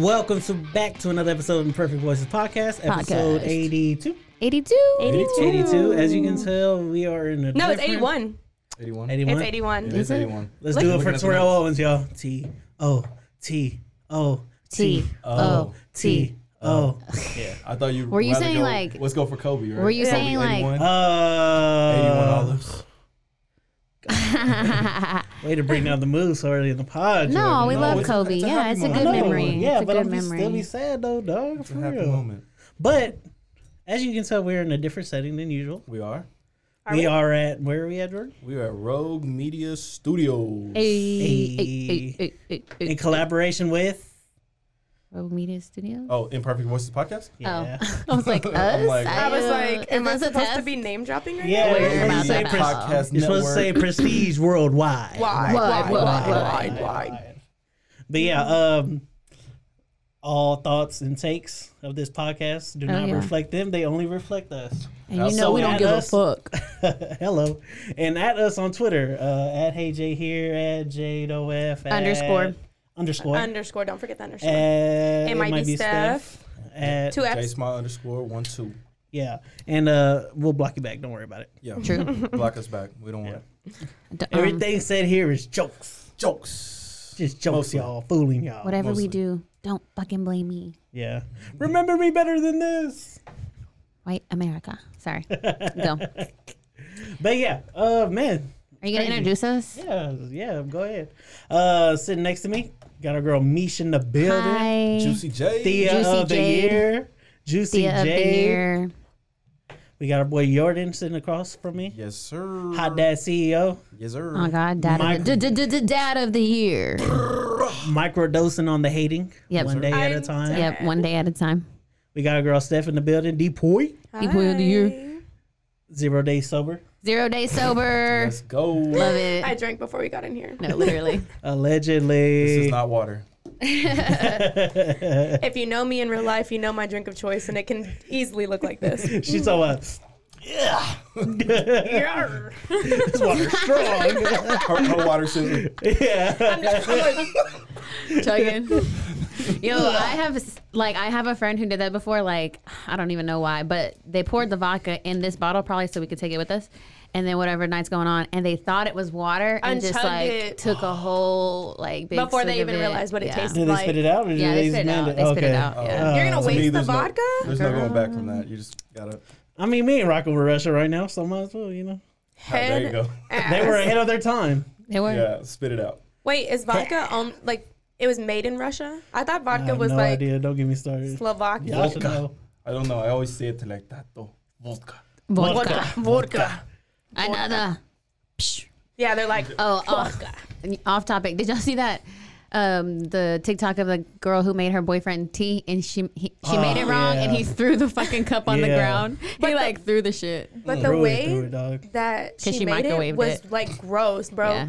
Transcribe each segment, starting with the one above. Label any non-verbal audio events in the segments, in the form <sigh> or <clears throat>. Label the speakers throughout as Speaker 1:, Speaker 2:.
Speaker 1: Welcome to back to another episode of Imperfect Voices Podcast, episode
Speaker 2: Podcast.
Speaker 1: 82.
Speaker 2: 82.
Speaker 1: 82. As you can tell, we are in a
Speaker 3: No, it's
Speaker 1: different-
Speaker 3: 81.
Speaker 4: 81.
Speaker 1: 81.
Speaker 3: It's 81.
Speaker 4: It is 81.
Speaker 1: Let's do it
Speaker 4: Looking
Speaker 1: for
Speaker 4: at the
Speaker 1: Terrell
Speaker 4: notes.
Speaker 1: Owens, y'all. T O T O
Speaker 2: T O T.
Speaker 1: T O.
Speaker 4: Yeah, I thought you
Speaker 2: Were you
Speaker 4: rather
Speaker 2: saying,
Speaker 4: go,
Speaker 2: like-
Speaker 4: let's go for Kobe, right?
Speaker 2: were you
Speaker 4: Kobe
Speaker 2: saying, like-
Speaker 4: 81,
Speaker 1: Uh,
Speaker 4: dollars?
Speaker 1: way to bring down the mood so early in the pod.
Speaker 2: No,
Speaker 1: Jordan.
Speaker 2: we
Speaker 1: No,
Speaker 2: love
Speaker 1: it's-
Speaker 2: Kobe.
Speaker 4: it's a
Speaker 2: yeah,
Speaker 4: happy
Speaker 2: it's a
Speaker 4: moment.
Speaker 2: good
Speaker 1: I know.
Speaker 2: memory.
Speaker 1: Yeah,
Speaker 2: it's a
Speaker 1: but
Speaker 2: good
Speaker 1: I'm just-
Speaker 2: memory.
Speaker 1: still be sad though, dog.
Speaker 4: It's
Speaker 1: For
Speaker 4: a happy
Speaker 1: real.
Speaker 4: moment.
Speaker 1: But as you can tell, we're in a different setting than usual.
Speaker 4: We are.
Speaker 1: we, are at where are we at, Jordan?
Speaker 4: We are at Rogue Media Studios.
Speaker 2: Ay, ay, ay, ay, ay,
Speaker 1: In
Speaker 2: ay.
Speaker 1: collaboration with.
Speaker 2: Rogue Media Studio.
Speaker 4: Oh, Imperfect Voices podcast.
Speaker 1: Yeah.
Speaker 2: Oh, I was like, us?
Speaker 4: I'm like-
Speaker 3: I was like, am I
Speaker 2: unless it's
Speaker 3: supposed to
Speaker 2: us?
Speaker 3: be name dropping right
Speaker 1: Yeah,
Speaker 3: now?
Speaker 1: you're
Speaker 2: We're about
Speaker 1: supposed to say
Speaker 2: to
Speaker 1: pres-
Speaker 2: know.
Speaker 4: Podcast
Speaker 1: You're supposed to say
Speaker 4: network.
Speaker 1: prestige worldwide.
Speaker 2: Why,
Speaker 3: Why? Why?
Speaker 2: why,
Speaker 3: Why? Why?
Speaker 1: But yeah, um, all thoughts and takes of this podcast do not
Speaker 2: Oh, yeah.
Speaker 1: reflect them. They only reflect us.
Speaker 2: And you
Speaker 4: So
Speaker 2: know we
Speaker 1: at
Speaker 2: don't give
Speaker 1: us-
Speaker 2: a fuck.
Speaker 1: <laughs> Hello. And at us on Twitter, uh, at HeyJ here, at JadeOF. at-
Speaker 2: Underscore.
Speaker 1: Underscore.
Speaker 3: Underscore. Don't forget the underscore.
Speaker 1: at,
Speaker 3: it might be Steph.
Speaker 1: At,
Speaker 3: Two
Speaker 4: J
Speaker 3: F's.
Speaker 4: Smile underscore one two.
Speaker 1: yeah. And uh, we'll block you back. Don't worry about it.
Speaker 4: Yeah.
Speaker 2: True.
Speaker 4: <laughs> Block us back. We don't want it.
Speaker 2: D-
Speaker 3: Uh-huh.
Speaker 2: um,
Speaker 1: Everything said here is jokes.
Speaker 4: jokes.
Speaker 1: Just jokes,
Speaker 4: Mostly.
Speaker 1: y'all. Fooling y'all.
Speaker 2: whatever
Speaker 4: mostly.
Speaker 2: we do, don't fucking blame me.
Speaker 1: Yeah. Remember me better than this.
Speaker 2: White America. Sorry. Go.
Speaker 1: But yeah, uh, man,
Speaker 2: Are you going to introduce us?
Speaker 1: yeah, yeah, go ahead. Uh, sitting next to me, got our girl Misha in the building.
Speaker 2: Hi.
Speaker 4: Juicy J.
Speaker 1: Thea
Speaker 2: Juicy
Speaker 1: of the uh,
Speaker 2: Jade.
Speaker 1: year, Juicy
Speaker 2: Thea of the
Speaker 1: J.
Speaker 2: year.
Speaker 1: We got our boy Jordan sitting across from me,
Speaker 4: Yes, sir.
Speaker 1: hot dad E CEO,
Speaker 4: Yes, sir.
Speaker 2: Oh, my God. Dad,
Speaker 1: Mike-
Speaker 2: of the, d- d- d- dad of the year.
Speaker 1: microdosing on the hating,
Speaker 2: Yep.
Speaker 1: one day at a
Speaker 3: I'm
Speaker 1: time.
Speaker 2: Yep, one day at a time.
Speaker 1: We got our girl Steph in the building, Depoy,
Speaker 2: Employee of the year.
Speaker 1: zero days sober,
Speaker 2: Zero day sober.
Speaker 4: <laughs> Let's go.
Speaker 2: Love it.
Speaker 3: I drank before we got in here.
Speaker 2: no, literally.
Speaker 1: allegedly.
Speaker 4: This is not water.
Speaker 3: If you know me in real life, you know my drink of choice, and it can easily look like this.
Speaker 1: <laughs> She's so
Speaker 2: <laughs>
Speaker 1: uh,
Speaker 3: Yarr.
Speaker 1: this water's strong.
Speaker 2: <laughs>
Speaker 4: Her, her water sizzle.
Speaker 2: chugging.
Speaker 3: <laughs>
Speaker 2: Yo, I have s- like I have a friend who did that before. Like I don't even know why, but they poured the vodka in this bottle probably so we could take it with us. And then whatever night's going on, and they thought it was water, and
Speaker 3: And
Speaker 2: just
Speaker 3: chugged
Speaker 2: like
Speaker 3: it.
Speaker 2: took a whole like big
Speaker 3: Before they
Speaker 2: swig of
Speaker 3: even
Speaker 2: it.
Speaker 3: realized what it
Speaker 2: Yeah.
Speaker 3: tasted
Speaker 1: Did they spit it out? Or did
Speaker 2: Yeah, they spit it
Speaker 1: demand
Speaker 2: out. They spit it out,
Speaker 1: Uh,
Speaker 2: yeah.
Speaker 3: You're gonna
Speaker 4: To me,
Speaker 3: waste the
Speaker 4: there's no-
Speaker 3: vodka?
Speaker 4: There's no going back from that. You just gotta.
Speaker 1: I mean, me and Rocco were Russia right now, so might as well, you know.
Speaker 4: there you
Speaker 3: Head
Speaker 4: go.
Speaker 3: ass.
Speaker 1: They were ahead of their time.
Speaker 2: They were.
Speaker 4: Yeah, spit it out.
Speaker 3: Wait, is vodka on like it was made in Russia? I thought
Speaker 1: I
Speaker 3: vodka
Speaker 1: have
Speaker 3: was
Speaker 1: no
Speaker 3: like
Speaker 1: idea. Don't get me started.
Speaker 3: Slovakia.
Speaker 1: Y'all should know.
Speaker 4: I don't know. I always say it like that though. Vodka.
Speaker 2: Vodka.
Speaker 1: Vodka.
Speaker 2: Another.
Speaker 3: Yeah, they're like,
Speaker 2: Oh, off, off topic. Did y'all see that? Um, the TikTok of the girl who made her boyfriend tea, and she he, she made it wrong, and
Speaker 1: yeah.
Speaker 2: he threw the fucking cup on
Speaker 1: Yeah.
Speaker 2: the ground. he like threw the shit.
Speaker 3: but the
Speaker 1: Threw it,
Speaker 3: way
Speaker 1: threw it, dog.
Speaker 3: that she,
Speaker 2: she
Speaker 3: made it
Speaker 2: microwaved
Speaker 3: was
Speaker 2: it.
Speaker 3: like gross, bro.
Speaker 2: Yeah.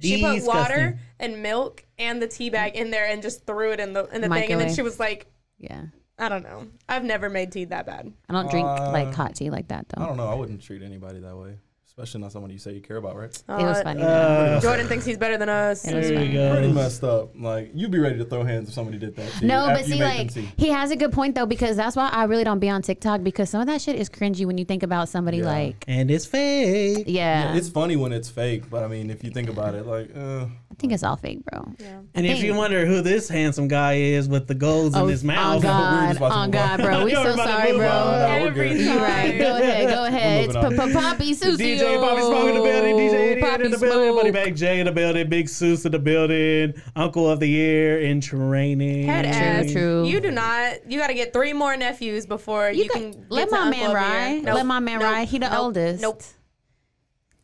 Speaker 3: She put water
Speaker 1: Disgusting.
Speaker 3: and milk and the tea bag in there and just threw it in the in the thing, and then
Speaker 2: Microwave.
Speaker 3: she was like,
Speaker 2: Yeah.
Speaker 3: I don't know, I've never made tea that bad.
Speaker 4: <laughs>
Speaker 2: I don't drink like hot tea like that though.
Speaker 4: I don't know. I wouldn't treat anybody that way. Especially not someone you say you care about, right?
Speaker 3: Uh,
Speaker 2: It was funny.
Speaker 1: Uh,
Speaker 3: Jordan thinks he's better than us.
Speaker 2: It was
Speaker 1: There
Speaker 2: funny.
Speaker 1: you go.
Speaker 4: Pretty messed up. Like you'd be ready to throw hands if somebody did that. to you
Speaker 2: No,
Speaker 4: after
Speaker 2: but
Speaker 4: you
Speaker 2: see,
Speaker 4: made them
Speaker 2: like
Speaker 4: see.
Speaker 2: he has a good point though, because that's why I really don't be on TikTok because some of that shit is cringy when you think about somebody
Speaker 4: Yeah.
Speaker 2: like,
Speaker 1: And it's fake.
Speaker 2: yeah,
Speaker 4: it's funny when it's fake, but I mean, if you think about it, like, uh,
Speaker 2: I think it's all fake, bro.
Speaker 1: And if you wonder who this handsome guy is with the golds in his
Speaker 2: oh
Speaker 1: mouth, <laughs>
Speaker 2: God,
Speaker 4: just about to
Speaker 2: oh
Speaker 4: move
Speaker 2: God,
Speaker 4: on.
Speaker 2: bro, we
Speaker 1: Yo,
Speaker 2: so
Speaker 1: everybody
Speaker 2: sorry,
Speaker 1: move
Speaker 2: bro.
Speaker 1: on.
Speaker 4: no, we're
Speaker 3: Every
Speaker 4: Oh, good.
Speaker 3: time.
Speaker 2: You're right.
Speaker 4: <laughs>
Speaker 2: Go ahead, go ahead. It's
Speaker 4: moving
Speaker 2: pa-
Speaker 4: on.
Speaker 2: pa- Poppy Susie.
Speaker 1: DJ Poppy Smoke in the building, DJ Idiot in the building, Buddy Back J in the building, Big Seuss in the building, Uncle of the Year in training.
Speaker 3: Head ass.
Speaker 2: true.
Speaker 3: You do not. You got to get three more nephews before you,
Speaker 2: You can,
Speaker 3: can
Speaker 2: let
Speaker 3: get to
Speaker 2: my
Speaker 3: Uncle
Speaker 2: man
Speaker 3: of the
Speaker 2: ride.
Speaker 3: Year. Nope.
Speaker 2: Let my man
Speaker 3: Nope.
Speaker 2: ride. He the
Speaker 3: Nope.
Speaker 2: oldest.
Speaker 3: Nope.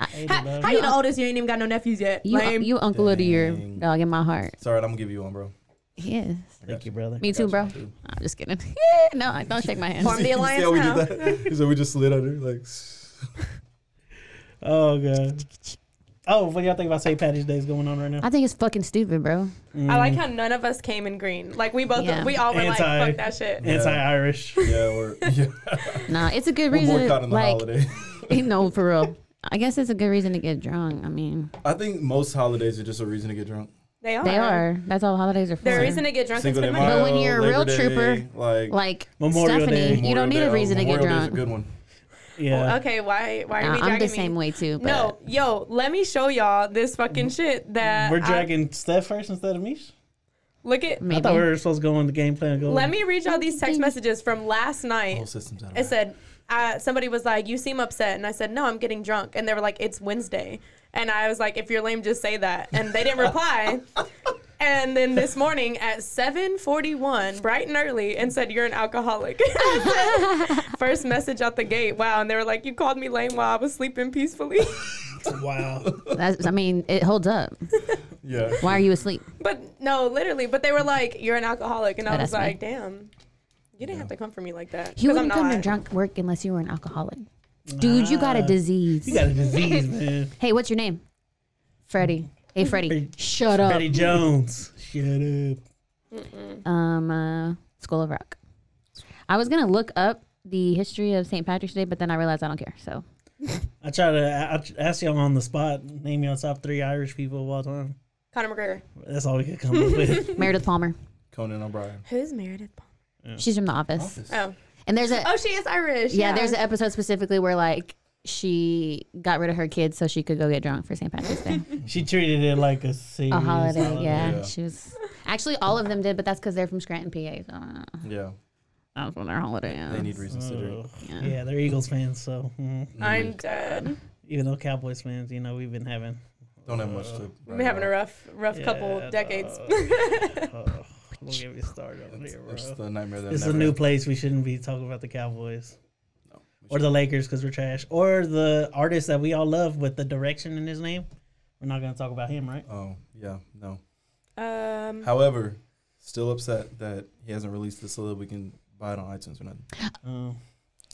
Speaker 3: How,
Speaker 1: How
Speaker 3: how you the oldest? You ain't even got no nephews yet.
Speaker 2: You, uh,
Speaker 3: Lame.
Speaker 2: you uncle of the year,
Speaker 4: Dang.
Speaker 2: dog in my heart.
Speaker 4: it's all right. I'm gonna give you one, bro.
Speaker 2: Yes.
Speaker 1: Thank you, brother.
Speaker 2: Me too,
Speaker 4: you,
Speaker 2: bro.
Speaker 4: me too.
Speaker 2: I'm just kidding. <laughs> no, I don't shake my hand.
Speaker 4: <laughs>
Speaker 3: Form the alliance
Speaker 4: See how we
Speaker 3: now.
Speaker 4: did that? <laughs> so we just slid under, like,
Speaker 1: Oh god. Oh, what y'all think about St. Patrick's Day is going on right now?
Speaker 2: I think it's fucking stupid, bro.
Speaker 3: I
Speaker 4: Mm.
Speaker 3: like how none of us came in green. Like we both,
Speaker 2: Yeah.
Speaker 3: we all were
Speaker 1: Anti-
Speaker 3: like, "Fuck that shit."
Speaker 2: <laughs>
Speaker 1: Anti-Irish.
Speaker 4: yeah, we're <laughs> yeah,
Speaker 2: Nah, it's a good
Speaker 4: we're
Speaker 2: reason.
Speaker 4: boycotting the
Speaker 2: like,
Speaker 4: holiday. <laughs>
Speaker 2: <laughs> no, for real. I guess it's a good reason to get drunk. I mean,
Speaker 4: I think most holidays are just a reason to get drunk.
Speaker 3: They are.
Speaker 2: they are. That's all holidays are for.
Speaker 3: The reason to get drunk and
Speaker 4: Cinco de
Speaker 3: spend
Speaker 4: Mayo,
Speaker 3: money.
Speaker 2: But when you're a real
Speaker 4: Labor Day,
Speaker 2: trooper,
Speaker 4: like,
Speaker 2: like
Speaker 1: Memorial
Speaker 2: Stephanie,
Speaker 1: Day.
Speaker 2: you don't need a
Speaker 4: Memorial Day-
Speaker 2: reason to get
Speaker 4: Memorial Day's
Speaker 2: drunk.
Speaker 4: A good one.
Speaker 1: Yeah.
Speaker 3: Okay, why? Why are
Speaker 2: Nah,
Speaker 3: we dragging
Speaker 2: Uh, I'm the
Speaker 3: me?
Speaker 2: same way too. But
Speaker 3: No, yo, let me show y'all this fucking shit that
Speaker 1: Mm. We're
Speaker 3: I-
Speaker 1: dragging Steph first instead of Mish.
Speaker 3: look at. uh,
Speaker 1: I
Speaker 2: maybe.
Speaker 1: thought we were supposed to go on the game plan. and Go
Speaker 3: Let me read y'all these text messages from last
Speaker 4: The
Speaker 1: Oh,
Speaker 4: whole
Speaker 3: night.
Speaker 4: system's out of
Speaker 3: It
Speaker 4: whack.
Speaker 3: said uh, somebody was like, "You seem upset," and I said, "No, I'm getting drunk." And they were like, "It's Wednesday," and I was like, "If you're lame, just say that." And they
Speaker 1: <laughs>
Speaker 3: didn't reply. And then this morning at 7:41, bright and early, and said, "You're
Speaker 2: <laughs>
Speaker 3: an alcoholic." <laughs> First message out the gate. Wow! And they were like, "You called me lame while I was sleeping peacefully." <laughs>
Speaker 2: <laughs>
Speaker 1: Wow.
Speaker 2: That's, I mean, it holds up.
Speaker 4: yeah.
Speaker 2: Why are you asleep?
Speaker 3: But no, literally. But they were like, "You're an alcoholic," and
Speaker 2: Oh,
Speaker 3: I was
Speaker 2: that's me.
Speaker 3: like, "Damn, you didn't have to come for me like that."
Speaker 2: You
Speaker 3: 'Cause I'm
Speaker 2: wouldn't come to
Speaker 3: not.
Speaker 2: drunk work unless you were an alcoholic. Dude, you got a
Speaker 1: Nah.
Speaker 2: disease.
Speaker 1: You got a disease, man.
Speaker 2: hey, what's your name? Freddie. Hey, Freddie.
Speaker 1: Freddie.
Speaker 2: <laughs> Shut up.
Speaker 1: Freddie Jones. Shut up.
Speaker 2: Um, uh, School of Rock. I was gonna look up the history of St. Patrick's Day, but then I realized I don't care. So
Speaker 1: I try to I, I ask y'all on the spot. Name y'all top three Irish people of all time.
Speaker 3: Conor McGregor.
Speaker 1: That's all we could come up
Speaker 2: <laughs>
Speaker 1: with.
Speaker 2: Meredith Palmer.
Speaker 4: Conan O'Brien.
Speaker 3: Who's Meredith?
Speaker 2: She's from The Office.
Speaker 3: Oh,
Speaker 2: And there's a
Speaker 3: oh, she is Irish.
Speaker 2: yeah,
Speaker 3: Yeah,
Speaker 2: there's an episode specifically where like she got rid of her kids so she could go get drunk for St. Patrick's Day,
Speaker 1: she treated it like a serious
Speaker 2: a holiday. yeah,
Speaker 4: yeah.
Speaker 2: she was. Actually, all of them did, but that's because they're from Scranton, PA. So uh,
Speaker 4: Yeah,
Speaker 2: that's when their holiday
Speaker 4: they
Speaker 2: is.
Speaker 4: need reasons to drink.
Speaker 1: Ugh. yeah. they're Eagles fans, so mm.
Speaker 3: I'm dead.
Speaker 1: even though Cowboys fans, you know, we've been having
Speaker 4: Don't have much to.
Speaker 3: We've been having a rough, rough couple
Speaker 1: Yeah,
Speaker 3: decades. <laughs>
Speaker 4: <laughs>
Speaker 1: Oh, we'll get you started over here, bro.
Speaker 4: It's the nightmare that
Speaker 1: It's a
Speaker 4: never
Speaker 1: new
Speaker 4: ends.
Speaker 1: place. We shouldn't be talking about the Cowboys
Speaker 4: No, we
Speaker 1: or the Lakers because we're trash. Or the artist that we all love with the direction in his name. We're not gonna talk about him, right?
Speaker 4: Oh yeah, no.
Speaker 3: um,
Speaker 4: However, still upset that he hasn't released this so that we can buy it on iTunes or nothing.
Speaker 1: Um,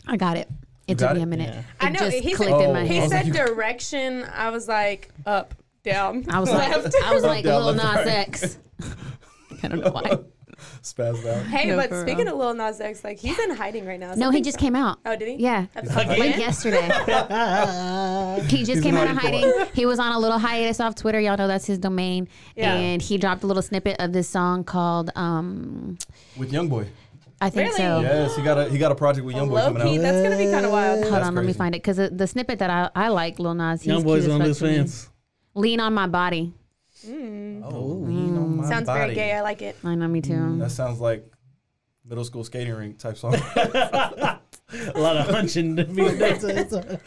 Speaker 2: I got it. It
Speaker 4: You
Speaker 2: took
Speaker 4: got
Speaker 2: me
Speaker 4: it?
Speaker 2: a
Speaker 1: <laughs>
Speaker 2: minute.
Speaker 1: Yeah.
Speaker 2: It
Speaker 3: I know,
Speaker 2: just
Speaker 3: he said-
Speaker 2: clicked in my
Speaker 4: Oh,
Speaker 3: he
Speaker 2: head.
Speaker 4: I was
Speaker 2: <laughs>
Speaker 3: said
Speaker 4: like-
Speaker 3: direction. I was like up, down.
Speaker 2: I was like, I was like,
Speaker 4: Yeah,
Speaker 2: Lil Nas
Speaker 4: left, right. <laughs>
Speaker 2: X. I don't know why.
Speaker 4: Spazzed out.
Speaker 3: Hey,
Speaker 2: No,
Speaker 3: but
Speaker 2: for
Speaker 3: speaking
Speaker 2: real.
Speaker 3: of Lil Nas X, like he's in hiding right now.
Speaker 2: No, he
Speaker 3: Something-
Speaker 2: just came out.
Speaker 3: Oh, did he?
Speaker 2: Yeah.
Speaker 3: That's
Speaker 1: Like,
Speaker 2: Like
Speaker 3: yeah.
Speaker 2: yesterday.
Speaker 1: Ah,
Speaker 2: he just
Speaker 4: He's
Speaker 2: came out of
Speaker 4: not
Speaker 2: hiding. He was on a little hiatus off Twitter. Y'all know that's his domain.
Speaker 3: Yeah.
Speaker 2: And he dropped a little snippet of this song called um
Speaker 4: With YoungBoy.
Speaker 2: I think
Speaker 3: Really?
Speaker 1: Oh.
Speaker 2: so.
Speaker 4: Yes, he got a he got a project with YoungBoy
Speaker 3: Low
Speaker 4: coming
Speaker 3: key,
Speaker 4: out.
Speaker 3: that's gonna be kind of wild.
Speaker 2: Hold
Speaker 4: That's
Speaker 2: on, let me
Speaker 4: crazy.
Speaker 2: find it because the snippet that I, I like, Lil Nas, he's
Speaker 1: Young boys
Speaker 2: cute
Speaker 1: gonna
Speaker 2: as fuck
Speaker 1: lose
Speaker 2: to me.
Speaker 1: fans.
Speaker 2: Lean on my body.
Speaker 4: Oh, you know my
Speaker 3: Sounds
Speaker 4: body.
Speaker 3: very gay. I like it.
Speaker 2: I know me too.
Speaker 4: That sounds like middle school skating rink type
Speaker 3: <laughs>
Speaker 4: song.
Speaker 1: A lot of hunching. to
Speaker 2: <laughs>
Speaker 1: be done.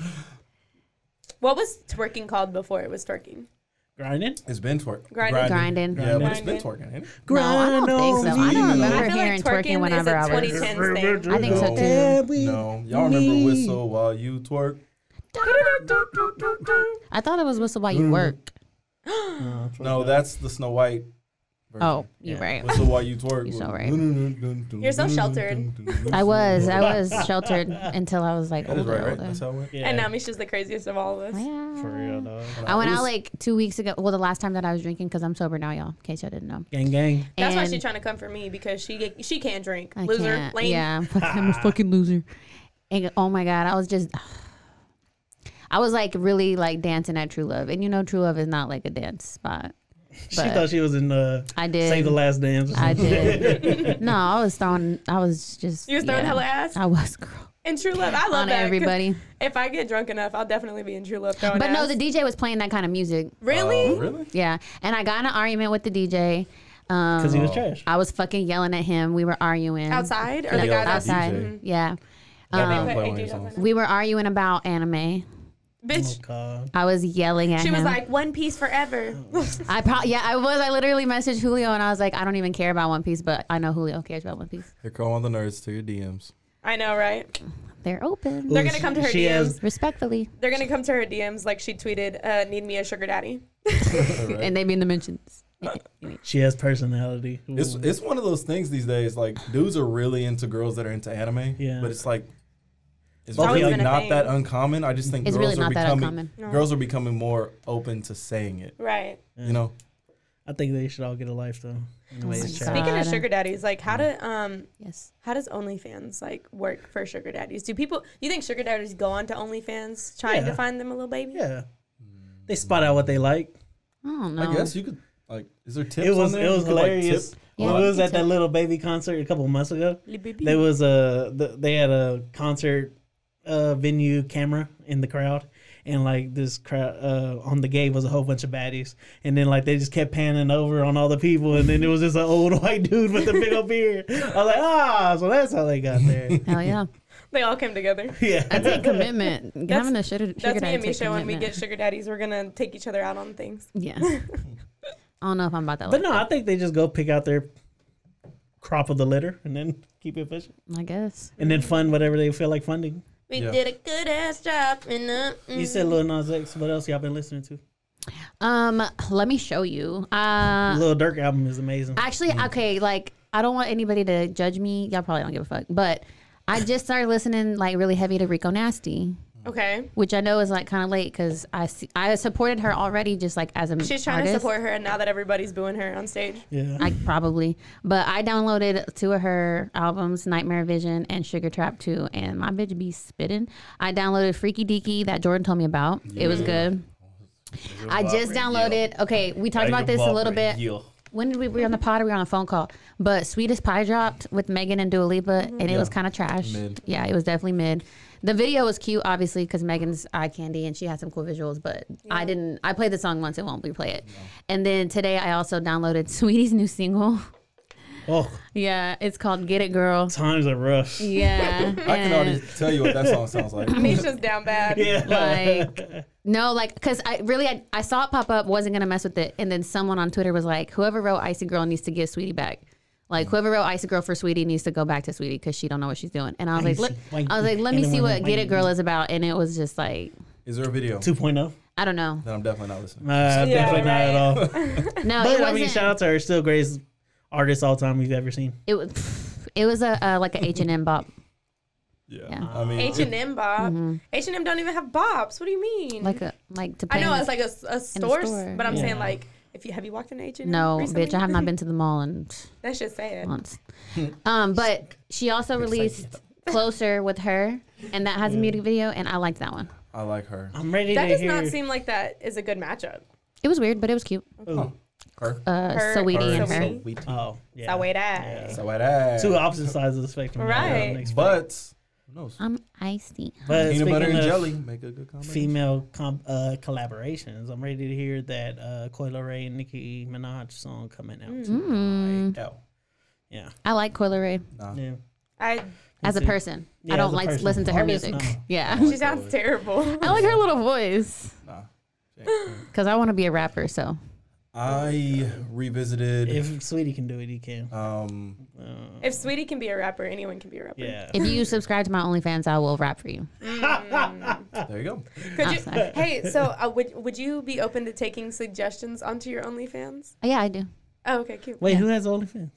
Speaker 3: What was twerking called before it was twerking?
Speaker 1: Grinding.
Speaker 4: it's been twerk.
Speaker 3: Grinding.
Speaker 2: Grinding.
Speaker 4: Yeah, but it's been
Speaker 3: Grinding.
Speaker 4: twerking. Ain't it?
Speaker 2: No, I don't think so. I don't
Speaker 1: Grinding.
Speaker 2: remember
Speaker 3: I feel like
Speaker 2: hearing twerking,
Speaker 3: twerking is
Speaker 2: whenever
Speaker 3: a
Speaker 2: I was.
Speaker 3: 20 Tense
Speaker 2: I think so
Speaker 4: No.
Speaker 2: too.
Speaker 4: No, y'all remember whistle while you twerk?
Speaker 2: I thought it was whistle while
Speaker 4: Mm.
Speaker 2: you work.
Speaker 4: No, that's the Snow White. version.
Speaker 2: Oh, you're right.
Speaker 4: Whistle while you twerk.
Speaker 2: You're so
Speaker 4: was-
Speaker 2: right.
Speaker 3: You're so sheltered.
Speaker 2: I was. I was
Speaker 4: <laughs>
Speaker 2: sheltered until I was like
Speaker 4: That is
Speaker 2: older.
Speaker 4: right, right?
Speaker 2: older.
Speaker 4: That's how it went.
Speaker 1: Yeah.
Speaker 3: And now Misha's the craziest of all of us.
Speaker 2: Yeah.
Speaker 1: For real, dog.
Speaker 2: I went
Speaker 4: It
Speaker 2: out
Speaker 4: was-
Speaker 2: like two weeks ago. Well, the last time that I was drinking, because I'm sober now, y'all. In case y'all didn't know.
Speaker 1: Gang, gang.
Speaker 3: That's why she's
Speaker 2: And
Speaker 3: trying to come for me because she get- she can't drink.
Speaker 2: I
Speaker 3: Loser,
Speaker 2: can't-
Speaker 3: <laughs> lame.
Speaker 2: Yeah, I'm, fucking, I'm a fucking loser. And, oh my god, I was just. <sighs> I was like really like dancing at True Love, and you know True Love is not like a dance spot.
Speaker 1: She
Speaker 2: But
Speaker 1: thought she was in uh,
Speaker 2: I did.
Speaker 1: Save the Last Dance. Or
Speaker 4: <laughs>
Speaker 2: I
Speaker 1: something.
Speaker 2: did. no, I was throwing. I was just.
Speaker 3: You was throwing hella ass?
Speaker 2: I was, girl.
Speaker 3: In True Love, I love
Speaker 2: On
Speaker 3: that. 'cause
Speaker 2: everybody.
Speaker 3: <laughs> If I get drunk enough, I'll definitely be in True Love. Throwing
Speaker 2: But no,
Speaker 3: ass.
Speaker 2: the DJ was playing that kind of music.
Speaker 3: really.
Speaker 4: Oh, really?
Speaker 2: Yeah, and I got in an argument with the DJ. Um,
Speaker 1: Because he was trash.
Speaker 2: I was fucking yelling at him. We were arguing
Speaker 3: Outside or the
Speaker 4: Yeah,
Speaker 3: guy that's Mm-hmm.
Speaker 4: outside.
Speaker 2: Outside.
Speaker 4: DJ.
Speaker 2: Yeah.
Speaker 4: Gotta
Speaker 2: Um,
Speaker 4: play
Speaker 3: They
Speaker 4: one
Speaker 3: put
Speaker 4: of your
Speaker 3: ADs on
Speaker 4: songs.
Speaker 3: that.
Speaker 2: We were arguing about anime.
Speaker 1: Oh,
Speaker 3: bitch?
Speaker 1: God.
Speaker 2: I was yelling at
Speaker 3: She
Speaker 2: Oh, him.
Speaker 3: was like One Piece forever. <laughs>
Speaker 2: I probably yeah, I was. I literally messaged Julio and I was like, I don't even care about One Piece, but I know Julio cares about One Piece.
Speaker 4: Here come all the nerds to your DMs.
Speaker 3: I know, right?
Speaker 2: They're open.
Speaker 3: They're gonna come to her
Speaker 1: She
Speaker 3: DMs.
Speaker 1: has-
Speaker 2: Respectfully.
Speaker 3: They're gonna come to her DMs like she tweeted, uh, "Need me a sugar daddy."
Speaker 2: <laughs> And they be in the mentions.
Speaker 1: She has personality.
Speaker 4: It's it's one of those things these days. Like dudes are really into girls that are into anime.
Speaker 1: Yeah.
Speaker 4: But it's like it's
Speaker 1: Always
Speaker 4: really
Speaker 1: been a
Speaker 4: not
Speaker 3: thing.
Speaker 4: that uncommon. I just think
Speaker 2: It's
Speaker 4: girls
Speaker 2: really
Speaker 4: are
Speaker 2: not that
Speaker 4: becoming
Speaker 2: uncommon.
Speaker 4: girls are becoming more open to saying it.
Speaker 3: Right.
Speaker 4: You know,
Speaker 1: I think they should all get a life, though. in the way
Speaker 2: my
Speaker 1: it's
Speaker 2: God.
Speaker 1: trash.
Speaker 3: Speaking of
Speaker 2: Gotta-
Speaker 3: sugar daddies, like how do um
Speaker 2: Yes.
Speaker 3: how does OnlyFans like work for sugar daddies? Do people you think sugar daddies go on to OnlyFans trying
Speaker 1: Yeah.
Speaker 3: to find them a little baby?
Speaker 1: Yeah. They spot out what they like.
Speaker 2: I don't know.
Speaker 4: I guess you could like. Is there tips?
Speaker 1: It was
Speaker 4: on
Speaker 1: it
Speaker 4: there?
Speaker 1: was
Speaker 4: You could, like,
Speaker 1: hilarious.
Speaker 4: tip?
Speaker 2: Yeah,
Speaker 1: when
Speaker 2: you
Speaker 1: we was
Speaker 2: can
Speaker 1: at that
Speaker 2: tell.
Speaker 1: little baby concert a couple months ago, there was a th- they had a concert uh, venue camera in the crowd, and like this crowd uh, on the gate was a whole bunch of baddies, and then like they just kept panning over on all the people, and then it was just an old <laughs> white dude with a big old beard. I was like, ah, so that's how they got there.
Speaker 2: Hell yeah.
Speaker 3: They all
Speaker 2: <laughs>
Speaker 3: came together.
Speaker 1: yeah,
Speaker 2: Take commitment. Having a sugar, sugar
Speaker 3: That's me
Speaker 2: daddy take
Speaker 3: and Misha. When we get
Speaker 2: commitment.
Speaker 3: sugar daddies, we're gonna take each other out on things. <laughs>
Speaker 2: Yeah. I don't know if I'm about that.
Speaker 1: but
Speaker 2: But
Speaker 1: no, I think they just go pick out their crop of the litter and then keep it pushing,
Speaker 2: I guess.
Speaker 1: and then fund whatever they feel like funding.
Speaker 3: We
Speaker 4: Yeah.
Speaker 3: did a good ass job in the. mm.
Speaker 1: You said Lil Nas X. What else y'all been listening to?
Speaker 2: Um, let me show you. Uh,
Speaker 1: Lil Durk album is amazing.
Speaker 2: Actually, okay, like I don't want anybody to judge me. Y'all probably don't give a fuck. But I just started listening like really heavy to Rico Nasty,
Speaker 1: Mm.
Speaker 3: Okay.
Speaker 2: which I know is like kind of late because I see, I supported her already just like as a
Speaker 3: She's trying
Speaker 2: artist.
Speaker 3: to support her, and now that everybody's booing her on
Speaker 1: <laughs>
Speaker 3: stage,
Speaker 1: yeah.
Speaker 2: I probably, but I downloaded two of her albums, Nightmare Vision and Sugar Trap 2, and my bitch be spitting. I downloaded Freaky Deaky that Jordan told me about. It was good. I just downloaded. Okay, we talked about this a little bit. When did we, we were on the pod? Or we were on a phone call. But Sweetest Pie dropped with Megan and Dua Lipa, and it was kind of trash.
Speaker 4: Mid.
Speaker 2: Yeah, it was definitely mid. The video was cute, obviously, because Megan's eye candy and she had some cool visuals. But I didn't. I played the song once; it won't replay it. And then today, I also downloaded <laughs> Sweetie's new single.
Speaker 1: Oh,
Speaker 2: yeah, it's called "Get It, Girl."
Speaker 1: times are rough.
Speaker 2: Yeah,
Speaker 4: I can already tell you what that song
Speaker 1: <laughs>
Speaker 4: sounds like.
Speaker 3: Misha's down bad.
Speaker 1: Yeah. <laughs>
Speaker 2: like no like because i really I, I saw it pop up wasn't gonna mess with it and then someone on twitter was like whoever wrote icy girl needs to get sweetie back
Speaker 1: Mm.
Speaker 2: like whoever wrote icy girl for sweetie needs to go back to sweetie because she don't know what she's doing and i was like
Speaker 1: Icy,
Speaker 2: look
Speaker 1: white,
Speaker 2: i was like let me
Speaker 1: and
Speaker 2: see
Speaker 1: then
Speaker 2: what get it
Speaker 1: white.
Speaker 2: girl is about and it was just like
Speaker 4: Is there a video?
Speaker 1: 2.0.
Speaker 2: i don't know
Speaker 4: That I'm definitely not listening.
Speaker 1: oh. Nah, definitely not at all.
Speaker 3: Oh,
Speaker 2: no it
Speaker 1: But
Speaker 2: wasn't
Speaker 1: I mean, shout out to her. Still greatest artist all time we've ever seen.
Speaker 2: it was it was a uh, like a h&m bop
Speaker 4: Yeah.
Speaker 2: Yeah.
Speaker 4: I mean,
Speaker 3: H and M Bob. H and M don't even have bobs. What do you mean?
Speaker 2: Mm-hmm. like a like to
Speaker 3: I
Speaker 2: play
Speaker 3: know
Speaker 2: in-
Speaker 3: it's like a, a store, s-
Speaker 2: store,
Speaker 3: but I'm
Speaker 1: yeah.
Speaker 3: saying like, if you have you walked in H and M?
Speaker 2: no bitch i have not been to the mall
Speaker 3: <laughs>
Speaker 2: and
Speaker 3: That shit's sad.
Speaker 2: months. um, but she also released Closer with her, and that has a music video, and I liked that one.
Speaker 4: I like her.
Speaker 1: I'm ready
Speaker 3: That
Speaker 1: to
Speaker 3: does
Speaker 1: hear.
Speaker 3: not seem like that is a good matchup.
Speaker 2: It was weird, but it was cute.
Speaker 4: Her.
Speaker 2: Uh,
Speaker 3: Her-
Speaker 2: Saweetie
Speaker 4: her.
Speaker 2: and
Speaker 3: Saweetie.
Speaker 2: her.
Speaker 4: So we.
Speaker 1: oh, yeah.
Speaker 3: That way that.
Speaker 4: So what I-
Speaker 1: Two opposite sides of the spectrum.
Speaker 3: Right.
Speaker 1: Yeah, makes-
Speaker 4: But who knows?
Speaker 2: I'm icy.
Speaker 1: but
Speaker 4: Peanut butter
Speaker 1: speaking
Speaker 4: and
Speaker 1: of
Speaker 4: jelly make a good combination.
Speaker 1: Female com- uh, collaborations. I'm ready to hear that uh, Coyle Ray and Nicki Minaj song coming out.
Speaker 2: Mm.
Speaker 1: oh,
Speaker 4: Ow.
Speaker 1: Yeah.
Speaker 2: I like Coyle Ray
Speaker 1: Yeah.
Speaker 3: I.
Speaker 2: as a
Speaker 1: too.
Speaker 2: person.
Speaker 1: Yeah, as
Speaker 2: I don't
Speaker 1: a
Speaker 2: like
Speaker 1: person.
Speaker 2: listen to her
Speaker 1: Artist,
Speaker 2: music.
Speaker 1: no.
Speaker 2: Yeah,
Speaker 3: She sounds terrible.
Speaker 2: Oh <laughs> I like her little voice
Speaker 4: Nah.
Speaker 2: <laughs> because I want to be a rapper. So
Speaker 4: I revisited.
Speaker 1: If Sweetie can do it, he can. Uh,
Speaker 4: Um,
Speaker 3: if Sweetie can be a rapper, anyone can be a rapper.
Speaker 1: Yeah.
Speaker 2: if you subscribe to my OnlyFans, I will rap for you.
Speaker 1: Ah.
Speaker 4: there you go.
Speaker 3: Could you,
Speaker 2: sorry.
Speaker 3: hey, so uh, would would you be open to taking suggestions onto your OnlyFans?
Speaker 2: Oh, yeah, I do.
Speaker 3: Oh, okay, cute.
Speaker 1: Wait, who has OnlyFans?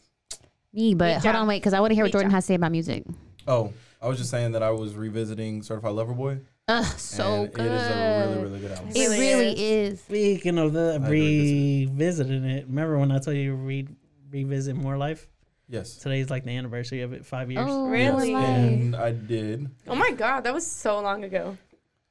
Speaker 2: Me, but
Speaker 3: Me
Speaker 2: hold
Speaker 3: too.
Speaker 2: on, wait, because I want to hear
Speaker 3: Me
Speaker 2: what Jordan
Speaker 3: too.
Speaker 2: has to say about music.
Speaker 4: Oh, I was just saying that I was revisiting Certified Lover Boy.
Speaker 2: Ugh, so
Speaker 4: and
Speaker 2: good.
Speaker 4: It is a really, really good album.
Speaker 2: It really, is.
Speaker 1: Speaking of the
Speaker 4: agree
Speaker 1: revisiting it, remember when I told you to re- revisit More Life?
Speaker 4: Yes.
Speaker 1: Today's like the anniversary of it, five years.
Speaker 2: Oh,
Speaker 3: Really?
Speaker 2: really?
Speaker 4: And I did.
Speaker 3: Oh my god, that was so long ago.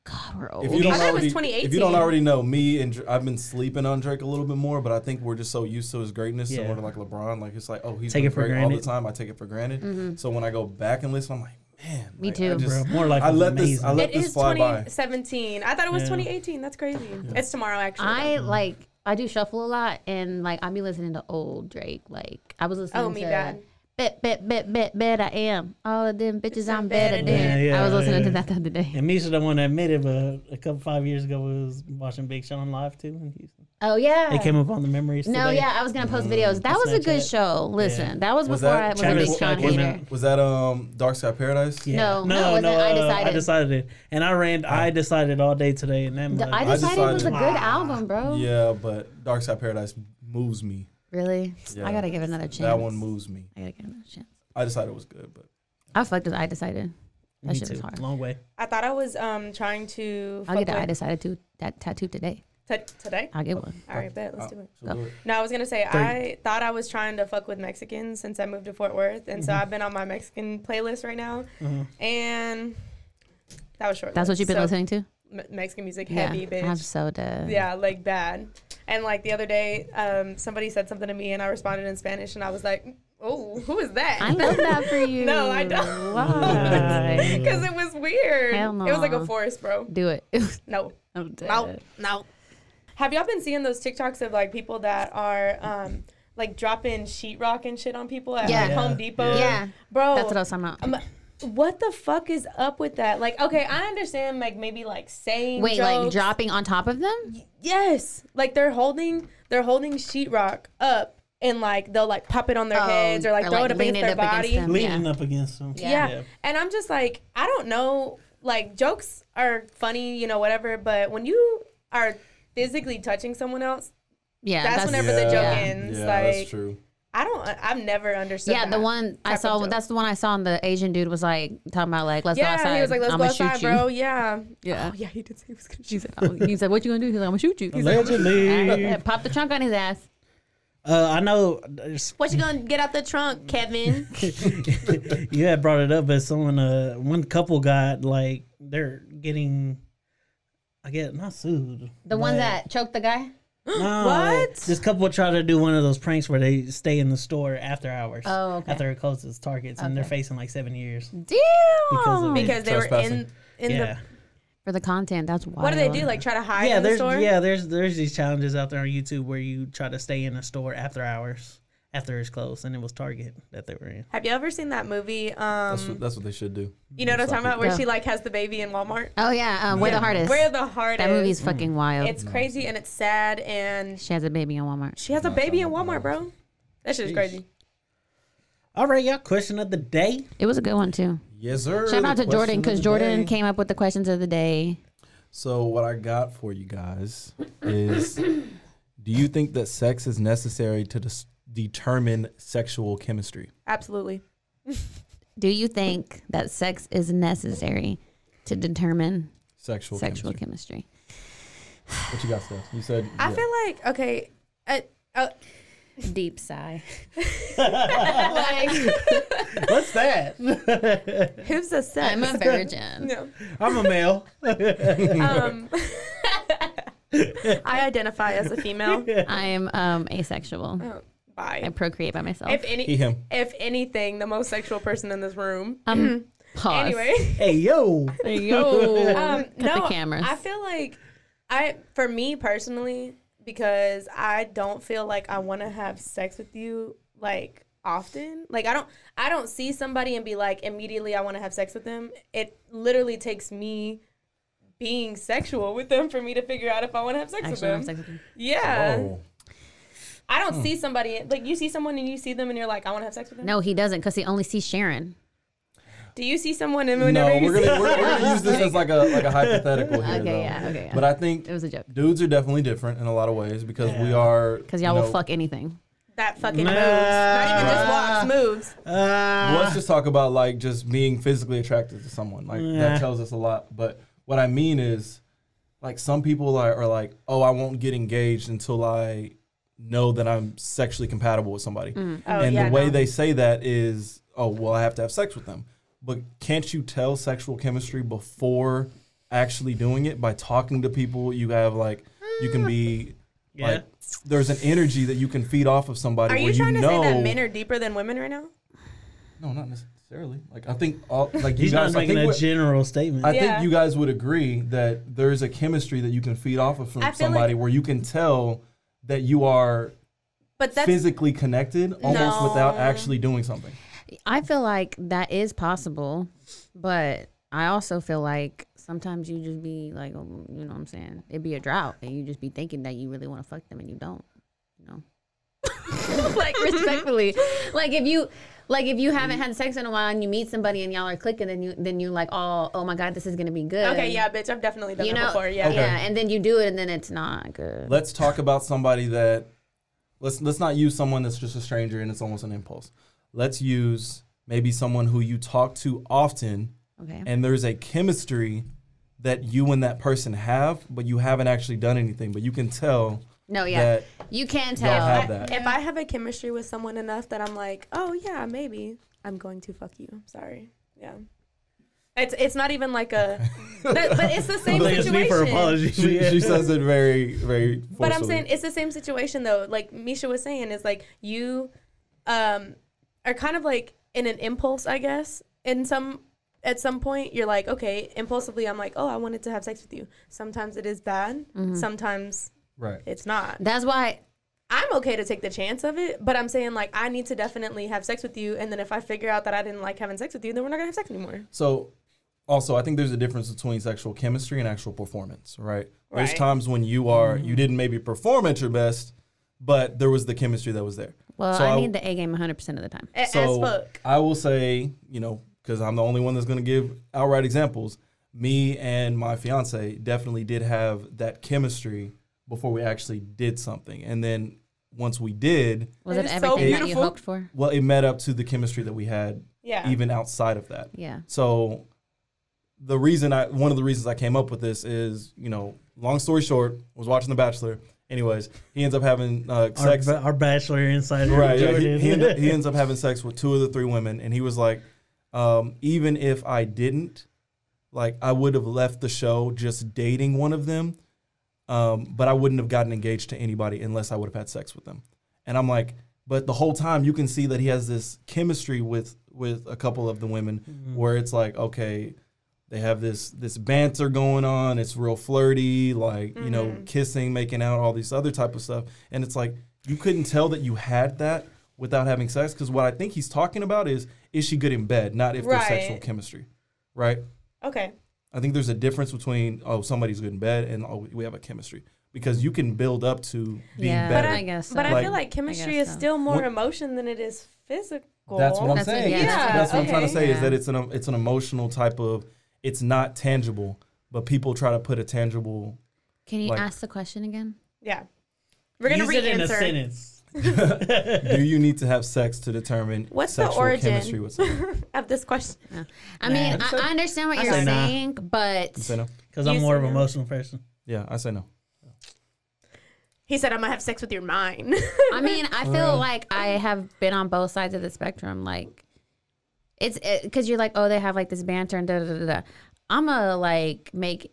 Speaker 2: God, we're old.
Speaker 4: If you don't
Speaker 3: I thought it was
Speaker 4: already, if you
Speaker 3: 2018.
Speaker 4: don't already know me and Dr- I've been sleeping on Drake a little bit more, but I think we're just so used to his greatness,
Speaker 1: Yeah.
Speaker 4: similar to like LeBron. Like it's like, oh, he's
Speaker 1: Take
Speaker 4: been
Speaker 1: it for
Speaker 4: great all the
Speaker 1: granted.
Speaker 4: time. I take it for granted. So when I go back and listen, I'm like, man,
Speaker 2: Mm-hmm. Me
Speaker 4: like, I
Speaker 2: too.
Speaker 4: just-
Speaker 1: Bro, more life
Speaker 4: I
Speaker 1: is
Speaker 4: let this,
Speaker 1: amazing.
Speaker 4: I let
Speaker 3: It
Speaker 4: this
Speaker 3: is
Speaker 4: fly by.
Speaker 3: 2017. I thought it was
Speaker 1: Yeah.
Speaker 3: 2018. That's crazy. It's tomorrow, actually.
Speaker 2: I like I do shuffle a lot, and like I be listening to old Drake. Like I was listening
Speaker 3: Oh, me
Speaker 2: to
Speaker 3: bad.
Speaker 2: bet bet bet bet bet I am all of them bitches. I'm better than.
Speaker 1: Yeah, yeah,
Speaker 2: I was listening to
Speaker 1: yeah.
Speaker 2: that the other
Speaker 3: <laughs>
Speaker 2: day.
Speaker 1: And Misha, the one that made it, but a couple five years ago, we was watching Big Sean live too in Houston.
Speaker 2: Oh yeah.
Speaker 1: It came Mm-hmm. up on the memories.
Speaker 2: no,
Speaker 1: today.
Speaker 2: yeah, I was gonna post videos. That was a good
Speaker 1: Snapchat.
Speaker 2: show. Listen, that was
Speaker 4: Was
Speaker 2: before
Speaker 4: that-
Speaker 2: I was
Speaker 1: Travis
Speaker 2: a big Sean
Speaker 1: Scott came
Speaker 2: hater.
Speaker 1: out.
Speaker 4: Was that um Dark Sky Paradise?
Speaker 1: Yeah. uh,
Speaker 2: No, no, it wasn't. I
Speaker 1: I
Speaker 2: Decided.
Speaker 1: decided it, and I ran. I decided all day today, and then
Speaker 2: The- I
Speaker 4: I
Speaker 2: decided, it was a good
Speaker 4: decided-
Speaker 2: album, bro.
Speaker 4: Yeah, but Dark Side Paradise moves me.
Speaker 2: Really,
Speaker 4: Yeah.
Speaker 2: I gotta give it another chance.
Speaker 4: That one moves me.
Speaker 2: I gotta give it another chance.
Speaker 4: I decided it was good, but
Speaker 2: I fucked with I decided. That
Speaker 1: Me
Speaker 2: shit was
Speaker 1: too.
Speaker 2: hard.
Speaker 1: Long way.
Speaker 3: I thought I was um trying to.
Speaker 2: I'll get
Speaker 3: fuck
Speaker 2: the I
Speaker 3: with-
Speaker 2: decided to that tattoo today.
Speaker 3: t- today.
Speaker 2: I'll
Speaker 1: Oh.
Speaker 2: get one.
Speaker 3: All right, bet. Let's do it.
Speaker 2: Oh.
Speaker 4: so do it.
Speaker 3: No, I was gonna say I thought I was trying to fuck with Mexicans since I moved to Fort Worth, and so I've been on my Mexican playlist right now, and that was short.
Speaker 2: That's what you've been listening to?
Speaker 3: Mexican music,
Speaker 2: Yeah.
Speaker 3: heavy bitch.
Speaker 2: I'm so dead.
Speaker 3: Yeah, like bad. And like the other day, um, somebody said something to me, and I responded in Spanish, and I was like, "Oh, who is that?"
Speaker 2: I
Speaker 3: <laughs>
Speaker 2: love that for you.
Speaker 3: No, I don't.
Speaker 2: Why? <laughs>
Speaker 3: Because it was weird.
Speaker 2: Hell
Speaker 3: It was like
Speaker 2: no.
Speaker 3: a forest, bro.
Speaker 2: Do it. <laughs>
Speaker 3: No,
Speaker 2: I'm dead.
Speaker 3: no, no. Have y'all been seeing those TikToks of like people that are um, like dropping sheetrock and shit on people at
Speaker 2: Yeah.
Speaker 3: like, Home Depot?
Speaker 2: Yeah.
Speaker 3: bro.
Speaker 2: That's what I was talking about.
Speaker 3: Um, what the fuck is up with that? Like, okay, I understand, like maybe like saying
Speaker 2: Wait, like
Speaker 3: jokes.
Speaker 2: dropping on top of them?
Speaker 3: Yes, like they're holding they're holding sheetrock up and like they'll like pop it on their
Speaker 2: Oh,
Speaker 3: heads or like
Speaker 2: or,
Speaker 3: throw
Speaker 2: like,
Speaker 3: it up
Speaker 2: lean
Speaker 3: against
Speaker 2: it
Speaker 3: their
Speaker 2: up against
Speaker 3: body.
Speaker 2: them.
Speaker 1: Leaning
Speaker 2: Yeah.
Speaker 1: up against them.
Speaker 3: Yeah. and I'm just like I don't know. Like jokes are funny, you know, whatever. But when you are physically touching someone else,
Speaker 2: Yeah.
Speaker 3: That's whenever the joke
Speaker 4: yeah.
Speaker 3: ends,
Speaker 4: Yeah,
Speaker 3: like-
Speaker 4: that's true.
Speaker 3: I don't. I've never understood.
Speaker 2: Yeah, the
Speaker 3: that
Speaker 2: one I
Speaker 3: type of
Speaker 2: saw.
Speaker 3: joke.
Speaker 2: That's the one I saw. And the Asian dude was like talking about like, let's go
Speaker 3: yeah.
Speaker 2: outside.
Speaker 3: He was like, "Let's
Speaker 2: I'm
Speaker 3: go
Speaker 2: gonna
Speaker 3: outside,
Speaker 2: shoot you.
Speaker 3: bro." Yeah.
Speaker 2: Yeah.
Speaker 3: Oh yeah, he did say he was gonna
Speaker 2: He
Speaker 3: shoot.
Speaker 2: said, oh, he said, "What you gonna do?" He's like, "I'm gonna shoot you." He's like,
Speaker 1: Allegedly,
Speaker 2: "Alright, pop the trunk on his ass.
Speaker 1: uh, I know there's
Speaker 3: What you gonna get out the
Speaker 1: <laughs>
Speaker 3: trunk, Kevin?
Speaker 1: you had brought it up, but someone, uh, one couple got like they're getting, I guess not sued.
Speaker 2: The one that choked the guy.
Speaker 1: No,
Speaker 3: What?
Speaker 1: This couple tried to do one of those pranks where they stay in the store after hours.
Speaker 2: Oh, okay.
Speaker 1: After it closes targets, and they're facing like seven years.
Speaker 2: Damn.
Speaker 1: Because of it.
Speaker 3: because they were in
Speaker 4: Trespassing.
Speaker 3: in
Speaker 1: yeah.
Speaker 3: the.
Speaker 2: For the content, that's wild.
Speaker 3: What do they do? Like try to hide
Speaker 1: yeah,
Speaker 3: in the
Speaker 1: there's
Speaker 3: store?
Speaker 1: yeah, there's there's these challenges out there on YouTube where you try to stay in a store after hours after it's closed, and it was Target that they were in.
Speaker 3: Have you ever seen that movie? Um,
Speaker 4: That's what, that's what they should do.
Speaker 3: you know what I'm talking about, where
Speaker 2: No.
Speaker 3: she like has the baby in Walmart.
Speaker 2: Oh yeah, um, where the heart is.
Speaker 3: Where the heart
Speaker 2: that
Speaker 3: is.
Speaker 2: movie's fucking wild.
Speaker 3: It's crazy and it's sad and
Speaker 2: she has a baby in Walmart.
Speaker 3: she has a baby in Walmart, bro. That shit is crazy.
Speaker 1: All right, y'all. Question of the day.
Speaker 4: <laughs>
Speaker 2: It was a good one too.
Speaker 4: Yes, sir.
Speaker 2: Shout out to
Speaker 4: Question
Speaker 2: Jordan
Speaker 4: of the
Speaker 2: because Jordan
Speaker 4: day.
Speaker 2: came up with the questions of the day.
Speaker 4: So what I got for you guys is, do you think that sex is necessary to dis- determine sexual chemistry?
Speaker 3: Absolutely.
Speaker 2: Do you think that sex is necessary to determine
Speaker 4: Sexual,
Speaker 2: sexual
Speaker 4: chemistry.
Speaker 2: chemistry?
Speaker 4: What you got, Steph? You said
Speaker 3: I
Speaker 4: yeah.
Speaker 3: feel like okay. Uh, uh,
Speaker 2: Deep sigh.
Speaker 1: What's that?
Speaker 3: who's the sex?
Speaker 2: <laughs> I'm
Speaker 3: <laughs>
Speaker 2: a virgin.
Speaker 3: no.
Speaker 1: <laughs> I'm a male.
Speaker 3: Um, <laughs> I identify as a female.
Speaker 4: <laughs>
Speaker 2: I am um, asexual.
Speaker 3: Oh,
Speaker 2: I
Speaker 3: Bye.
Speaker 2: procreate by myself.
Speaker 3: If
Speaker 4: he
Speaker 3: any,
Speaker 4: him.
Speaker 3: if anything, the most sexual person in this room.
Speaker 2: um, pause.
Speaker 3: Anyway.
Speaker 1: hey yo.
Speaker 2: <laughs> Yo.
Speaker 3: um,
Speaker 2: Cut
Speaker 3: no,
Speaker 2: the cameras.
Speaker 3: I feel like I, for me personally, because I don't feel like I want to have sex with you like often. Like I don't, I don't see somebody and be like immediately I want to have sex with them. It literally takes me being sexual with them for me to figure out if I want to have sex with
Speaker 2: Actually,
Speaker 3: them.
Speaker 2: I'm sex with you.
Speaker 3: Yeah,
Speaker 4: Oh,
Speaker 3: I don't see somebody like you see someone and you see them and you're like I want to have sex with them.
Speaker 2: No, he doesn't because he only sees Sharon.
Speaker 3: Do you see someone and
Speaker 4: no,
Speaker 3: whenever you
Speaker 4: we're
Speaker 3: see
Speaker 4: gonna, we're, we're gonna use this as like a like a hypothetical here,
Speaker 2: Okay,
Speaker 4: though.
Speaker 2: yeah, okay, yeah.
Speaker 4: But I think
Speaker 2: It was a joke
Speaker 4: dudes are definitely different in a lot of ways because we are
Speaker 2: because y'all
Speaker 4: you
Speaker 2: will
Speaker 4: know,
Speaker 2: fuck anything.
Speaker 3: that fucking moves, not even just walks, moves.
Speaker 1: Uh,
Speaker 4: let's just talk about like just being physically attracted to someone. Like
Speaker 1: Yeah.
Speaker 4: that tells us a lot. But what I mean is, like some people are, are like, oh, I won't get engaged until I know that I'm sexually compatible with somebody.
Speaker 3: Oh,
Speaker 4: and
Speaker 3: yeah,
Speaker 4: the way
Speaker 3: no.
Speaker 4: they say that is, oh, well, I have to have sex with them. But can't you tell sexual chemistry before actually doing it by talking to people. You have like you can be
Speaker 1: Yeah.
Speaker 4: like there's an energy that you can feed off of somebody.
Speaker 3: Are
Speaker 4: where
Speaker 3: you trying to
Speaker 4: know,
Speaker 3: say that men are deeper than women right now?
Speaker 4: No, not necessarily. Like I think all like you
Speaker 1: He's
Speaker 4: guys.
Speaker 1: not
Speaker 4: I
Speaker 1: making
Speaker 4: think
Speaker 1: a
Speaker 4: what-
Speaker 1: general statement.
Speaker 4: I
Speaker 3: Yeah.
Speaker 4: think you guys would agree that there's a chemistry that you can feed off of from
Speaker 3: I feel
Speaker 4: somebody
Speaker 3: like-
Speaker 4: where you can tell that you are
Speaker 3: But that's
Speaker 4: physically connected almost
Speaker 3: No.
Speaker 4: without actually doing something.
Speaker 2: I feel like that is possible, but I also feel like sometimes you just be like, um, you know what I'm saying? It'd be a drought and you just be thinking that you really want to fuck them and you don't, you know? <laughs> like respectfully. Like if you like if you haven't had sex in a while and you meet somebody and y'all are clicking then you then you like, "Oh, oh my god, this is going to be good."
Speaker 3: okay. Yeah, bitch, I've definitely done
Speaker 2: You
Speaker 3: that
Speaker 2: know,
Speaker 3: before. Yeah.
Speaker 4: Okay.
Speaker 2: yeah, and then you do it and then it's not good.
Speaker 4: Let's talk about somebody that let's let's not use someone that's just a stranger and it's almost an impulse. Let's use maybe someone who you talk to often
Speaker 2: Okay.
Speaker 4: and there's a chemistry that you and that person have, but you haven't actually done anything, but you can tell
Speaker 3: Oh,
Speaker 2: No, yeah.
Speaker 4: that
Speaker 2: You can
Speaker 4: y'all
Speaker 2: tell.
Speaker 4: have that.
Speaker 3: If I have a chemistry with someone enough that I'm like, oh yeah, maybe I'm going to fuck you. Sorry. Yeah. It's it's not even like a, that, but it's the same
Speaker 1: Like, it's
Speaker 3: situation.
Speaker 1: me for apologies.
Speaker 4: She,
Speaker 1: Yeah.
Speaker 4: she says it very, very forcefully.
Speaker 3: But I'm saying it's the same situation though. Like Misha was saying, is like you um are kind of like in an impulse, I guess. In some at some point you're like, okay, impulsively I'm like, oh, I wanted to have sex with you. Sometimes it is bad.
Speaker 4: Mm-hmm.
Speaker 3: Sometimes
Speaker 4: right.
Speaker 3: it's not.
Speaker 2: That's why
Speaker 3: I'm okay to take the chance of it, but I'm saying like I need to definitely have sex with you and then if I figure out that I didn't like having sex with you, then we're not going to have sex anymore.
Speaker 4: So, also, I think there's a difference between sexual chemistry and actual performance, right? There's
Speaker 3: Right.
Speaker 4: times when you are you didn't maybe perform at your best, but there was the chemistry that was there.
Speaker 2: well,
Speaker 4: So
Speaker 2: I,
Speaker 4: I-
Speaker 2: need the A game 100% of the time.
Speaker 3: A- As
Speaker 4: So
Speaker 3: fuck.
Speaker 4: I will say, you know, because I'm the only one that's going to give outright examples. Me and my fiance definitely did have that chemistry before we actually did something, and then once we did,
Speaker 2: Was
Speaker 3: That
Speaker 2: it
Speaker 3: is so
Speaker 2: everything that you
Speaker 3: beautiful.
Speaker 2: hoped for?
Speaker 4: well, it met up to the chemistry that we had
Speaker 3: Yeah.
Speaker 4: even outside of that.
Speaker 2: Yeah.
Speaker 4: So the reason I one of the reasons I came up with this is, you know, long story short, I was watching The Bachelor. Anyways, he ends up having uh,
Speaker 1: <laughs> our,
Speaker 4: sex.
Speaker 1: ba- our bachelor insider,
Speaker 4: Right. yeah,
Speaker 1: Jordan.
Speaker 4: he, he end up, he ends up having sex with two of the three women, and he was like, um, even if I didn't, like, I would have left the show just dating one of them, um, but I wouldn't have gotten engaged to anybody unless I would have had sex with them. And I'm like, but the whole time you can see that he has this chemistry with with a couple of the women, where it's like, okay, they have this this banter going on. It's real flirty, like you know, kissing, making out, all these other type of stuff. And it's like you couldn't tell that you had that without having sex. Because what I think he's talking about is is she good in bed, not if there's sexual
Speaker 3: Right.
Speaker 4: chemistry, right?
Speaker 3: Okay.
Speaker 4: I think there's a difference between oh somebody's good in bed and oh we have a chemistry because you can build up to being
Speaker 2: Yeah,
Speaker 4: better.
Speaker 2: But I guess
Speaker 3: But I
Speaker 4: Like-
Speaker 3: feel like chemistry
Speaker 2: guess
Speaker 3: is
Speaker 2: so.
Speaker 3: still more
Speaker 4: What-
Speaker 3: emotion than it is physical.
Speaker 4: That's what I'm
Speaker 2: That's what-
Speaker 4: saying.
Speaker 2: yeah,
Speaker 4: It's-
Speaker 3: that's what
Speaker 4: that's what
Speaker 3: I'm
Speaker 4: I'm trying to
Speaker 3: saying.
Speaker 4: say
Speaker 2: Yeah.
Speaker 4: is that it's an it's an emotional type of it's not tangible, but people try to put a tangible.
Speaker 2: Can you
Speaker 4: Like-
Speaker 2: ask the question again?
Speaker 3: Yeah. We're going to
Speaker 1: Use it in a
Speaker 3: re-answer.
Speaker 1: sentence.
Speaker 4: Do you need to have sex to determine
Speaker 3: What's the
Speaker 4: sexual
Speaker 3: origin?
Speaker 4: chemistry with someone?
Speaker 3: Of this question.
Speaker 2: I mean, I, I understand what you're
Speaker 1: say nah.
Speaker 2: saying, but
Speaker 4: You say no.
Speaker 1: Because
Speaker 3: You
Speaker 1: I'm more
Speaker 3: said
Speaker 1: of an
Speaker 3: no.
Speaker 1: emotional person.
Speaker 4: Yeah, I say no.
Speaker 3: He said I'm going to have sex with your mind.
Speaker 2: I mean, I feel like I have been on both sides of the spectrum. Like, it's because you're like, oh, they have like this banter and da da da da. I'm gonna like make.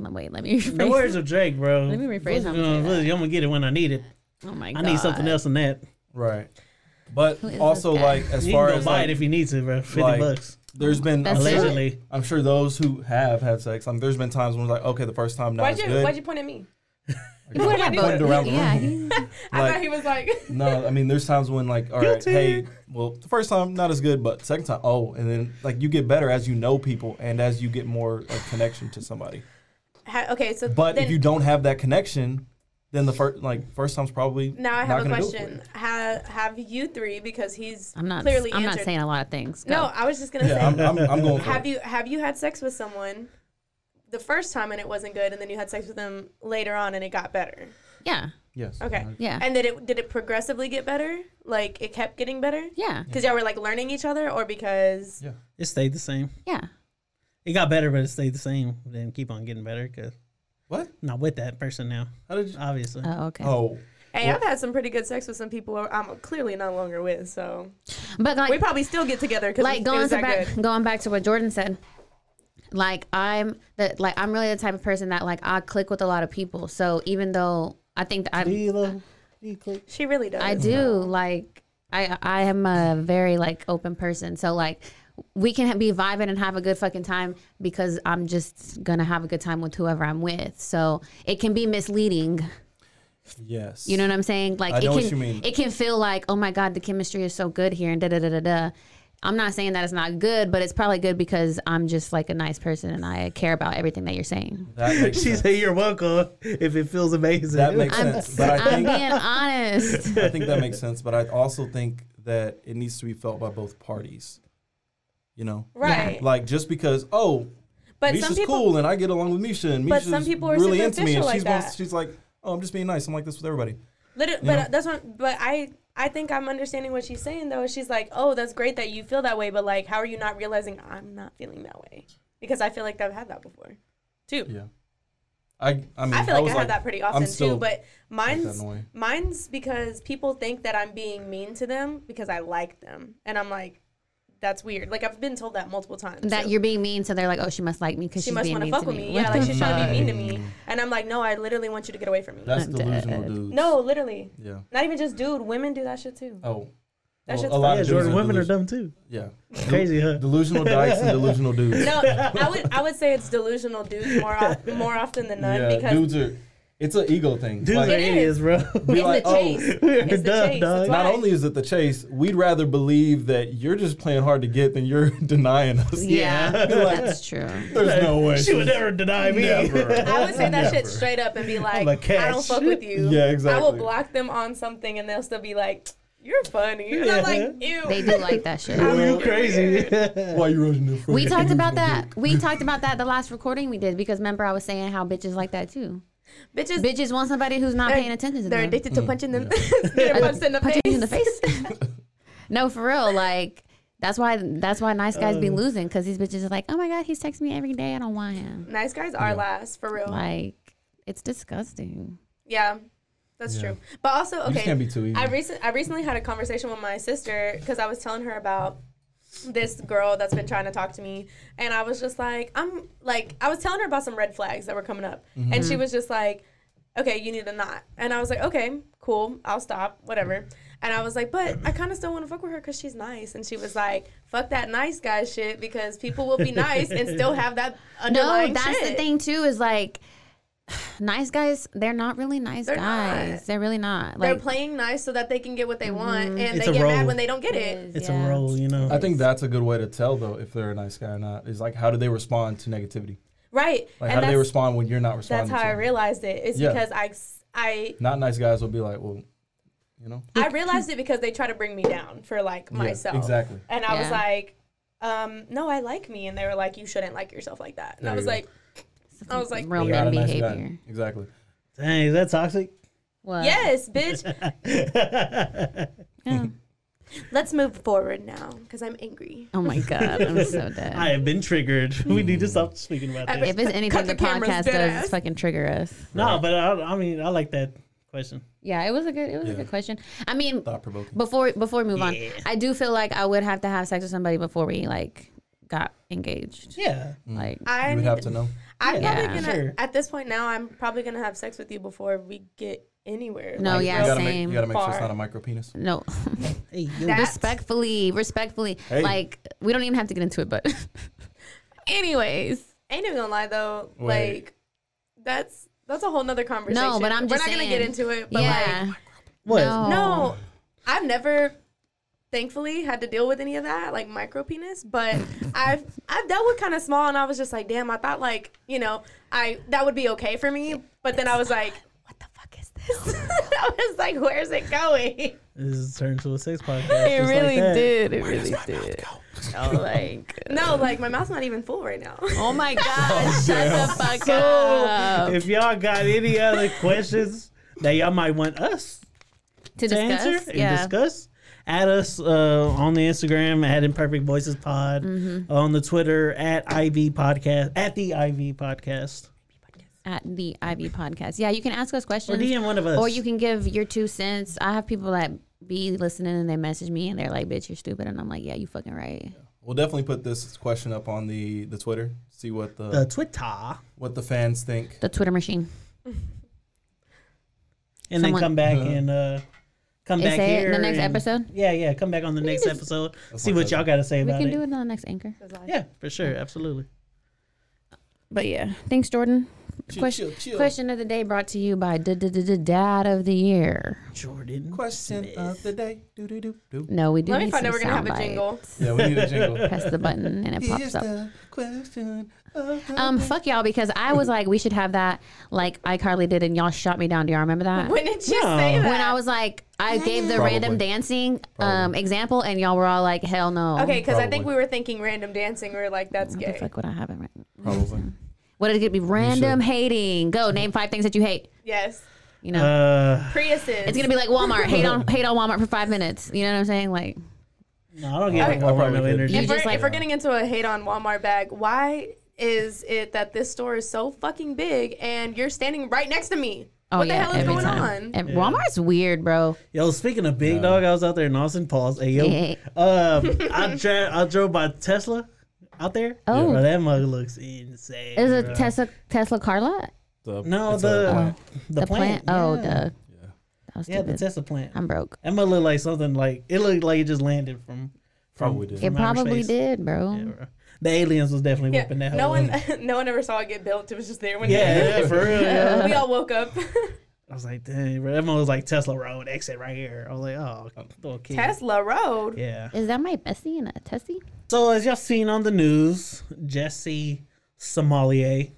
Speaker 2: let- Wait, let me rephrase.
Speaker 1: The words of Drake, bro.
Speaker 2: Let me rephrase how I'm
Speaker 1: I'm
Speaker 2: saying that.
Speaker 1: gonna get it when I need it.
Speaker 2: oh my
Speaker 1: I
Speaker 2: god,
Speaker 1: need something else than that.
Speaker 4: Right. But
Speaker 2: is
Speaker 4: also
Speaker 2: this guy?
Speaker 4: like as
Speaker 1: You
Speaker 4: far
Speaker 1: can go
Speaker 4: as
Speaker 1: buy
Speaker 4: like,
Speaker 1: it if you need to, bro. Fifty
Speaker 4: like,
Speaker 1: bucks
Speaker 4: there's been I'm
Speaker 2: That's it?
Speaker 4: sure,
Speaker 1: allegedly.
Speaker 4: I'm sure those who have had sex. I'm there's been times when it's like okay the first time not
Speaker 3: <laughs> why'd
Speaker 4: as
Speaker 3: you
Speaker 4: good.
Speaker 3: why'd you point at me?
Speaker 2: You would have
Speaker 4: Pointed
Speaker 2: both.
Speaker 4: around the
Speaker 2: yeah,
Speaker 4: room.
Speaker 2: he-
Speaker 4: <laughs>
Speaker 3: I
Speaker 4: Like-
Speaker 3: thought he was like <laughs>
Speaker 4: No, I mean, there's times when like, all right,
Speaker 1: Guilty.
Speaker 4: hey, well, the first time not as good, but second time, oh, and then like you get better as you know people and as you get more like connection to somebody.
Speaker 3: ha- okay, so
Speaker 4: But
Speaker 3: then
Speaker 4: if you don't have that connection, then the first like first time's probably
Speaker 3: now
Speaker 4: not
Speaker 3: I have a
Speaker 4: gonna do it for
Speaker 3: question.
Speaker 4: you.
Speaker 3: Have have you three because he's
Speaker 2: I'm not.
Speaker 3: clearly
Speaker 2: I'm
Speaker 3: answered.
Speaker 2: not saying a lot of things. Go.
Speaker 3: No, I was just gonna say
Speaker 4: Yeah, I'm, I'm, I'm going. For
Speaker 3: have
Speaker 4: it.
Speaker 3: you have you had sex with someone the first time and it wasn't good and then you had sex with them later on and it got better
Speaker 2: Yeah,
Speaker 4: Yes.
Speaker 3: okay
Speaker 2: yeah,
Speaker 3: and did it did it progressively get better like it kept getting better
Speaker 2: yeah,
Speaker 3: because y'all were like learning each other or because
Speaker 4: Yeah.
Speaker 1: It stayed the same.
Speaker 2: yeah.
Speaker 1: It got better, but it stayed the same. Then keep on getting better because
Speaker 4: What?
Speaker 1: I'm not with that person now,
Speaker 4: How did you?
Speaker 1: obviously.
Speaker 2: Oh, okay.
Speaker 4: Oh,
Speaker 3: hey i've had some pretty good sex with some people i'm clearly no longer with so
Speaker 2: but like,
Speaker 3: we probably still get together because
Speaker 2: like going to
Speaker 3: that
Speaker 2: back
Speaker 3: good.
Speaker 2: going back to what Jordan said. Like I'm the like I'm really the type of person that like I click with a lot of people. So even though I think that
Speaker 1: Do
Speaker 2: I'm
Speaker 1: you though? Do you click?
Speaker 3: She really does.
Speaker 2: I do like I I am a very like open person. So like we can be vibing and have a good fucking time because I'm just gonna have a good time with whoever I'm with. So it can be misleading.
Speaker 4: Yes.
Speaker 2: You know what I'm saying? Like
Speaker 4: I
Speaker 2: it
Speaker 4: know
Speaker 2: can
Speaker 4: what you mean.
Speaker 2: it can feel like oh my god the chemistry is so good here and da da da da da. I'm not saying that it's not good, but it's probably good because I'm just like a nice person and I care about everything that you're saying.
Speaker 3: <laughs>
Speaker 4: That
Speaker 1: <laughs>
Speaker 4: makes
Speaker 1: She
Speaker 4: sense.
Speaker 1: said, "You're welcome if it feels amazing."
Speaker 4: That makes
Speaker 2: I'm,
Speaker 4: sense. But I
Speaker 2: I'm
Speaker 4: think
Speaker 2: being honest.
Speaker 4: I think that makes sense, but I also think that it needs to be felt by both parties. You know,
Speaker 3: Right.
Speaker 4: like just because oh,
Speaker 3: But
Speaker 4: Misha's
Speaker 3: some people.
Speaker 4: cool and I get along with Misha, and
Speaker 3: But
Speaker 4: Misha's
Speaker 3: some people are
Speaker 4: really into me, and
Speaker 3: superficial
Speaker 4: she's
Speaker 3: like
Speaker 4: wants,
Speaker 3: that.
Speaker 4: she's like, oh, I'm just being nice. I'm like this with everybody.
Speaker 3: Literally,
Speaker 4: know?
Speaker 3: but that's what. But I, I think I'm understanding what she's saying though. She's like, oh, that's great that you feel that way, but like, how are you not realizing I'm not feeling that way? Because I feel like I've had that before, too.
Speaker 4: Yeah, I I mean
Speaker 3: I feel
Speaker 4: I
Speaker 3: like I
Speaker 4: was
Speaker 3: have that pretty
Speaker 4: I'm
Speaker 3: often
Speaker 4: still
Speaker 3: too. But mine's
Speaker 4: way.
Speaker 3: mine's because people think that I'm being mean to them because I like them, and I'm like, that's weird. Like I've been told that multiple times.
Speaker 2: That
Speaker 3: so
Speaker 2: you're being mean, so they're like, oh, she must like me because
Speaker 3: she
Speaker 2: she's
Speaker 3: must
Speaker 2: being
Speaker 3: want to
Speaker 2: mean
Speaker 3: fuck
Speaker 2: to
Speaker 3: with
Speaker 2: me.
Speaker 3: me.
Speaker 2: What
Speaker 3: Yeah,
Speaker 2: the
Speaker 3: like she's trying to
Speaker 2: <laughs>
Speaker 3: be mean to
Speaker 2: fuck?
Speaker 3: me, and I'm like, no, I literally want you to get away from me.
Speaker 4: Mm, that's
Speaker 2: I'm
Speaker 4: delusional,
Speaker 2: dead.
Speaker 4: dudes.
Speaker 3: no, literally,
Speaker 4: Yeah.
Speaker 3: not even just dude. Women do that shit too.
Speaker 4: Oh.
Speaker 3: That
Speaker 4: Well,
Speaker 3: shit's
Speaker 4: a lot
Speaker 1: yeah,
Speaker 4: of dudes
Speaker 1: Jordan, women are
Speaker 4: delus-
Speaker 1: dumb too.
Speaker 4: Yeah.
Speaker 1: Crazy, huh?
Speaker 4: Delusional dykes and delusional dudes. <laughs>
Speaker 3: No, I would I would say it's delusional dudes more of, more often than none
Speaker 4: yeah,
Speaker 3: because
Speaker 4: dudes are. It's an ego thing.
Speaker 1: Dudes
Speaker 4: Like,
Speaker 1: are
Speaker 3: It
Speaker 1: idiots,
Speaker 3: is.
Speaker 1: bro.
Speaker 3: it's
Speaker 4: like,
Speaker 3: the
Speaker 4: oh,
Speaker 3: chase.
Speaker 1: We're
Speaker 4: <laughs>
Speaker 3: It's the
Speaker 1: dumb,
Speaker 3: chase. It's
Speaker 1: dog.
Speaker 3: why-
Speaker 4: Not only is it the chase, we'd rather believe that you're just playing hard to get than you're <laughs> denying us.
Speaker 2: Yeah, <laughs>
Speaker 4: Like-
Speaker 2: that's true.
Speaker 4: There's no way.
Speaker 1: <laughs> She would <laughs> never deny me.
Speaker 4: Never.
Speaker 3: I would say that shit
Speaker 4: Never.
Speaker 3: straight up and be
Speaker 1: I'm
Speaker 3: like,
Speaker 1: a
Speaker 3: I don't
Speaker 1: catch.
Speaker 3: fuck with you.
Speaker 4: <laughs> Yeah,
Speaker 3: I will
Speaker 4: exactly.
Speaker 3: block them on something and they'll still be like, you're funny. And I'm like, ew.
Speaker 2: They do like that shit.
Speaker 1: Who you crazy?
Speaker 4: <laughs> Why you rushing this?
Speaker 2: We talked
Speaker 4: <laughs>
Speaker 2: about that. We talked about that the last recording we did because remember I was saying how bitches like that too.
Speaker 3: Bitches,
Speaker 2: Bitches want somebody who's not
Speaker 3: they're,
Speaker 2: paying attention to
Speaker 3: they're
Speaker 2: them.
Speaker 3: addicted to
Speaker 4: Mm.
Speaker 3: punching them. <laughs> Getting
Speaker 2: <laughs>
Speaker 3: punched in the
Speaker 2: Punching you
Speaker 3: face.
Speaker 2: in the face. <laughs> no, for real. Like that's why that's why nice guys be losing because these bitches are like, oh my god, he's texting me every day. I don't want him.
Speaker 3: Nice guys are last, for real.
Speaker 2: Like it's disgusting.
Speaker 3: Yeah, that's
Speaker 4: Yeah.
Speaker 3: true. But also, okay,
Speaker 4: just can't be too easy.
Speaker 3: I recent I recently had a conversation with my sister because I was telling her about this girl that's been trying to talk to me, and I was just like, I'm like, I was telling her about some red flags that were coming up, and
Speaker 4: Mm-hmm.
Speaker 3: she was just like, okay, you need a knot, and I was like, okay, cool, I'll stop, whatever. And I was like, but I kind of still want to fuck with her because she's nice. And she was like, fuck that nice guy shit because people will be nice and still have that
Speaker 2: <laughs> No,
Speaker 3: underlying
Speaker 2: that's the
Speaker 3: shit.
Speaker 2: thing too is like. <sighs> Nice guys, they're not really nice
Speaker 3: They're
Speaker 2: guys.
Speaker 3: not.
Speaker 2: They're really not.
Speaker 3: They're
Speaker 2: Like, Mm-hmm.
Speaker 3: playing nice so that they can get what they want, and
Speaker 1: It's
Speaker 3: they
Speaker 1: a
Speaker 3: get mad
Speaker 1: role.
Speaker 3: when they don't get it.
Speaker 1: <laughs> It's
Speaker 2: yeah.
Speaker 1: a role, you know.
Speaker 4: I think that's a good way to tell though if they're a nice guy or not. Is like how do they respond to negativity?
Speaker 3: Right.
Speaker 4: Like
Speaker 3: and
Speaker 4: how do
Speaker 3: that's,
Speaker 4: they respond when you're not responding?
Speaker 3: that's how
Speaker 4: to
Speaker 3: I
Speaker 4: them?
Speaker 3: realized it. It's
Speaker 4: Yeah.
Speaker 3: because I, s- I-
Speaker 4: Not nice guys will be like, well, you know,
Speaker 3: I realized it because they try to bring me down for like
Speaker 4: Yeah,
Speaker 3: myself.
Speaker 4: exactly.
Speaker 3: And I was
Speaker 2: Yeah.
Speaker 3: like, um, no, I like me. And they were like, you shouldn't like yourself like that. And
Speaker 4: There
Speaker 3: I was
Speaker 4: you go.
Speaker 3: like, I was like,
Speaker 2: real
Speaker 4: You're not
Speaker 2: men
Speaker 4: a nice
Speaker 2: behavior.
Speaker 4: guy. Exactly.
Speaker 1: Dang, is that toxic? <laughs>
Speaker 2: What? <laughs>
Speaker 3: yes, bitch,
Speaker 2: Yeah.
Speaker 3: let's move forward now because I'm angry.
Speaker 2: Oh
Speaker 3: <laughs>
Speaker 2: my god, I'm so dead.
Speaker 1: I have been triggered. <laughs> We need to stop speaking about
Speaker 3: I
Speaker 1: that.
Speaker 3: bet-
Speaker 2: if it's anything the,
Speaker 3: the cameras,
Speaker 2: podcast
Speaker 3: dead
Speaker 2: does
Speaker 3: ass.
Speaker 2: is fucking trigger us.
Speaker 1: No, but I, I mean, I like that question.
Speaker 2: Yeah, it was a good it was a good question. I mean,
Speaker 4: Thought provoking.
Speaker 2: before before we move on,
Speaker 1: Yeah.
Speaker 2: I do feel like I would have to have sex with somebody before we like got engaged.
Speaker 1: Yeah.
Speaker 2: Like
Speaker 3: I
Speaker 4: You would
Speaker 3: need-
Speaker 4: have to know.
Speaker 3: I'm
Speaker 2: Yeah.
Speaker 3: probably gonna
Speaker 1: Sure.
Speaker 3: at this point now. I'm probably gonna have sex with you before we get anywhere.
Speaker 2: No,
Speaker 3: Like,
Speaker 2: Oh, yeah,
Speaker 3: real-
Speaker 4: you gotta make
Speaker 2: same.
Speaker 4: you gotta make sure it's
Speaker 3: Far.
Speaker 4: not a micro penis.
Speaker 2: no, <laughs>
Speaker 4: Mm.
Speaker 1: Hey, yo.
Speaker 3: That-
Speaker 2: respectfully, respectfully.
Speaker 4: Hey.
Speaker 2: Like we don't even have to get into it, but <laughs> anyways.
Speaker 3: ain't even gonna lie though.
Speaker 4: Wait.
Speaker 3: Like that's that's a whole nother conversation.
Speaker 2: No, but I'm just
Speaker 3: we're not
Speaker 2: saying.
Speaker 3: gonna get into it. But
Speaker 2: yeah. Oh.
Speaker 1: what?
Speaker 2: no.
Speaker 3: like, no, I've never, thankfully, had to deal with any of that, like micro
Speaker 2: <laughs>
Speaker 3: penis. But I've I've dealt with kind of small, and I was just like, damn, I thought like you know I that would be okay for me, but then I was like, what the fuck is this? <laughs> I was like, where's it going?
Speaker 1: This has turned to a sex podcast. It really did.
Speaker 2: It really did. <laughs> Oh, like,
Speaker 3: No, like my mouth's not even full
Speaker 2: <laughs>
Speaker 3: right now.
Speaker 2: oh my god! <laughs> shut the fuck up.
Speaker 1: If y'all got any other questions that y'all might want us
Speaker 2: To
Speaker 1: to answer
Speaker 2: discuss,
Speaker 1: and
Speaker 2: yeah.
Speaker 1: discuss, add us uh, on the Instagram at Imperfect Voices Pod,
Speaker 2: Mm-hmm.
Speaker 1: on the Twitter at IV Podcast, at the IV Podcast,
Speaker 2: at the Ivy Podcast. Yeah, you can ask us
Speaker 1: or
Speaker 2: questions,
Speaker 1: DM one of us.
Speaker 2: or you can give your two cents. I have people that be listening and they message me and they're like, "Bitch, you're stupid," and I'm like, "Yeah, you fucking right."
Speaker 4: We'll definitely put this question up on the the Twitter. See what the
Speaker 1: The Uh, Twitter.
Speaker 4: what the fans think.
Speaker 2: The Twitter machine.
Speaker 1: And
Speaker 2: Someone-
Speaker 1: then come back
Speaker 4: Uh-huh.
Speaker 1: and uh, come
Speaker 2: Is
Speaker 1: back
Speaker 2: it in
Speaker 1: here.
Speaker 2: the next
Speaker 1: and-
Speaker 2: episode?
Speaker 1: Yeah, yeah. Come back on the next episode.
Speaker 4: That's
Speaker 1: See
Speaker 4: my
Speaker 1: what y'all got to say
Speaker 2: We
Speaker 1: about
Speaker 2: can
Speaker 1: it.
Speaker 2: do it on the next anchor.
Speaker 1: Yeah, for sure. Absolutely.
Speaker 2: But yeah, thanks, Jordan.
Speaker 4: Chill,
Speaker 2: Question,
Speaker 4: chill, chill.
Speaker 2: question of the day brought to you by d- d- d- d- Dad of the Year.
Speaker 1: Jordan.
Speaker 4: Question of the day. Do do do
Speaker 2: <laughs>
Speaker 4: do.
Speaker 2: No, we do.
Speaker 3: Let me
Speaker 2: need
Speaker 3: find out.
Speaker 2: some
Speaker 3: We're gonna have
Speaker 2: soundbite.
Speaker 3: a jingle.
Speaker 4: Yeah, we need a jingle.
Speaker 2: Press the button
Speaker 4: <laughs>
Speaker 2: and it pops
Speaker 4: uh,
Speaker 2: up.
Speaker 4: question of the
Speaker 2: Um, fuck y'all because I was like, we should have that like iCarly did, and y'all shot me down. Do y'all remember that?
Speaker 3: When did you say
Speaker 1: No.
Speaker 3: that?
Speaker 2: When I was like, I gave the
Speaker 4: Probably.
Speaker 2: random dancing um example, and y'all were all like, hell no.
Speaker 3: Okay, because I think
Speaker 4: Probably.
Speaker 3: we were thinking random dancing. We were like, that's
Speaker 2: What the
Speaker 3: gay.
Speaker 2: fuck would I have it written?
Speaker 4: Probably.
Speaker 2: What did it be? Random hating. Go name five things that you hate.
Speaker 3: Yes.
Speaker 2: You know,
Speaker 1: Uh,
Speaker 3: Priuses.
Speaker 2: it's gonna be like Walmart. hate on hate on Walmart for five minutes. You know what I'm saying? Like,
Speaker 1: no, I don't give
Speaker 4: Okay.
Speaker 1: a Walmart
Speaker 4: Probably
Speaker 1: no
Speaker 4: could.
Speaker 2: You
Speaker 1: energy.
Speaker 3: if, we're,
Speaker 2: just, like-
Speaker 3: if we're getting into a hate on Walmart bag, why is it that this store is so fucking big and you're standing right next to me?
Speaker 2: oh
Speaker 3: what
Speaker 2: yeah,
Speaker 3: the hell is
Speaker 2: every
Speaker 3: going
Speaker 2: time.
Speaker 3: on?
Speaker 2: Ev- Walmart's weird, bro.
Speaker 1: Yo, speaking of big dog, I was out there in Austin Paul's. Hey, yo. um,
Speaker 2: <laughs>
Speaker 1: I, dra- I drove by Tesla out there.
Speaker 2: Oh.
Speaker 1: Bro, that mug looks insane.
Speaker 2: Is
Speaker 1: bro.
Speaker 2: it Tesla Tesla Carla?
Speaker 4: The-
Speaker 1: No,
Speaker 4: it's a uh,
Speaker 1: the,
Speaker 4: plant.
Speaker 1: the
Speaker 2: The plant?
Speaker 1: plant.
Speaker 2: Oh,
Speaker 1: yeah.
Speaker 2: duh. That was
Speaker 1: Yeah, the
Speaker 2: stupid.
Speaker 1: Tesla plant.
Speaker 2: I'm broke.
Speaker 1: That mug looked like something like it looked like it just landed from. from
Speaker 4: Probably did.
Speaker 2: It
Speaker 1: from outer
Speaker 2: probably
Speaker 1: space.
Speaker 2: did, bro.
Speaker 1: Yeah, bro. The aliens was definitely
Speaker 3: Yeah,
Speaker 1: whipping that.
Speaker 3: no
Speaker 1: hoe
Speaker 3: one, <laughs>
Speaker 1: up.
Speaker 3: no one ever saw it get built. It was just there when
Speaker 1: Yeah, for real. yeah.
Speaker 3: we all woke up.
Speaker 1: <laughs> I was like, dang, bro. That mug was like Tesla Road exit right here. I was like, oh, little kid.
Speaker 3: Tesla Road.
Speaker 1: Yeah.
Speaker 2: Is that my bestie and a tessie?
Speaker 1: So as y'all seen on the news, Jesse
Speaker 3: <laughs>
Speaker 1: Sommelier,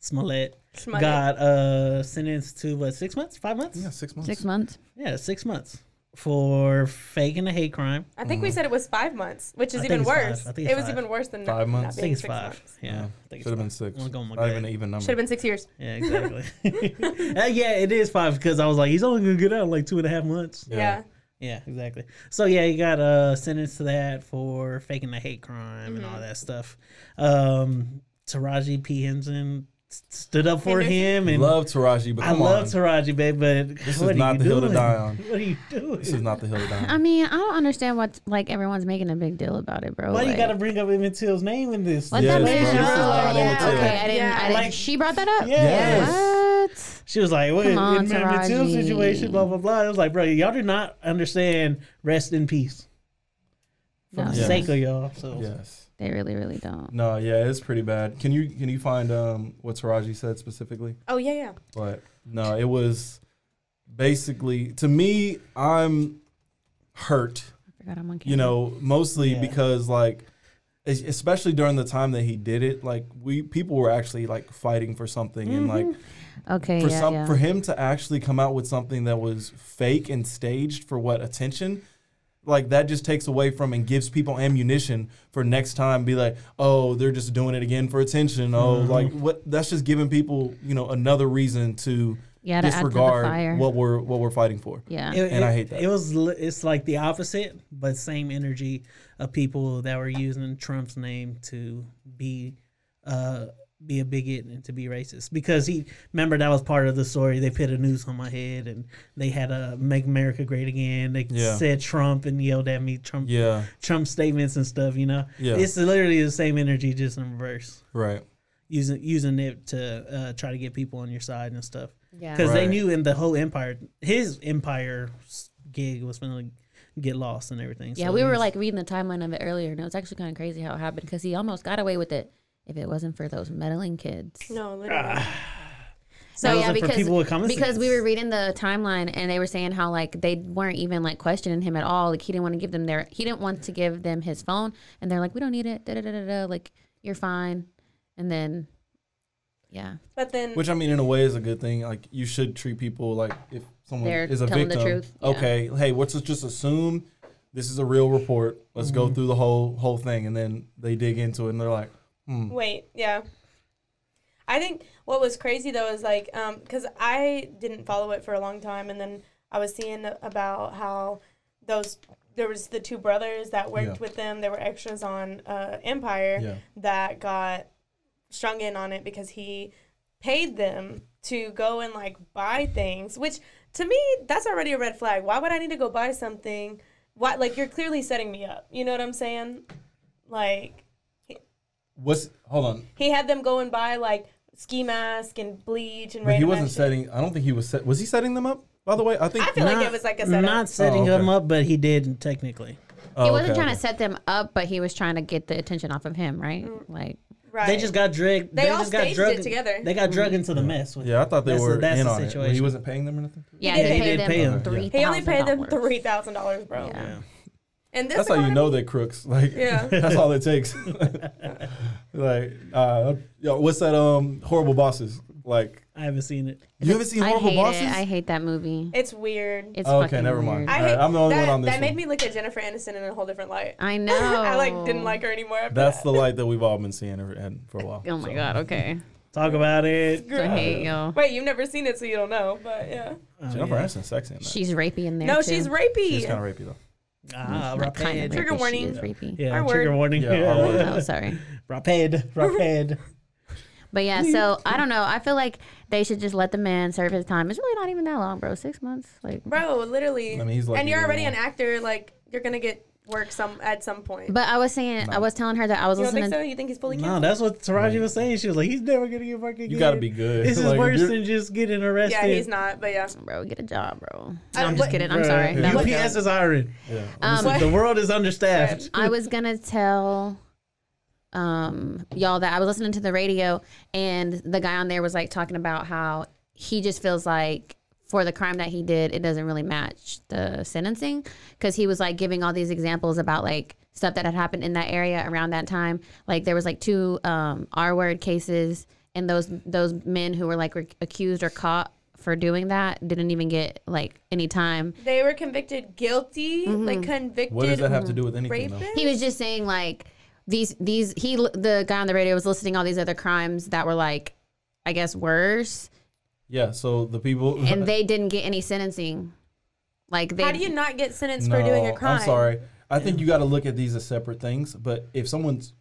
Speaker 1: Smollett,
Speaker 3: Smollett.
Speaker 1: got uh sentenced to what six months, five months?
Speaker 4: Yeah, six months.
Speaker 2: Six months.
Speaker 1: Yeah, six months for faking a hate crime.
Speaker 3: I think we said it was five months, which
Speaker 1: Mm-hmm.
Speaker 3: is
Speaker 1: I think
Speaker 3: even
Speaker 1: it's five.
Speaker 3: worse.
Speaker 1: I
Speaker 3: It
Speaker 1: think it's
Speaker 3: was
Speaker 1: five.
Speaker 3: even worse than
Speaker 4: Five
Speaker 3: not
Speaker 4: months?
Speaker 1: I think
Speaker 3: being
Speaker 1: it's
Speaker 3: six
Speaker 1: five.
Speaker 3: months.
Speaker 1: Yeah, I think
Speaker 4: Should have been
Speaker 1: it's
Speaker 4: 6
Speaker 1: I'm going with
Speaker 4: Not
Speaker 1: that.
Speaker 4: even an even number.
Speaker 3: Should have been six years.
Speaker 1: five. Yeah, exactly. <laughs>
Speaker 3: <laughs>
Speaker 1: Uh, yeah, it is five because I was like, he's only gonna get out in like two and a half months.
Speaker 3: Yeah.
Speaker 1: Yeah, exactly. So yeah, he got uh, sentenced to that for faking a hate crime and
Speaker 3: Mm-hmm.
Speaker 1: all that stuff. Um, Taraji P Henson s- stood up for him, and
Speaker 4: Love Taraji, but
Speaker 1: I
Speaker 4: come
Speaker 1: love
Speaker 4: on.
Speaker 1: Taraji, babe. But
Speaker 4: This
Speaker 1: what
Speaker 4: is
Speaker 1: are
Speaker 4: not
Speaker 1: you
Speaker 4: the hill to
Speaker 1: doing?
Speaker 4: die on.
Speaker 1: <laughs> What are you doing?
Speaker 4: This is not the hill to
Speaker 2: <laughs>
Speaker 4: die
Speaker 2: I
Speaker 4: on.
Speaker 2: mean, I don't understand what like everyone's making a big deal about it, bro.
Speaker 1: Why you
Speaker 2: Like,
Speaker 1: gotta bring up Emmett Till's name in this?
Speaker 2: Let
Speaker 4: Yeah,
Speaker 2: that
Speaker 4: it's
Speaker 2: man know. Oh,
Speaker 4: probably something
Speaker 2: Yeah,
Speaker 4: I didn't
Speaker 2: okay,
Speaker 4: too.
Speaker 2: I didn't.
Speaker 3: Yeah.
Speaker 2: I didn't.
Speaker 1: Like-
Speaker 2: she brought that up.
Speaker 1: Yes.
Speaker 2: What?
Speaker 1: She was like, "What
Speaker 2: Come on,
Speaker 1: in Emmett Till's
Speaker 2: Taraji.
Speaker 1: situation?" Blah blah blah. I was like, "Bro, y'all do not understand. Rest in peace for
Speaker 2: No,
Speaker 1: the
Speaker 4: Yeah.
Speaker 1: sake of y'all." So
Speaker 4: Yes.
Speaker 2: they really, really don't.
Speaker 4: No, yeah, it's pretty bad. Can you can you find um what Taraji said specifically?
Speaker 3: Oh yeah, yeah.
Speaker 4: But no, it was basically to me, I'm hurt
Speaker 2: I forgot I'm on camera.
Speaker 4: you know, mostly
Speaker 1: Yeah.
Speaker 4: because like, es- especially during the time that he did it, like we people were actually like fighting for something, and like
Speaker 2: okay,
Speaker 4: for
Speaker 2: Mm-hmm. yeah,
Speaker 4: some
Speaker 2: yeah.
Speaker 4: for him to actually come out with something that was fake and staged for what attention. Like that just takes away from and gives people ammunition for next time. Be like, oh, they're just doing it again for attention. Oh,
Speaker 2: Mm-hmm.
Speaker 4: like what? That's just giving people, you know, another reason to
Speaker 2: Yeah, to add to the fire.
Speaker 4: disregard what we're what we're fighting for.
Speaker 2: yeah.
Speaker 1: It-
Speaker 4: And I
Speaker 1: it-
Speaker 4: hate that.
Speaker 1: It was li- it's like the opposite, but same energy of people that were using Trump's name to be uh be a bigot and to be racist because he remember that was part of the story. They put a noose on my head and they had a "Make America Great Again." They
Speaker 4: Yeah.
Speaker 1: said Trump and yelled at me Trump
Speaker 4: Yeah,
Speaker 1: Trump statements and stuff. You know,
Speaker 4: Yeah.
Speaker 1: it's literally the same energy just in reverse.
Speaker 4: right.
Speaker 1: Using using it to uh, try to get people on your side and stuff
Speaker 2: yeah.
Speaker 1: because they
Speaker 4: Right.
Speaker 1: knew in the whole empire, his empire s- gig was gonna get lost and everything.
Speaker 2: Yeah,
Speaker 1: so
Speaker 2: we
Speaker 1: he
Speaker 2: were
Speaker 1: was-
Speaker 2: like reading the timeline of it earlier, and it was actually kind of crazy how it happened because he almost got away with it if it wasn't for those meddling kids.
Speaker 3: No, literally.
Speaker 1: Ah.
Speaker 2: So
Speaker 1: That
Speaker 2: yeah,
Speaker 1: wasn't for
Speaker 2: because
Speaker 1: people with common
Speaker 2: because we
Speaker 1: sense.
Speaker 2: were reading the timeline and they were saying how like they weren't even like questioning him at all. Like he didn't want to give them their he didn't want to give them his phone, and they're like, we don't need it. Da da da da da. Like you're fine, and then yeah,
Speaker 3: But then
Speaker 4: Which I mean, in a way, is a good thing. Like you should treat people like if someone
Speaker 2: They're
Speaker 4: is a
Speaker 2: telling
Speaker 4: victim.
Speaker 2: the truth, yeah.
Speaker 4: Okay, hey, let's just assume this is a real report. Let's go
Speaker 2: Mm-hmm.
Speaker 4: through the whole whole thing, and then they dig into it, and they're like, hmm,
Speaker 3: Wait, yeah. I think what was crazy though is like, because I didn't follow it for a long time, and then I was seeing about how those there was the two brothers that worked
Speaker 4: Yeah.
Speaker 3: with them. They were extras on uh, Empire
Speaker 4: Yeah.
Speaker 3: that got strung in on it because he paid them to go and like buy things, which to me that's already a red flag. Why would I need to go buy something? Why like you're clearly setting me up. You know what I'm saying? Like
Speaker 4: What's hold on?
Speaker 3: he had them go and buy like ski mask and bleach and.
Speaker 4: But he
Speaker 3: random
Speaker 4: wasn't
Speaker 3: ass shit.
Speaker 4: setting. I don't think he was set. Was he setting them up? By the way, I think
Speaker 3: I feel like it was like a setup.
Speaker 1: Not setting
Speaker 4: Oh, okay.
Speaker 1: him up, but he did technically.
Speaker 4: Oh,
Speaker 2: he wasn't
Speaker 4: okay,
Speaker 2: trying
Speaker 4: okay.
Speaker 2: to set them up, but he was trying to get the attention off of him, right?
Speaker 3: Mm.
Speaker 2: Like,
Speaker 3: right.
Speaker 1: They just got dragged.
Speaker 3: They all
Speaker 1: just got
Speaker 3: staged
Speaker 1: drug,
Speaker 3: it together.
Speaker 1: They got drug into the mess. With
Speaker 4: Yeah, I thought they
Speaker 1: that's the-
Speaker 4: were
Speaker 1: that's
Speaker 4: in
Speaker 1: the
Speaker 4: on it. But He
Speaker 1: situation.
Speaker 4: wasn't paying them or nothing.
Speaker 2: yeah,
Speaker 3: did.
Speaker 2: he
Speaker 3: He
Speaker 2: paid
Speaker 1: did
Speaker 2: them
Speaker 1: pay him.
Speaker 2: three.
Speaker 3: he only paid them
Speaker 2: $3,000.
Speaker 3: three thousand dollars, bro.
Speaker 2: Yeah.
Speaker 3: And this
Speaker 4: That's how you
Speaker 3: economy-
Speaker 4: know they're crooks. <laughs> Like,
Speaker 3: Yeah.
Speaker 4: that's all it takes. <laughs> like, uh, yo, what's that? Um, horrible bosses. Like,
Speaker 1: I haven't seen it.
Speaker 4: you haven't seen
Speaker 2: I
Speaker 4: horrible
Speaker 2: hate
Speaker 4: bosses?
Speaker 2: it. I hate that movie.
Speaker 3: It's weird.
Speaker 2: It's
Speaker 4: Okay,
Speaker 2: fucking
Speaker 4: never mind.
Speaker 2: weird.
Speaker 3: I
Speaker 4: All right,
Speaker 3: hate,
Speaker 4: I'm the only
Speaker 3: that,
Speaker 4: one on this
Speaker 3: That
Speaker 4: one.
Speaker 3: made me look at Jennifer Aniston in a whole different light.
Speaker 2: I know.
Speaker 3: <laughs> I like didn't like her anymore. After
Speaker 4: That's
Speaker 3: that.
Speaker 4: the light that we've all been seeing ever- and for a while.
Speaker 2: Oh my
Speaker 4: so.
Speaker 2: god. Okay.
Speaker 1: Talk about it.
Speaker 2: So I hate
Speaker 4: <laughs>
Speaker 2: y'all.
Speaker 3: Wait, you've never seen it, so you don't know. But yeah,
Speaker 4: Jennifer Aniston's sexy in that.
Speaker 2: She's rapey in there.
Speaker 3: no,
Speaker 2: too.
Speaker 3: she's
Speaker 4: She's kind
Speaker 3: rapey.
Speaker 4: of rapey though.
Speaker 1: Ah,
Speaker 2: Not kind of
Speaker 1: rapid.
Speaker 2: rapey.
Speaker 3: Trigger
Speaker 2: She
Speaker 3: warning.
Speaker 2: is rapey.
Speaker 1: Yeah,
Speaker 3: Our
Speaker 1: trigger
Speaker 3: word.
Speaker 1: warning.
Speaker 4: Yeah, our word.
Speaker 3: <laughs>
Speaker 2: Oh, sorry.
Speaker 1: <laughs> Rapid, rapid.
Speaker 2: But
Speaker 3: <laughs>
Speaker 2: yeah, so I don't know. I feel like they should just let the man serve his time. It's really not even that long, bro. Six months. Like,
Speaker 3: Bro, literally.
Speaker 4: I mean, he's lucky
Speaker 3: and you're
Speaker 4: he
Speaker 3: already an
Speaker 4: didn't
Speaker 3: actor. Like you're gonna get work some at some point.
Speaker 2: but I was saying, I was telling her that I was
Speaker 3: you don't
Speaker 2: listening.
Speaker 3: think so? You think he's fully
Speaker 1: no,
Speaker 3: capable?
Speaker 1: that's what Taraji was saying. She was like, he's never gonna get work again.
Speaker 4: gotta be good.
Speaker 1: This is
Speaker 4: Like, if
Speaker 1: worse
Speaker 4: you're-
Speaker 1: than just getting arrested.
Speaker 3: yeah, he's not. But yeah,
Speaker 2: Bro, get a job, bro.
Speaker 3: I-
Speaker 2: No, I'm
Speaker 3: what-
Speaker 2: just kidding. I'm
Speaker 1: Bruh,
Speaker 2: sorry. That was
Speaker 1: UPS is hiring.
Speaker 4: Yeah.
Speaker 2: Um,
Speaker 1: the world is understaffed.
Speaker 2: I was gonna tell um y'all that I was listening to the radio and the guy on there was like talking about how he just feels like for the crime that he did it doesn't really match the sentencing because he was like giving all these examples about like stuff that had happened in that area around that time like there was like two um r word cases and those those men who were like were accused or caught for doing that didn't even get like any time
Speaker 3: they were convicted guilty. Like
Speaker 2: Mm-hmm.
Speaker 3: convicted.
Speaker 4: What does that have to do with anything though?
Speaker 3: rapist?
Speaker 2: he was just saying like these these he the guy on the radio was listing all these other crimes that were like i guess worse
Speaker 4: Yeah. So the people.
Speaker 2: and they didn't get any sentencing like they
Speaker 3: How do you not
Speaker 4: <laughs>
Speaker 3: get sentenced for doing a
Speaker 4: No,
Speaker 3: crime?
Speaker 4: I'm sorry. I think you got to look at these as separate things. But if someone's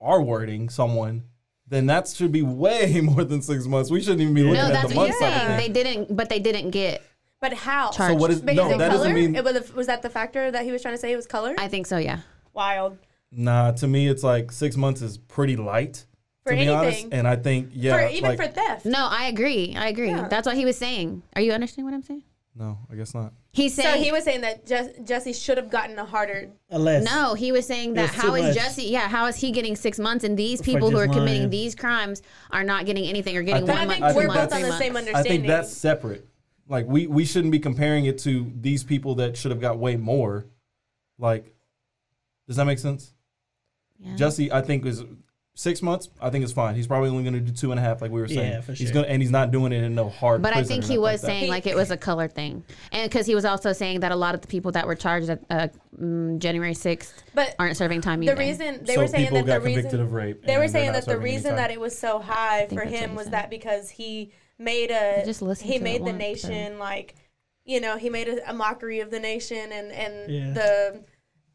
Speaker 4: are wording someone, then that should be way <laughs> more than six months. We shouldn't even be looking
Speaker 2: no
Speaker 4: at
Speaker 2: that's
Speaker 4: the
Speaker 2: what
Speaker 4: months.
Speaker 2: he's
Speaker 4: side of
Speaker 2: saying
Speaker 4: things.
Speaker 2: they didn't but they didn't get
Speaker 3: But how?
Speaker 2: Charged.
Speaker 4: So what is
Speaker 3: Because
Speaker 4: no?
Speaker 3: of
Speaker 4: That
Speaker 3: color?
Speaker 4: doesn't mean.
Speaker 3: It was, was that the factor that he was trying to say? It was color.
Speaker 2: i think so yeah
Speaker 3: Wild
Speaker 4: Nah, to me, it's like six months is pretty light.
Speaker 3: for
Speaker 4: to be
Speaker 3: anything.
Speaker 4: honest, and I think yeah,
Speaker 3: for even
Speaker 4: like,
Speaker 3: for theft.
Speaker 2: no i agree i agree
Speaker 3: Yeah.
Speaker 2: that's what he was saying are you understanding what i'm saying
Speaker 4: no, I guess not.
Speaker 2: he's
Speaker 3: So
Speaker 2: saying
Speaker 3: he was saying that Jess- Jesse should have gotten a harder.
Speaker 1: Unless
Speaker 2: no, he was saying that
Speaker 1: It's
Speaker 2: how
Speaker 1: too
Speaker 2: is
Speaker 1: much.
Speaker 2: Jesse? Yeah, how is he getting six months, and these people who are
Speaker 1: just
Speaker 2: committing
Speaker 1: lying.
Speaker 2: these crimes are not getting anything or getting
Speaker 4: think-
Speaker 2: one
Speaker 3: I
Speaker 2: month,
Speaker 3: think
Speaker 2: two
Speaker 3: we're
Speaker 2: months,
Speaker 3: both on
Speaker 2: three
Speaker 3: the
Speaker 2: months.
Speaker 3: same
Speaker 4: I
Speaker 3: understanding.
Speaker 4: think that's separate. Like we we shouldn't be comparing it to these people that should have got way more. Like, does that make sense?
Speaker 2: Yeah.
Speaker 4: Jesse, I think is six months. I think it's fine. He's probably only going to do two and a half, like we were saying.
Speaker 1: Yeah, for
Speaker 4: He's
Speaker 1: sure.
Speaker 4: gonna and he's not doing it in no hard.
Speaker 2: But I
Speaker 4: prison
Speaker 2: think
Speaker 4: or
Speaker 2: he
Speaker 4: nothing
Speaker 2: was
Speaker 4: like that.
Speaker 2: saying like it was a color thing, and because he was also saying that a lot of the people that were charged at uh, mm, January sixth
Speaker 3: But
Speaker 2: aren't serving time
Speaker 3: the
Speaker 2: either.
Speaker 3: reason they
Speaker 4: So
Speaker 3: were saying
Speaker 4: people
Speaker 3: that
Speaker 4: got
Speaker 3: the
Speaker 4: convicted
Speaker 3: reason
Speaker 4: of rape
Speaker 3: they
Speaker 4: and
Speaker 3: were
Speaker 4: they're
Speaker 3: saying
Speaker 4: not
Speaker 3: that the
Speaker 4: serving any
Speaker 3: reason
Speaker 4: time.
Speaker 3: that it was so high for
Speaker 2: that's what
Speaker 3: him
Speaker 2: he
Speaker 3: was
Speaker 2: said.
Speaker 3: that because he made a
Speaker 2: I just listened
Speaker 3: he
Speaker 2: to
Speaker 3: made
Speaker 2: it
Speaker 3: the
Speaker 2: once,
Speaker 3: nation like you know he made a, a mockery of the nation and and
Speaker 1: Yeah.
Speaker 3: the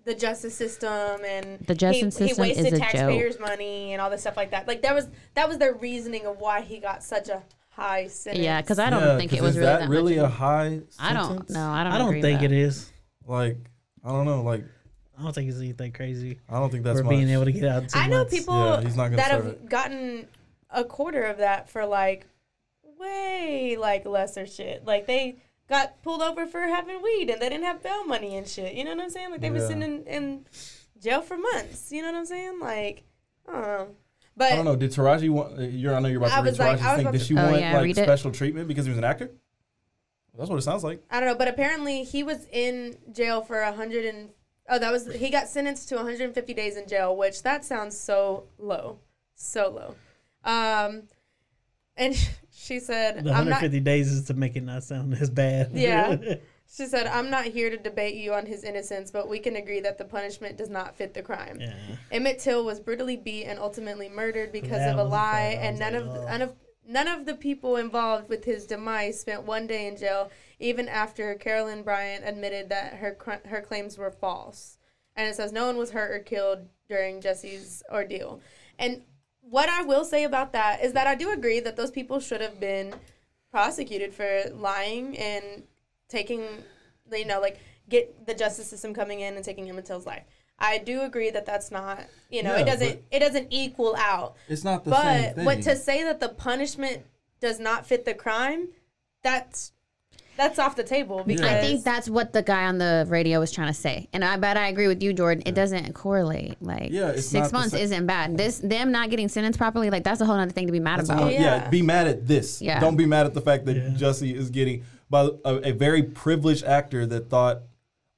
Speaker 3: the justice system and
Speaker 2: The justice
Speaker 3: he,
Speaker 2: system
Speaker 3: he wasted
Speaker 2: is a joke.
Speaker 3: taxpayers' money and all this stuff like that. Like that was that was their reasoning of why he got such a high sentence.
Speaker 2: yeah, because I don't
Speaker 4: Yeah,
Speaker 2: think
Speaker 4: 'cause
Speaker 2: it was
Speaker 4: is
Speaker 2: really
Speaker 4: that,
Speaker 2: that, much.
Speaker 4: really a high. Sentence?
Speaker 2: I don't know. I don't.
Speaker 1: I don't think it is.
Speaker 4: Like I don't know. Like
Speaker 1: I don't think it's anything crazy.
Speaker 4: I don't think that's
Speaker 1: for
Speaker 4: much.
Speaker 1: being able to get out. in two
Speaker 3: I know
Speaker 1: months.
Speaker 3: people
Speaker 4: Yeah, he's not gonna
Speaker 3: that
Speaker 4: serve
Speaker 3: have
Speaker 4: it.
Speaker 3: gotten a quarter of that for like way like lesser shit. Like they got pulled over for having weed and they didn't have bail money and shit. You know what I'm saying? Like they were
Speaker 4: Yeah.
Speaker 3: sitting in, in jail for months. You know what I'm saying? Like, um,
Speaker 4: I don't
Speaker 3: but
Speaker 4: know. Did Taraji want? uh, You're, I know you're about
Speaker 3: I
Speaker 4: to read
Speaker 3: was like-
Speaker 4: Taraji's
Speaker 3: I was
Speaker 4: thing.
Speaker 3: about
Speaker 4: Did
Speaker 3: to-
Speaker 4: she
Speaker 2: Oh,
Speaker 4: want
Speaker 2: yeah,
Speaker 4: like
Speaker 2: read it.
Speaker 4: special treatment because he was an actor? That's what it sounds like.
Speaker 3: I don't know. But apparently he was in jail for a hundred and oh that was he got sentenced to 150 days in jail, which that sounds so low, so low. Um, and <laughs> she said,
Speaker 1: The
Speaker 3: "I'm not
Speaker 1: 150 days is to make it not sound as bad.
Speaker 3: <laughs> Yeah. She said, I'm not here to debate you on his innocence, but we can agree that the punishment does not fit the crime.
Speaker 1: yeah.
Speaker 3: Emmett Till was brutally beat and ultimately murdered because
Speaker 1: That
Speaker 3: of a
Speaker 1: was
Speaker 3: lie,
Speaker 1: bad. I
Speaker 3: and
Speaker 1: was
Speaker 3: none
Speaker 1: like,
Speaker 3: of,
Speaker 1: oh.
Speaker 3: none of none of the people involved with his demise spent one day in jail, even after Carolyn Bryant admitted that her cr- her claims were false. And it says no one was hurt or killed during Jesse's ordeal. And what I will say about that is that I do agree that those people should have been prosecuted for lying and taking, you know, like get the justice system coming in and taking Emmett Till's life. I do agree that that's not, you know,
Speaker 4: Yeah,
Speaker 3: it doesn't it doesn't equal out.
Speaker 4: It's not the same
Speaker 3: but
Speaker 4: thing.
Speaker 3: what to say that the punishment does not fit the crime, that's that's off the table because
Speaker 2: I think that's what the guy on the radio was trying to say, and I bet I agree with you, Jordan. It doesn't correlate. Like,
Speaker 4: Yeah, it's not
Speaker 2: six
Speaker 4: the
Speaker 2: months
Speaker 4: same-
Speaker 2: isn't bad. This them not getting sentenced properly, like that's a whole other thing to be mad
Speaker 4: That's
Speaker 2: about.
Speaker 4: another- Uh, yeah.
Speaker 3: Yeah.
Speaker 4: be mad at this.
Speaker 2: Yeah.
Speaker 4: Don't be mad at the fact that
Speaker 1: Yeah.
Speaker 4: Jussie is getting by a, a very privileged actor that thought,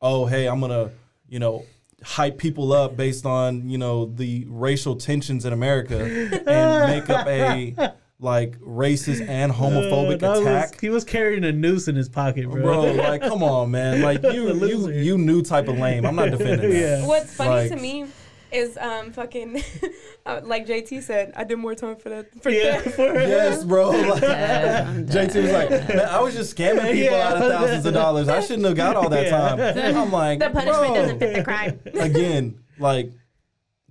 Speaker 4: "Oh, hey, I'm gonna, you know, hype people up based on you know the racial tensions in
Speaker 3: <laughs>
Speaker 4: America and make up a like racist and <laughs> homophobic
Speaker 1: that was-
Speaker 4: attack."
Speaker 1: he was carrying a noose in his pocket, bro.
Speaker 4: Bro, like, come on,
Speaker 1: <laughs>
Speaker 4: man! Like, you, you,
Speaker 1: loser.
Speaker 4: you new type of lame. I'm not defending that.
Speaker 1: <laughs> Yeah.
Speaker 3: What's funny
Speaker 4: Like-
Speaker 3: to me is um fucking <laughs> uh, like JT said, I did more time for that
Speaker 1: <laughs>
Speaker 3: for
Speaker 1: yeah,
Speaker 3: that.
Speaker 1: for
Speaker 4: Yes, bro. Like,
Speaker 2: I'm
Speaker 4: JT was like, man, I was just scamming people
Speaker 1: Yeah.
Speaker 4: out of thousands of dollars. I shouldn't have got all that time. I'm like,
Speaker 3: The punishment
Speaker 4: bro,
Speaker 3: doesn't fit the crime.
Speaker 4: again, like,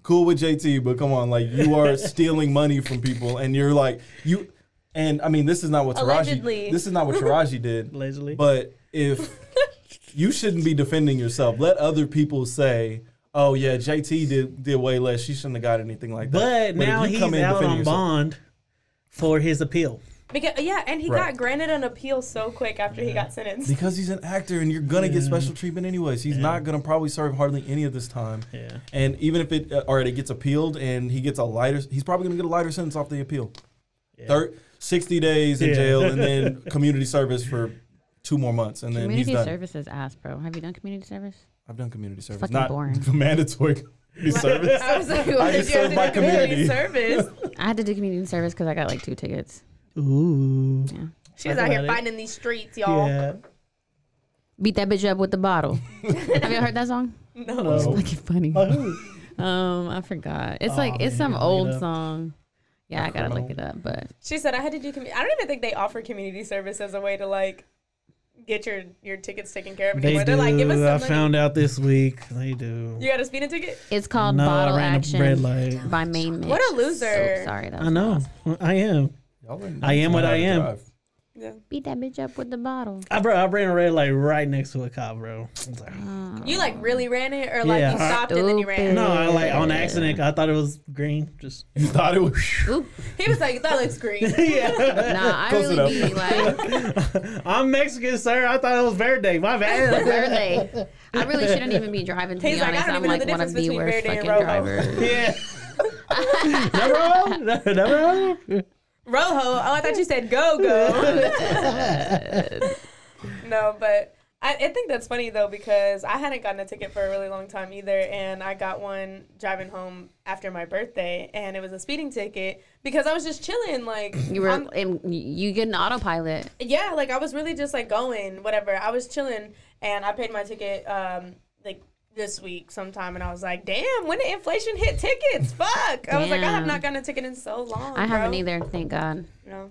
Speaker 4: cool with JT, but come on, like, you are stealing money from people, and you're like, you, and I mean, this is not what Taraji,
Speaker 3: Allegedly.
Speaker 4: this is not what Taraji did,
Speaker 1: Allegedly.
Speaker 4: but if you shouldn't be defending yourself, let other people say. Oh yeah, JT did did way less. She shouldn't have got anything like
Speaker 1: But
Speaker 4: that. if
Speaker 1: now
Speaker 4: you
Speaker 1: he's
Speaker 4: come in
Speaker 1: out
Speaker 4: defending
Speaker 1: on
Speaker 4: yourself-
Speaker 1: bond for his appeal.
Speaker 3: Because yeah, and he
Speaker 4: Right.
Speaker 3: got granted an appeal so quick after he got sentenced.
Speaker 4: Because he's an actor and you're going to get special treatment anyways. He's not going to probably serve hardly any of this time.
Speaker 1: Yeah.
Speaker 4: And even if it, uh, all right, it gets appealed and he gets a lighter, he's probably going to get a lighter sentence off the appeal. Thir- 60 days in
Speaker 1: Yeah.
Speaker 4: jail and
Speaker 1: <laughs>
Speaker 4: then community service for two more months. And then
Speaker 2: Community
Speaker 4: he's done.
Speaker 2: services ass, bro. Have you done community service?
Speaker 4: I've done community service.
Speaker 2: fucking
Speaker 4: not
Speaker 2: boring.
Speaker 4: <laughs> mandatory community
Speaker 2: <laughs>
Speaker 4: service.
Speaker 3: <laughs> I was like, what
Speaker 4: just served
Speaker 3: did you have to
Speaker 4: my
Speaker 3: do
Speaker 4: community.
Speaker 3: community service?
Speaker 2: I had to do community service because I got like two tickets.
Speaker 1: Ooh.
Speaker 3: Oh. She was
Speaker 1: Talk
Speaker 3: out here
Speaker 1: about it.
Speaker 3: fighting these streets, y'all.
Speaker 1: Yeah.
Speaker 2: Beat that bitch up with the bottle.
Speaker 1: <laughs>
Speaker 2: Have you heard that song?
Speaker 1: No.
Speaker 2: It's fucking funny.
Speaker 3: <laughs>
Speaker 1: Oh,
Speaker 2: Um, I forgot. It's like
Speaker 1: Aw,
Speaker 2: it's
Speaker 1: Oh, man,
Speaker 2: some
Speaker 1: look it
Speaker 2: old
Speaker 1: up.
Speaker 2: song. Yeah, I gotta look
Speaker 4: criminal.
Speaker 2: it up, but
Speaker 3: She said I had to do. commu- I don't even think they offer community service as a way to like get your your tickets taken care of
Speaker 1: they
Speaker 3: anymore.
Speaker 1: do.
Speaker 3: They're like, give us some
Speaker 1: I
Speaker 3: money.
Speaker 1: found out this week. They do.
Speaker 3: you got a speeding ticket?
Speaker 2: it's called
Speaker 1: No, I
Speaker 2: Bottle
Speaker 1: ran a
Speaker 2: Action
Speaker 1: red light.
Speaker 2: by Main Mix.
Speaker 3: What a loser.
Speaker 2: So sorry, that
Speaker 1: I
Speaker 2: was
Speaker 1: know. I am.
Speaker 4: Y'all are
Speaker 1: I am what
Speaker 4: not
Speaker 1: I am.
Speaker 4: drive.
Speaker 3: Yeah.
Speaker 2: Beat that bitch up with
Speaker 1: <laughs>
Speaker 2: the bottle.
Speaker 1: I, bro, I ran a red light right next to a cop, bro. I was like,
Speaker 2: Oh.
Speaker 3: You like really ran it, or like
Speaker 1: Yeah.
Speaker 3: you stopped and then you ran?
Speaker 1: no, I like on accident. I thought it was green. Just <laughs>
Speaker 4: You thought
Speaker 2: <laughs>
Speaker 4: it was.
Speaker 3: He was like, that looks green.
Speaker 2: Nah, I
Speaker 4: Close
Speaker 2: really
Speaker 4: enough.
Speaker 2: be like
Speaker 1: I'm Mexican, sir. I thought it was verde. My bad.
Speaker 2: really. I really shouldn't even be driving. To
Speaker 3: He's
Speaker 2: be
Speaker 3: like, I
Speaker 2: honest,
Speaker 3: don't
Speaker 2: I'm
Speaker 3: even know
Speaker 2: like
Speaker 3: the
Speaker 2: one of
Speaker 3: difference
Speaker 2: the
Speaker 3: between
Speaker 2: worst
Speaker 3: Verde and
Speaker 2: fucking
Speaker 3: Robo.
Speaker 1: <laughs>
Speaker 2: drivers.
Speaker 1: yeah. never wrong. <laughs> Never wrong.
Speaker 3: Rojo. Oh, I thought you said go go. <laughs> no, but I, I think that's funny though because I hadn't gotten a ticket for a really long time either, and I got one driving home after my birthday, and it was a speeding ticket because I was just chilling. Like
Speaker 2: <clears throat> You were,
Speaker 3: on-
Speaker 2: and you get an autopilot.
Speaker 3: yeah, like I was really just like going, whatever. I was chilling, and I paid my ticket um like this week sometime, and I was like, damn, when did inflation hit tickets? Fuck! I was like, I have
Speaker 2: Damn.
Speaker 3: not gotten a ticket in so long.
Speaker 2: I haven't
Speaker 3: bro.
Speaker 2: either. Thank God.
Speaker 3: No.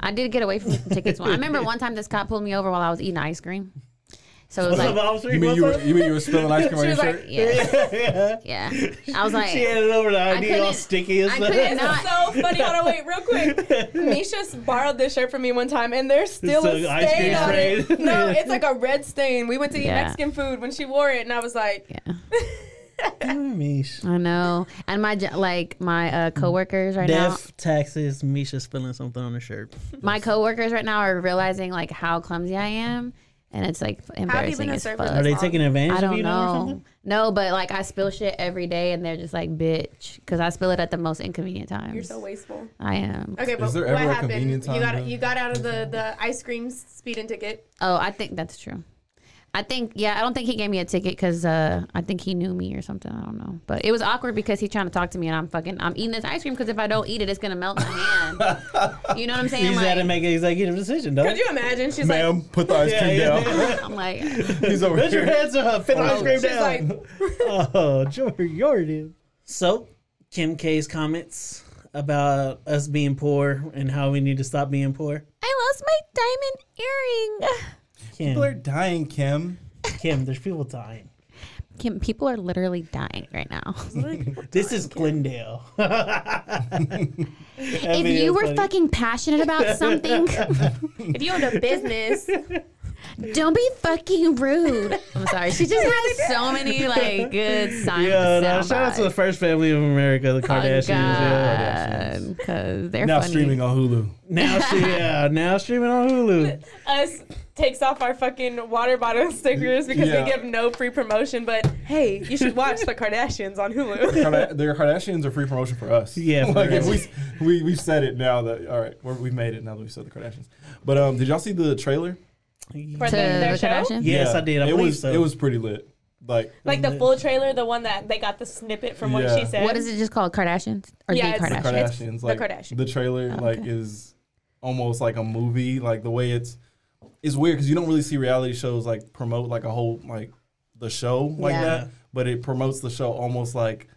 Speaker 2: I did get away from tickets. One. I remember one time this cop pulled me over while I was eating ice cream. So it was
Speaker 1: What's up,
Speaker 2: like,
Speaker 1: officer?
Speaker 4: You mean
Speaker 1: What's
Speaker 4: you were,
Speaker 1: up?
Speaker 4: you mean you were
Speaker 2: <laughs>
Speaker 4: spilling ice cream on your shirt?
Speaker 2: yeah,
Speaker 1: <laughs> yeah.
Speaker 2: yeah. I was
Speaker 1: She
Speaker 2: like,
Speaker 1: handed over the ID all
Speaker 2: couldn't-
Speaker 1: sticky and
Speaker 2: I
Speaker 1: stuff.
Speaker 2: couldn't-
Speaker 3: It's
Speaker 2: Not-
Speaker 3: so funny. Hold on, wait, real
Speaker 1: <laughs>
Speaker 3: quick. Misha borrowed this shirt from me one time, and there's still
Speaker 1: It's
Speaker 3: a
Speaker 1: like ice
Speaker 3: stain
Speaker 1: cream
Speaker 3: on it.
Speaker 1: stain. <laughs>
Speaker 3: No, it's like a red stain. We went to eat
Speaker 2: Yeah.
Speaker 3: Mexican food when she wore it, and I was like,
Speaker 2: yeah.
Speaker 1: <laughs> Meesh.
Speaker 2: I know. And my j- like my uh, coworkers right
Speaker 1: Death taxes. Misha spilling something on her shirt.
Speaker 2: now, my coworkers right now are realizing like how clumsy I am, and it's like embarrassing
Speaker 3: been
Speaker 2: as
Speaker 3: a
Speaker 2: fuck.
Speaker 3: server
Speaker 1: Are
Speaker 3: this
Speaker 1: they
Speaker 3: long?
Speaker 1: taking advantage
Speaker 2: I
Speaker 1: of
Speaker 2: don't
Speaker 1: you now or
Speaker 2: know.
Speaker 1: something?
Speaker 2: No, but like I spill shit every day, and they're just like, "Bitch," because I spill it at the most inconvenient times.
Speaker 3: "You're so wasteful."
Speaker 2: I am.
Speaker 3: Okay, but
Speaker 4: there
Speaker 3: what
Speaker 4: ever a
Speaker 3: happened?
Speaker 4: convenient
Speaker 3: You
Speaker 4: time
Speaker 3: got
Speaker 4: to-
Speaker 3: you got out of the the ice cream speeding ticket.
Speaker 2: Oh, I think that's true. I think, yeah, I don't think he gave me a ticket because uh, I think he knew me or something. I don't know. But it was awkward because he's trying to talk to me and I'm fucking, I'm eating this ice cream because if I don't eat it, it's going to melt
Speaker 1: <laughs>
Speaker 2: my hand. you know what I'm saying?
Speaker 1: He's had to
Speaker 2: Like,
Speaker 1: make an executive decision, dog.
Speaker 3: Could you imagine? She's like,
Speaker 4: Ma'am, put the ice
Speaker 1: Yeah,
Speaker 4: cream
Speaker 1: yeah,
Speaker 2: <laughs>
Speaker 4: down.
Speaker 2: I'm like,
Speaker 4: He's over
Speaker 1: Put your
Speaker 4: here.
Speaker 1: hands up. Put the ice cream
Speaker 3: <laughs> she's
Speaker 1: down.
Speaker 3: like,
Speaker 1: <laughs> oh, Jordan. So, Kim K's comments about us being poor and how we need to stop being poor.
Speaker 2: I lost my diamond earring.
Speaker 1: Kim,
Speaker 4: People are dying, Kim.
Speaker 1: Kim, there's people dying.
Speaker 2: Kim, people are literally dying
Speaker 1: <laughs>
Speaker 2: right now.
Speaker 1: This is Glendale. <laughs>
Speaker 2: if
Speaker 1: video
Speaker 2: you were
Speaker 1: funny.
Speaker 2: fucking
Speaker 1: <laughs>
Speaker 2: passionate about something,
Speaker 3: if you owned a business,
Speaker 2: don't be fucking rude. I'm sorry. She just has so many like good signs.
Speaker 1: yeah, no,
Speaker 2: sound
Speaker 1: shout out to the
Speaker 2: bites.
Speaker 1: first family of America, the Kardashians. yeah.
Speaker 2: Oh God, because um, they're
Speaker 4: Now
Speaker 2: funny.
Speaker 4: streaming on Hulu.
Speaker 1: Now <laughs> she, yeah, now streaming on Hulu.
Speaker 3: <laughs> us takes off our fucking water bottle <laughs> stickers because
Speaker 4: Yeah.
Speaker 3: we give no free promotion. But hey, you should watch the Kardashians on Hulu. <laughs>
Speaker 4: Karda- their Kardashians are free promotion for us.
Speaker 1: Yeah, for
Speaker 4: <laughs> like if
Speaker 1: us.
Speaker 4: we we we've said it now that all right, we're, we've made it now that we said the Kardashians. But um, did y'all see the trailer?
Speaker 3: For
Speaker 2: to
Speaker 3: their, their
Speaker 2: the
Speaker 3: show,
Speaker 2: Kardashians.
Speaker 1: Yes, I did. I
Speaker 4: it
Speaker 1: believe
Speaker 4: was
Speaker 1: so.
Speaker 4: it was pretty lit. Like
Speaker 3: like the full trailer, the one that they got the snippet from what
Speaker 4: Yeah.
Speaker 3: she said.
Speaker 2: What is it just called? Kardashians or the
Speaker 3: Yeah, it's the
Speaker 4: the
Speaker 2: Kardashians?
Speaker 4: Kardashians, like
Speaker 3: Kardashians.
Speaker 4: the trailer,
Speaker 2: Oh,
Speaker 4: like is almost like a movie. Like the way it's it's weird because you don't really see reality shows like promote like a whole like the show like
Speaker 2: Yeah.
Speaker 4: that, but it promotes the show almost like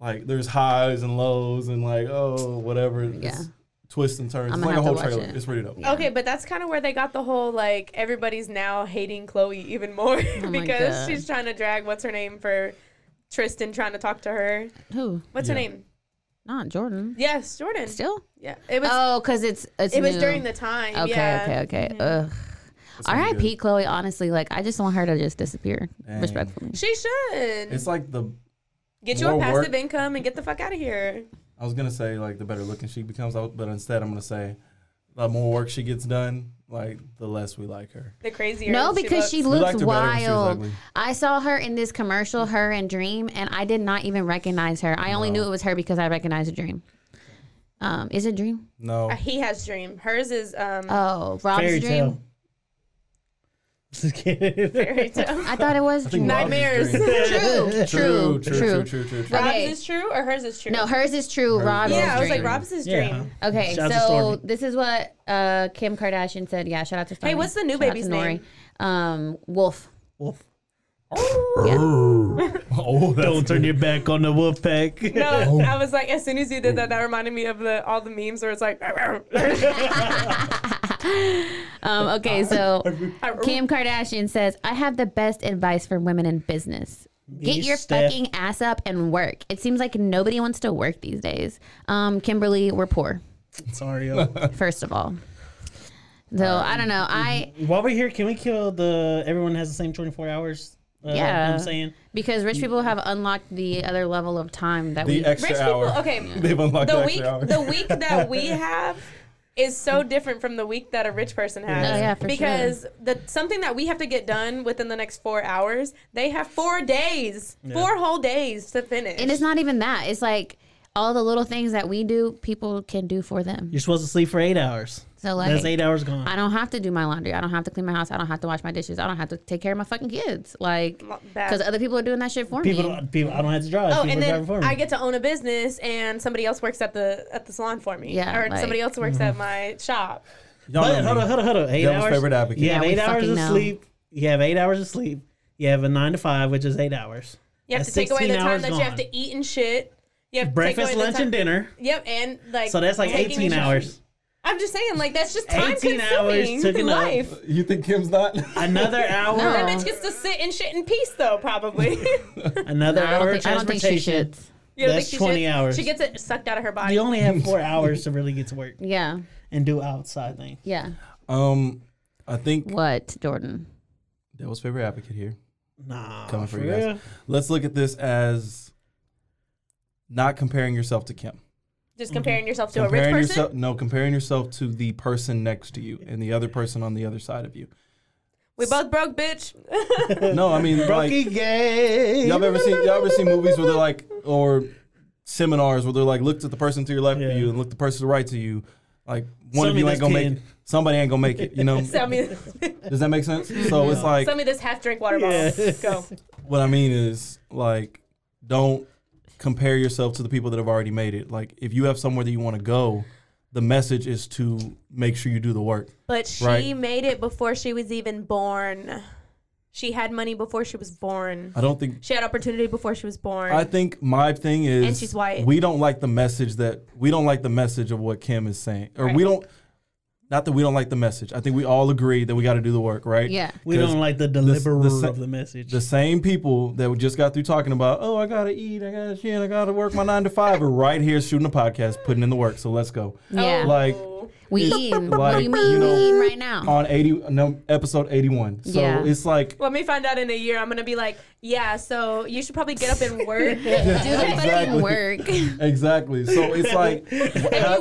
Speaker 4: like there's highs and lows and like oh whatever
Speaker 2: Yeah.
Speaker 4: it's twists and turns.
Speaker 2: I'm
Speaker 4: It's
Speaker 2: gonna
Speaker 4: like a
Speaker 2: have
Speaker 4: whole
Speaker 2: to watch
Speaker 4: trailer.
Speaker 2: it.
Speaker 4: It's pretty dope.
Speaker 3: Okay, but that's kind of where they got the whole like everybody's now hating Chloe even more
Speaker 2: Oh
Speaker 3: <laughs>
Speaker 2: my
Speaker 3: because
Speaker 2: God.
Speaker 3: she's trying to drag what's her name for Tristan trying to talk to her.
Speaker 2: Who?
Speaker 3: What's her
Speaker 4: Yeah.
Speaker 3: name?
Speaker 2: Not Jordan.
Speaker 3: Yes, Jordan.
Speaker 2: Still?
Speaker 3: Yeah, it was.
Speaker 2: Oh, because it's it's
Speaker 3: it was
Speaker 2: new.
Speaker 3: during the time.
Speaker 2: Okay,
Speaker 3: yeah.
Speaker 2: okay, okay. Ugh. R.I.P. Chloe. Honestly, like I just want her to just disappear.
Speaker 4: Dang.
Speaker 2: Respectfully.
Speaker 3: She should
Speaker 4: It's like the
Speaker 3: get you a
Speaker 4: more
Speaker 3: passive
Speaker 4: work.
Speaker 3: income and get the fuck out of here.
Speaker 4: I was gonna say like the better looking she becomes, I- but instead I'm gonna say the more work she gets done, like the less we like her.
Speaker 3: The crazier.
Speaker 2: No, because she
Speaker 4: We
Speaker 2: looks
Speaker 4: liked her better when she was
Speaker 2: wild.
Speaker 4: ugly.
Speaker 2: I saw her in this commercial, her and Dream, and I did not even recognize her. I only knew it was her because I recognized Dream. Um, is it Dream?
Speaker 4: No,
Speaker 3: Uh, he has dream. Hers is um <laughs>
Speaker 2: Oh, Rob's
Speaker 1: Fairy
Speaker 2: Dream.
Speaker 1: tale. <laughs> Just kidding.
Speaker 3: fairy tale.
Speaker 2: I thought it was
Speaker 4: <laughs> I think
Speaker 2: Dream.
Speaker 4: Rob's
Speaker 3: Nightmares.
Speaker 4: is green.
Speaker 1: <laughs>
Speaker 2: True,
Speaker 4: True,
Speaker 2: true,
Speaker 4: true, true, true, true,
Speaker 2: Right.
Speaker 4: true.
Speaker 2: <laughs> Okay.
Speaker 3: Rob's is true or hers is true?
Speaker 2: No, hers is true. Rob's
Speaker 3: Yeah, I was
Speaker 2: is
Speaker 3: like
Speaker 2: Dream.
Speaker 3: Rob's is dream.
Speaker 1: Yeah.
Speaker 2: Okay,
Speaker 1: Shout out to
Speaker 2: so
Speaker 1: Stormy.
Speaker 2: this is what uh, Kim Kardashian said. Yeah, shout out to Stormy.
Speaker 3: what's the new
Speaker 2: Shout out to
Speaker 3: baby's
Speaker 2: Nori.
Speaker 3: name?
Speaker 2: Um, Wolf.
Speaker 1: Wolf.
Speaker 4: Oh, that's
Speaker 1: Don't turn your back on the wolf pack.
Speaker 3: <laughs>
Speaker 1: Oh.
Speaker 3: No, I was like, as soon as you did that, that reminded me of the all the memes where it's like, <laughs>
Speaker 2: Um,
Speaker 1: <laughs>
Speaker 2: okay, so Kim Kardashian says, I have the best advice for women in business. Get
Speaker 1: You
Speaker 2: your
Speaker 1: Steph.
Speaker 2: fucking ass up and work. It seems like nobody wants to work these days. Um, Kimberly, we're poor,
Speaker 1: Sorry.
Speaker 4: <laughs>
Speaker 1: yo.
Speaker 2: first of all. So I don't know. I
Speaker 1: <laughs> While we're here, can we kill the everyone has the same 24 hours? Uh,
Speaker 2: Yeah.
Speaker 1: I'm saying.
Speaker 2: because
Speaker 1: Um,
Speaker 2: rich people have unlocked the other level of time that
Speaker 4: the
Speaker 2: we
Speaker 4: extra
Speaker 3: rich
Speaker 4: hour.
Speaker 3: people. Okay,
Speaker 4: <laughs> They've unlocked
Speaker 3: the
Speaker 4: the
Speaker 3: week
Speaker 4: extra hour.
Speaker 3: the
Speaker 1: <laughs>
Speaker 3: week that we have is so different from the week that a rich person has.
Speaker 2: Oh, yeah, for sure.
Speaker 3: because the something that we have to get done within the next four hours, they have four days, four whole days to finish.
Speaker 2: And it's not even that. It's like all the little things that we do, people can do for them.
Speaker 1: You're supposed to sleep for eight hours.
Speaker 2: So like,
Speaker 1: That's eight hours gone.
Speaker 2: I don't have to do my laundry. I don't have to clean my house. I don't have to wash my dishes. I don't have to take care of my fucking kids. Like,
Speaker 3: bad.
Speaker 2: because other people are doing that shit for
Speaker 1: people,
Speaker 2: me.
Speaker 1: don't, people, I don't have to drive.
Speaker 3: Oh,
Speaker 1: people
Speaker 3: and
Speaker 1: are
Speaker 3: then
Speaker 1: driving for me.
Speaker 3: I get to own a business, and somebody else works at the at the salon for me.
Speaker 2: Yeah,
Speaker 3: or
Speaker 2: like-
Speaker 3: somebody else works
Speaker 1: mm-hmm.
Speaker 3: at my shop.
Speaker 4: Y'all
Speaker 1: But
Speaker 4: know
Speaker 1: hold
Speaker 4: me.
Speaker 1: on, hold on, hold on. Eight
Speaker 4: Devil's
Speaker 1: hours.
Speaker 4: favorite advocate.
Speaker 1: You have
Speaker 2: Yeah, we
Speaker 1: eight hours
Speaker 2: fucking
Speaker 1: of
Speaker 2: know.
Speaker 1: sleep. You have eight hours of sleep. You have a nine to five, which is eight hours.
Speaker 3: You have
Speaker 1: That's
Speaker 3: to take away the
Speaker 1: 16
Speaker 3: time
Speaker 1: hours
Speaker 3: that you have
Speaker 1: gone.
Speaker 3: to eat and shit. You have to
Speaker 1: Breakfast,
Speaker 3: take away
Speaker 1: lunch,
Speaker 3: the
Speaker 1: and
Speaker 3: time-
Speaker 1: dinner.
Speaker 3: Yep, and like
Speaker 1: So that's like
Speaker 3: taking
Speaker 1: 18
Speaker 3: a shower.
Speaker 1: hours.
Speaker 3: I'm just saying, like that's just time
Speaker 1: 18 hours
Speaker 3: consuming
Speaker 1: took it up.
Speaker 3: life.
Speaker 4: You think Kim's not?
Speaker 3: <laughs>
Speaker 1: Another hour.
Speaker 3: That bitch gets to sit and shit in peace, though. Probably. <laughs>
Speaker 1: Another
Speaker 2: I don't
Speaker 1: hour of
Speaker 2: think, I don't think she
Speaker 1: transportation.
Speaker 2: should.
Speaker 3: You don't
Speaker 1: That's
Speaker 3: think she
Speaker 1: 20
Speaker 3: should?
Speaker 1: hours.
Speaker 3: She gets it sucked out of her body.
Speaker 1: You only have four hours to really get to work
Speaker 2: Yeah,
Speaker 1: and do outside things.
Speaker 2: yeah.
Speaker 4: <laughs> um, I think
Speaker 2: What, Jordan?
Speaker 4: Devil's favorite advocate here.
Speaker 1: Nah,
Speaker 4: Coming for
Speaker 1: Ah, for
Speaker 4: you guys.
Speaker 1: real.
Speaker 4: Let's look at this as not comparing yourself to Kim.
Speaker 3: just comparing yourself to a
Speaker 4: comparing
Speaker 3: rich person.
Speaker 4: yourself, no, comparing yourself to the person next to you and the other person on the other side of you.
Speaker 3: we both broke, bitch.
Speaker 4: No, I mean, like,
Speaker 1: Brokey gay.
Speaker 4: Y'all ever seen y'all ever seen movies where they're like or seminars where they're like looked at the person to your left of you and looked the person to the right to you. Like one of
Speaker 1: Somebody
Speaker 4: you ain't
Speaker 1: just
Speaker 4: gonna
Speaker 1: can.
Speaker 4: make it. Somebody ain't gonna make it. You know.
Speaker 3: Sell me, <laughs>
Speaker 4: Does that make sense? So it's like
Speaker 3: sell me this half drink water bottle.
Speaker 1: Yeah. <laughs>
Speaker 3: Go.
Speaker 4: what I mean is like don't compare yourself to the people that have already made it. Like if you have somewhere that you want to go, the message is to make sure you do the work.
Speaker 3: But she
Speaker 4: Right.
Speaker 3: made it before she was even born. She had money before she was born.
Speaker 4: I don't think
Speaker 3: She had opportunity before she was born.
Speaker 4: I think my thing is
Speaker 3: And she's white.
Speaker 4: We don't like the message that we don't like the message of what Kim is saying. Or we don't not that we don't like the message. I think we all agree that we got to do the work, right?
Speaker 2: Yeah.
Speaker 1: We don't like the
Speaker 4: s- the
Speaker 1: deliverer
Speaker 4: se-
Speaker 1: of the message.
Speaker 4: The same people that we just got through talking about, oh, I gotta eat, I gotta chin, I gotta work my nine to five, are right here shooting a podcast, putting in the work. So let's go.
Speaker 2: Yeah.
Speaker 4: Like
Speaker 2: Oh, we
Speaker 4: it's
Speaker 2: eat. what
Speaker 4: like,
Speaker 2: do you mean?
Speaker 4: you know,
Speaker 2: we eat right now.
Speaker 4: on eighty, no, episode eighty-one. So
Speaker 2: Yeah.
Speaker 4: it's
Speaker 2: <laughs>
Speaker 4: like
Speaker 3: Let me find out in a year. I'm gonna be like, yeah. So you should probably get up and work.
Speaker 2: <laughs> Do
Speaker 3: if
Speaker 2: the fucking
Speaker 4: Exactly.
Speaker 2: work.
Speaker 4: exactly. So it's like
Speaker 3: you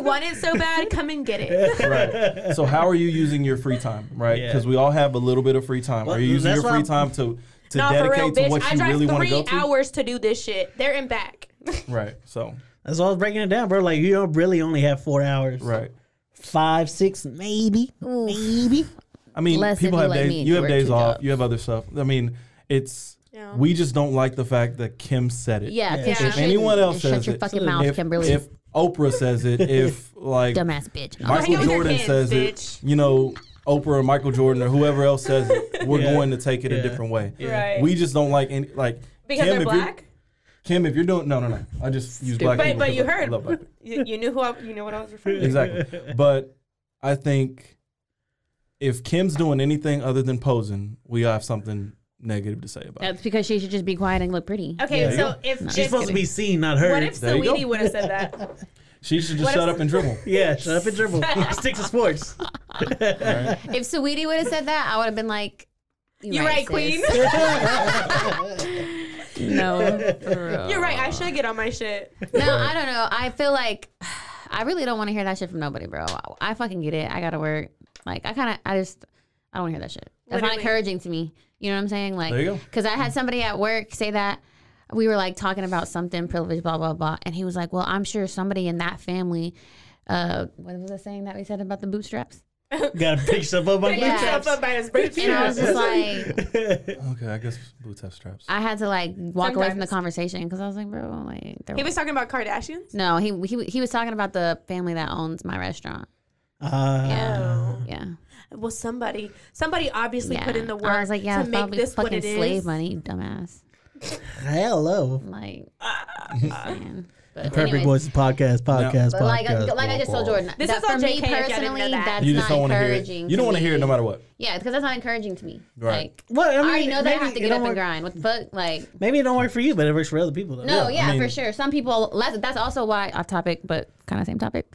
Speaker 3: want it so bad, come
Speaker 4: <laughs>
Speaker 3: and get it.
Speaker 4: right. So how are you using your free time, right?
Speaker 1: Yeah.
Speaker 4: Because we all have a little bit of free time.
Speaker 1: Well,
Speaker 4: are you using
Speaker 1: that's
Speaker 4: your
Speaker 1: what
Speaker 4: free
Speaker 1: I'm-
Speaker 4: time to to
Speaker 3: Not for real,
Speaker 4: dedicate to
Speaker 3: bitch.
Speaker 4: what
Speaker 3: I
Speaker 4: you
Speaker 3: drive
Speaker 4: really want to go
Speaker 3: three
Speaker 4: to?
Speaker 3: hours to do this shit. There and back. <laughs>
Speaker 4: Right. So
Speaker 1: That's all breaking it down, bro. Like you don't really only have four hours.
Speaker 4: right.
Speaker 1: Five, six, maybe. Maybe.
Speaker 4: I mean,
Speaker 2: Less
Speaker 4: people
Speaker 2: if you
Speaker 4: have
Speaker 2: like
Speaker 4: days.
Speaker 2: me,
Speaker 4: You have
Speaker 2: we're
Speaker 4: days
Speaker 2: two
Speaker 4: off.
Speaker 2: jobs.
Speaker 4: You have other stuff. I mean, it's
Speaker 3: Yeah.
Speaker 4: we just don't like the fact that Kim said it.
Speaker 2: Yeah. 'cause you
Speaker 3: If
Speaker 2: shouldn't.
Speaker 4: anyone else
Speaker 2: Shut
Speaker 4: says
Speaker 2: your
Speaker 4: it,
Speaker 2: fucking mouth,
Speaker 4: If,
Speaker 2: Kimberly.
Speaker 4: if Oprah says
Speaker 2: <laughs>
Speaker 4: it, if like
Speaker 2: Dumbass bitch. No.
Speaker 4: Michael
Speaker 3: Right.
Speaker 4: Jordan
Speaker 3: Kids,
Speaker 4: says
Speaker 3: bitch.
Speaker 4: it, you know, Oprah or Michael Jordan or whoever else says it, we're
Speaker 1: Yeah.
Speaker 4: going to take it a
Speaker 1: Yeah.
Speaker 4: different way.
Speaker 3: Right.
Speaker 4: We just don't like any like
Speaker 3: because
Speaker 4: Kim,
Speaker 3: they're
Speaker 4: if you're-
Speaker 3: black.
Speaker 4: Kim, if you're doing no, no, no, I just use black.
Speaker 3: But
Speaker 4: people
Speaker 3: but
Speaker 4: 'cause
Speaker 3: you
Speaker 4: I- I
Speaker 3: heard.
Speaker 4: love black people.
Speaker 3: <laughs> You, you knew who I, you know what I was referring to.
Speaker 4: exactly. But I think if Kim's doing anything other than posing, we have something negative to say about. it.
Speaker 2: That's because she should just be quiet and look pretty.
Speaker 3: Okay,
Speaker 4: you
Speaker 3: so if
Speaker 1: She's
Speaker 3: if,
Speaker 1: supposed to be seen, not heard.
Speaker 3: what if
Speaker 4: There you go.
Speaker 3: Saweetie would have
Speaker 2: <laughs>
Speaker 3: said that?
Speaker 4: She should just
Speaker 3: What
Speaker 4: shut
Speaker 3: if-
Speaker 4: up and
Speaker 3: <laughs>
Speaker 4: dribble.
Speaker 1: yeah, shut up and dribble. Stick to sports.
Speaker 2: If Saweetie would have said that, I would have been like,
Speaker 3: You're right, queen.
Speaker 2: sis." <laughs> No. for real.
Speaker 3: You're right. I should get on
Speaker 2: <laughs>
Speaker 3: my shit.
Speaker 2: No, I don't know. I feel like <sighs> I really don't want to hear that shit from nobody, bro. I fucking get it. I gotta work. Like I kind of, I just, I don't want to hear that shit. That's not
Speaker 3: Literally.
Speaker 2: encouraging to me. You know what I'm saying? Like,
Speaker 4: There you go.
Speaker 2: Because I had somebody at work say that we were like talking about something privilege, blah blah blah, and he was like, "Well, I'm sure somebody in that family." Uh, what was the saying that we said about the bootstraps?
Speaker 1: Gotta pick stuff up on
Speaker 2: Yeah.
Speaker 3: Trapped up by his boots.
Speaker 2: And I was <laughs> just like,
Speaker 4: Okay, I guess boots have straps.
Speaker 2: I had to like walk away from the
Speaker 3: Sometimes.
Speaker 2: conversation because I was like, bro, like they're-
Speaker 3: He was talking about Kardashians.
Speaker 2: no, he, he he was talking about the family that owns my restaurant.
Speaker 1: Uh,
Speaker 2: Yeah.
Speaker 3: Well, somebody, somebody obviously
Speaker 2: Oh. yeah.
Speaker 3: put in the work
Speaker 2: I was like, yeah,
Speaker 3: to
Speaker 2: it's
Speaker 3: make
Speaker 2: probably
Speaker 3: this what
Speaker 2: fucking
Speaker 3: it is.
Speaker 2: slave money, you dumbass.
Speaker 1: Hello.
Speaker 3: <laughs>
Speaker 2: Like,
Speaker 1: Perfect Voices Podcast, podcast,
Speaker 2: but
Speaker 1: podcast.
Speaker 2: like, I, like I just told Jordan,
Speaker 3: This
Speaker 2: that
Speaker 3: is all
Speaker 2: for me
Speaker 3: JK if y'all didn't
Speaker 2: personally,
Speaker 3: know that.
Speaker 2: that's
Speaker 4: you just
Speaker 2: not
Speaker 4: don't want to hear it.
Speaker 2: encouraging.
Speaker 4: You don't want to hear it no matter what.
Speaker 2: Yeah, because that's not encouraging to me.
Speaker 4: Right.
Speaker 2: Like,
Speaker 1: Well, I
Speaker 2: I,
Speaker 1: mean,
Speaker 2: already know that I
Speaker 1: maybe
Speaker 2: have to
Speaker 1: it
Speaker 2: get
Speaker 1: don't
Speaker 2: up and
Speaker 1: work-
Speaker 2: grind. What the fuck? Like,
Speaker 1: Maybe it don't work for you, but it works for other people. Though.
Speaker 2: No, yeah,
Speaker 4: mean-
Speaker 2: for sure. Some people. That's, that's also why off topic, but kind of same topic.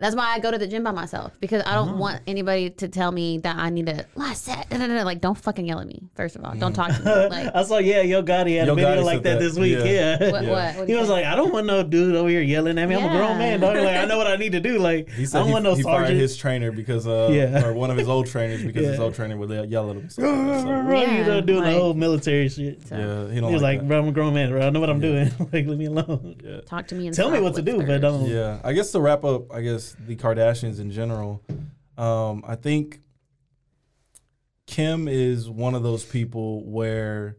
Speaker 2: That's why I go to the gym by myself because I
Speaker 4: Uh-huh.
Speaker 2: don't want anybody to tell me that <laughs> I need to last set. da, da, da, da. Like, don't fucking yell at me. First of all,
Speaker 4: Mm.
Speaker 2: don't talk to
Speaker 4: <laughs>
Speaker 2: me. Like,
Speaker 1: I saw, yeah, Yo Gotti had
Speaker 4: Yo
Speaker 1: a video
Speaker 4: Gotti
Speaker 1: like
Speaker 4: said
Speaker 1: that,
Speaker 4: that.
Speaker 1: this week.
Speaker 4: Yeah.
Speaker 1: Yeah.
Speaker 2: what? what,
Speaker 1: <laughs>
Speaker 2: what do
Speaker 1: He
Speaker 2: you
Speaker 1: was like,
Speaker 2: think?
Speaker 1: I don't want no dude over here yelling at me. I'm a grown
Speaker 2: Yeah.
Speaker 1: man, dog. Like, I know what I need to do. Like,
Speaker 4: He
Speaker 1: I
Speaker 4: said
Speaker 1: don't
Speaker 4: he,
Speaker 1: want no
Speaker 4: he
Speaker 1: sergeant. <laughs>
Speaker 4: fired his trainer because, uh,
Speaker 1: Yeah.
Speaker 4: or one of his old trainers because his
Speaker 1: Yeah.
Speaker 4: old trainer would yell at him.
Speaker 1: <laughs>
Speaker 4: So, so,
Speaker 1: you know, doing
Speaker 2: like-
Speaker 1: the whole military shit.
Speaker 4: yeah, he don't
Speaker 1: He was like,
Speaker 4: like, that.
Speaker 1: bro, I'm a grown man, bro. I know what I'm doing. <laughs> like, leave me alone.
Speaker 2: talk to me and
Speaker 1: Tell me what to do, but
Speaker 2: Um,
Speaker 1: don't.
Speaker 4: Yeah, I guess to wrap up, I guess the Kardashians in general, um, I think Kim is one of those people where,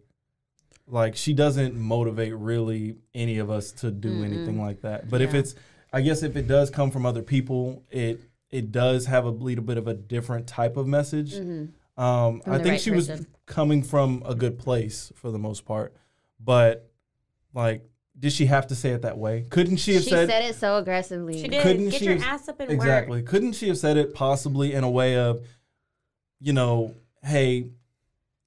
Speaker 4: like, she doesn't motivate really any of us to do anything like that. But if it's, I guess if it does come from other people, it it does have a little bit of a different type of message. Um, I
Speaker 2: Mm-hmm. the
Speaker 4: think
Speaker 2: right
Speaker 4: she was
Speaker 2: person.
Speaker 4: coming from a good place for the most part, but like. Did she have to say it that way? Couldn't she
Speaker 2: She
Speaker 4: have
Speaker 2: said, it so aggressively.
Speaker 3: She did.
Speaker 4: Couldn't
Speaker 3: get
Speaker 4: she
Speaker 3: your
Speaker 4: have-
Speaker 3: ass up and work.
Speaker 4: exactly. Couldn't she have said it possibly in a way of, you know, hey,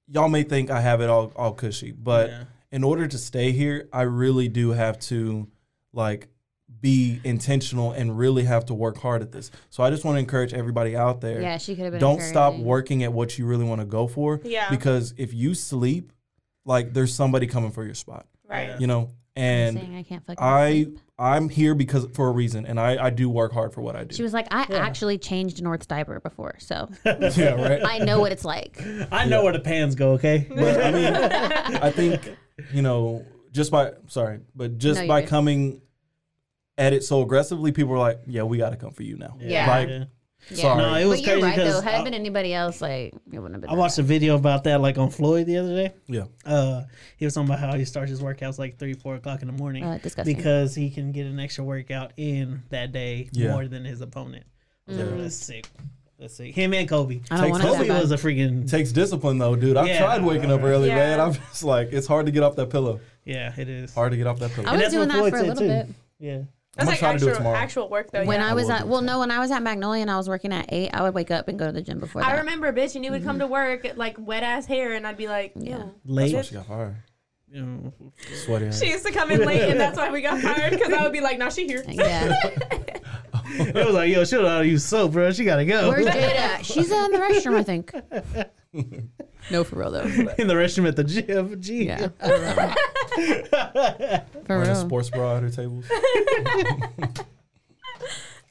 Speaker 4: y'all may think I have it all all cushy, but in order to stay here, I really do have to like be intentional and really have to work hard at this. So I just want to encourage everybody out there.
Speaker 2: Yeah, she could have been.
Speaker 4: Don't stop
Speaker 2: encouraging.
Speaker 4: working at what you really want to go for.
Speaker 3: Yeah.
Speaker 4: Because if you sleep, like there's somebody coming for your spot.
Speaker 3: Right.
Speaker 4: You know?
Speaker 2: Saying
Speaker 4: And
Speaker 2: I can't fucking.
Speaker 4: I
Speaker 2: sleep.
Speaker 4: I'm here because for a reason and I, I do work hard for what I do.
Speaker 2: She was like, I actually changed North's diaper before,
Speaker 1: <laughs>
Speaker 2: so
Speaker 4: <laughs>
Speaker 2: <laughs>
Speaker 4: yeah, right.
Speaker 2: I know what it's like.
Speaker 1: I know where the pans go, okay?
Speaker 4: But I mean, I think you know, just by sorry, but just
Speaker 2: No, you're
Speaker 4: by
Speaker 2: good.
Speaker 4: coming at it so aggressively, people were like, "Yeah, we got to come for you now."
Speaker 2: <laughs> Yeah.
Speaker 4: Like,
Speaker 1: Yeah.
Speaker 4: sorry.
Speaker 1: No, it was
Speaker 2: but you're
Speaker 1: crazy
Speaker 2: right though.
Speaker 1: because
Speaker 2: Had it
Speaker 1: I,
Speaker 2: been anybody else, like it wouldn't have been.
Speaker 1: I
Speaker 2: that
Speaker 1: watched a video about that like on Floyd the other day.
Speaker 4: yeah.
Speaker 1: Uh, he was talking about how he starts his workouts like three, four o'clock in the morning
Speaker 2: Uh, disgusting.
Speaker 1: because he can get an extra workout in that day
Speaker 4: Yeah.
Speaker 1: more than his opponent. I was like,
Speaker 4: Yeah.
Speaker 1: That's sick. That's sick. Him and Kobe.
Speaker 2: bad. Mm. I don't
Speaker 4: Take
Speaker 2: want it
Speaker 1: Kobe
Speaker 2: that bad.
Speaker 1: was a freaking
Speaker 4: takes discipline though, dude. I've
Speaker 1: Yeah.
Speaker 4: tried waking up early,
Speaker 3: Yeah.
Speaker 4: man. I'm just like, it's hard to get off that pillow.
Speaker 1: yeah. It is.
Speaker 4: Hard to get off that <laughs> pillow.
Speaker 2: I was doing that for a little bit.
Speaker 1: Yeah.
Speaker 3: That's
Speaker 4: gonna
Speaker 3: like
Speaker 4: try to do it
Speaker 3: actual,
Speaker 4: tomorrow.
Speaker 3: actual work though.
Speaker 2: When
Speaker 3: yeah.
Speaker 2: I was
Speaker 4: will
Speaker 2: at
Speaker 4: do
Speaker 2: well, no, when I was at Magnolia and I was working at eight, I would wake up and go to the gym before that.
Speaker 3: I remember, bitch, and you would come
Speaker 2: Mm-hmm.
Speaker 3: to work like wet ass hair, and I'd be like, yeah.
Speaker 4: That's why
Speaker 1: Late.
Speaker 4: she got fired.
Speaker 1: you know,
Speaker 4: Sweaty.
Speaker 3: She used to come in late, and that's why
Speaker 2: <laughs>
Speaker 3: we got fired because I would be like, now she here.
Speaker 2: Yeah,
Speaker 1: it was like, yo, she don't know how to use soap, bro. She gotta go.
Speaker 2: <laughs> where's Jada? She's in the restroom, I <laughs> think. No, for real <laughs> though.
Speaker 1: <laughs> in the restroom at the gym. Gee.
Speaker 2: Yeah, for
Speaker 4: Wearing a
Speaker 2: real.
Speaker 4: sports bra at
Speaker 2: <laughs>
Speaker 4: her tables. <laughs>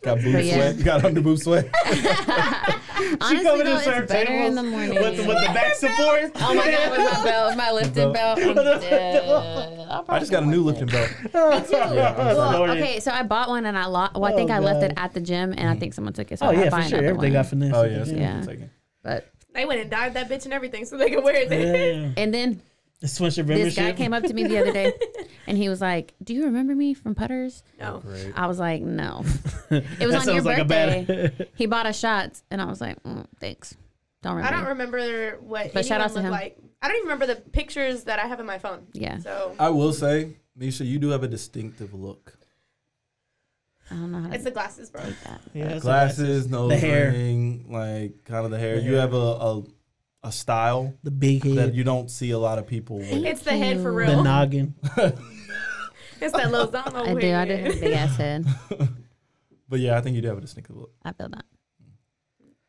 Speaker 4: got boob
Speaker 2: But yeah.
Speaker 4: sweat. Got under boob sweat.
Speaker 2: <laughs>
Speaker 1: coming
Speaker 2: Honestly, though,
Speaker 1: to serve
Speaker 2: it's better in
Speaker 1: tables
Speaker 2: the morning.
Speaker 1: With, with the
Speaker 2: <laughs>
Speaker 1: back support. <laughs>
Speaker 2: Oh my god, with my belt, with my lifting belt, I'm dead. I'll
Speaker 4: I
Speaker 2: probably
Speaker 4: just got a new
Speaker 2: want
Speaker 4: lifting belt.
Speaker 2: that. Well,
Speaker 1: Lord.
Speaker 2: okay, so I bought one and I lost. Well, I think I left it at the gym and I think someone took it. So
Speaker 1: Oh
Speaker 2: I
Speaker 1: yeah,
Speaker 2: buy
Speaker 1: for sure.
Speaker 2: another
Speaker 1: Everything
Speaker 2: one.
Speaker 1: got finessed.
Speaker 4: Oh yeah, it's
Speaker 2: Yeah.
Speaker 4: been taken.
Speaker 2: But
Speaker 3: <laughs> They went and dyed that bitch and everything so they could wear it.
Speaker 2: and then
Speaker 1: It's once your
Speaker 2: this
Speaker 1: membership.
Speaker 2: guy came up to me the
Speaker 1: <laughs>
Speaker 2: other day and he was like, "Do you remember me from Putters?"
Speaker 3: <laughs> no.
Speaker 2: I was like,
Speaker 1: <laughs>
Speaker 2: "No." It was
Speaker 1: That
Speaker 2: on your
Speaker 1: sounds like a
Speaker 2: birthday.
Speaker 1: bad-
Speaker 2: he bought us shots and I was like, mm, "Thanks, don't
Speaker 3: I
Speaker 2: remember."
Speaker 3: don't remember what
Speaker 2: But
Speaker 3: but
Speaker 2: shout out to
Speaker 3: looked
Speaker 2: him.
Speaker 3: like. I don't even remember the pictures that I have in my phone.
Speaker 2: Yeah.
Speaker 3: So
Speaker 4: I will say, Misha, you do have a distinctive look.
Speaker 2: I don't know how to
Speaker 3: it's the glasses, bro.
Speaker 2: do that.
Speaker 1: <laughs> Yeah, that's what I said.
Speaker 4: Glasses, nose
Speaker 1: The hair.
Speaker 4: ring, like kind of the hair.
Speaker 1: The
Speaker 4: you
Speaker 1: hair.
Speaker 4: have a, a a style
Speaker 1: the big
Speaker 4: that
Speaker 1: head,
Speaker 4: you don't see a lot of people with.
Speaker 3: It's the head for
Speaker 1: the
Speaker 3: real.
Speaker 1: noggin.
Speaker 3: it's that little zone over
Speaker 2: I do. I do have a big ass head.
Speaker 4: But yeah, I think you do have a distinctive look.
Speaker 2: I feel that.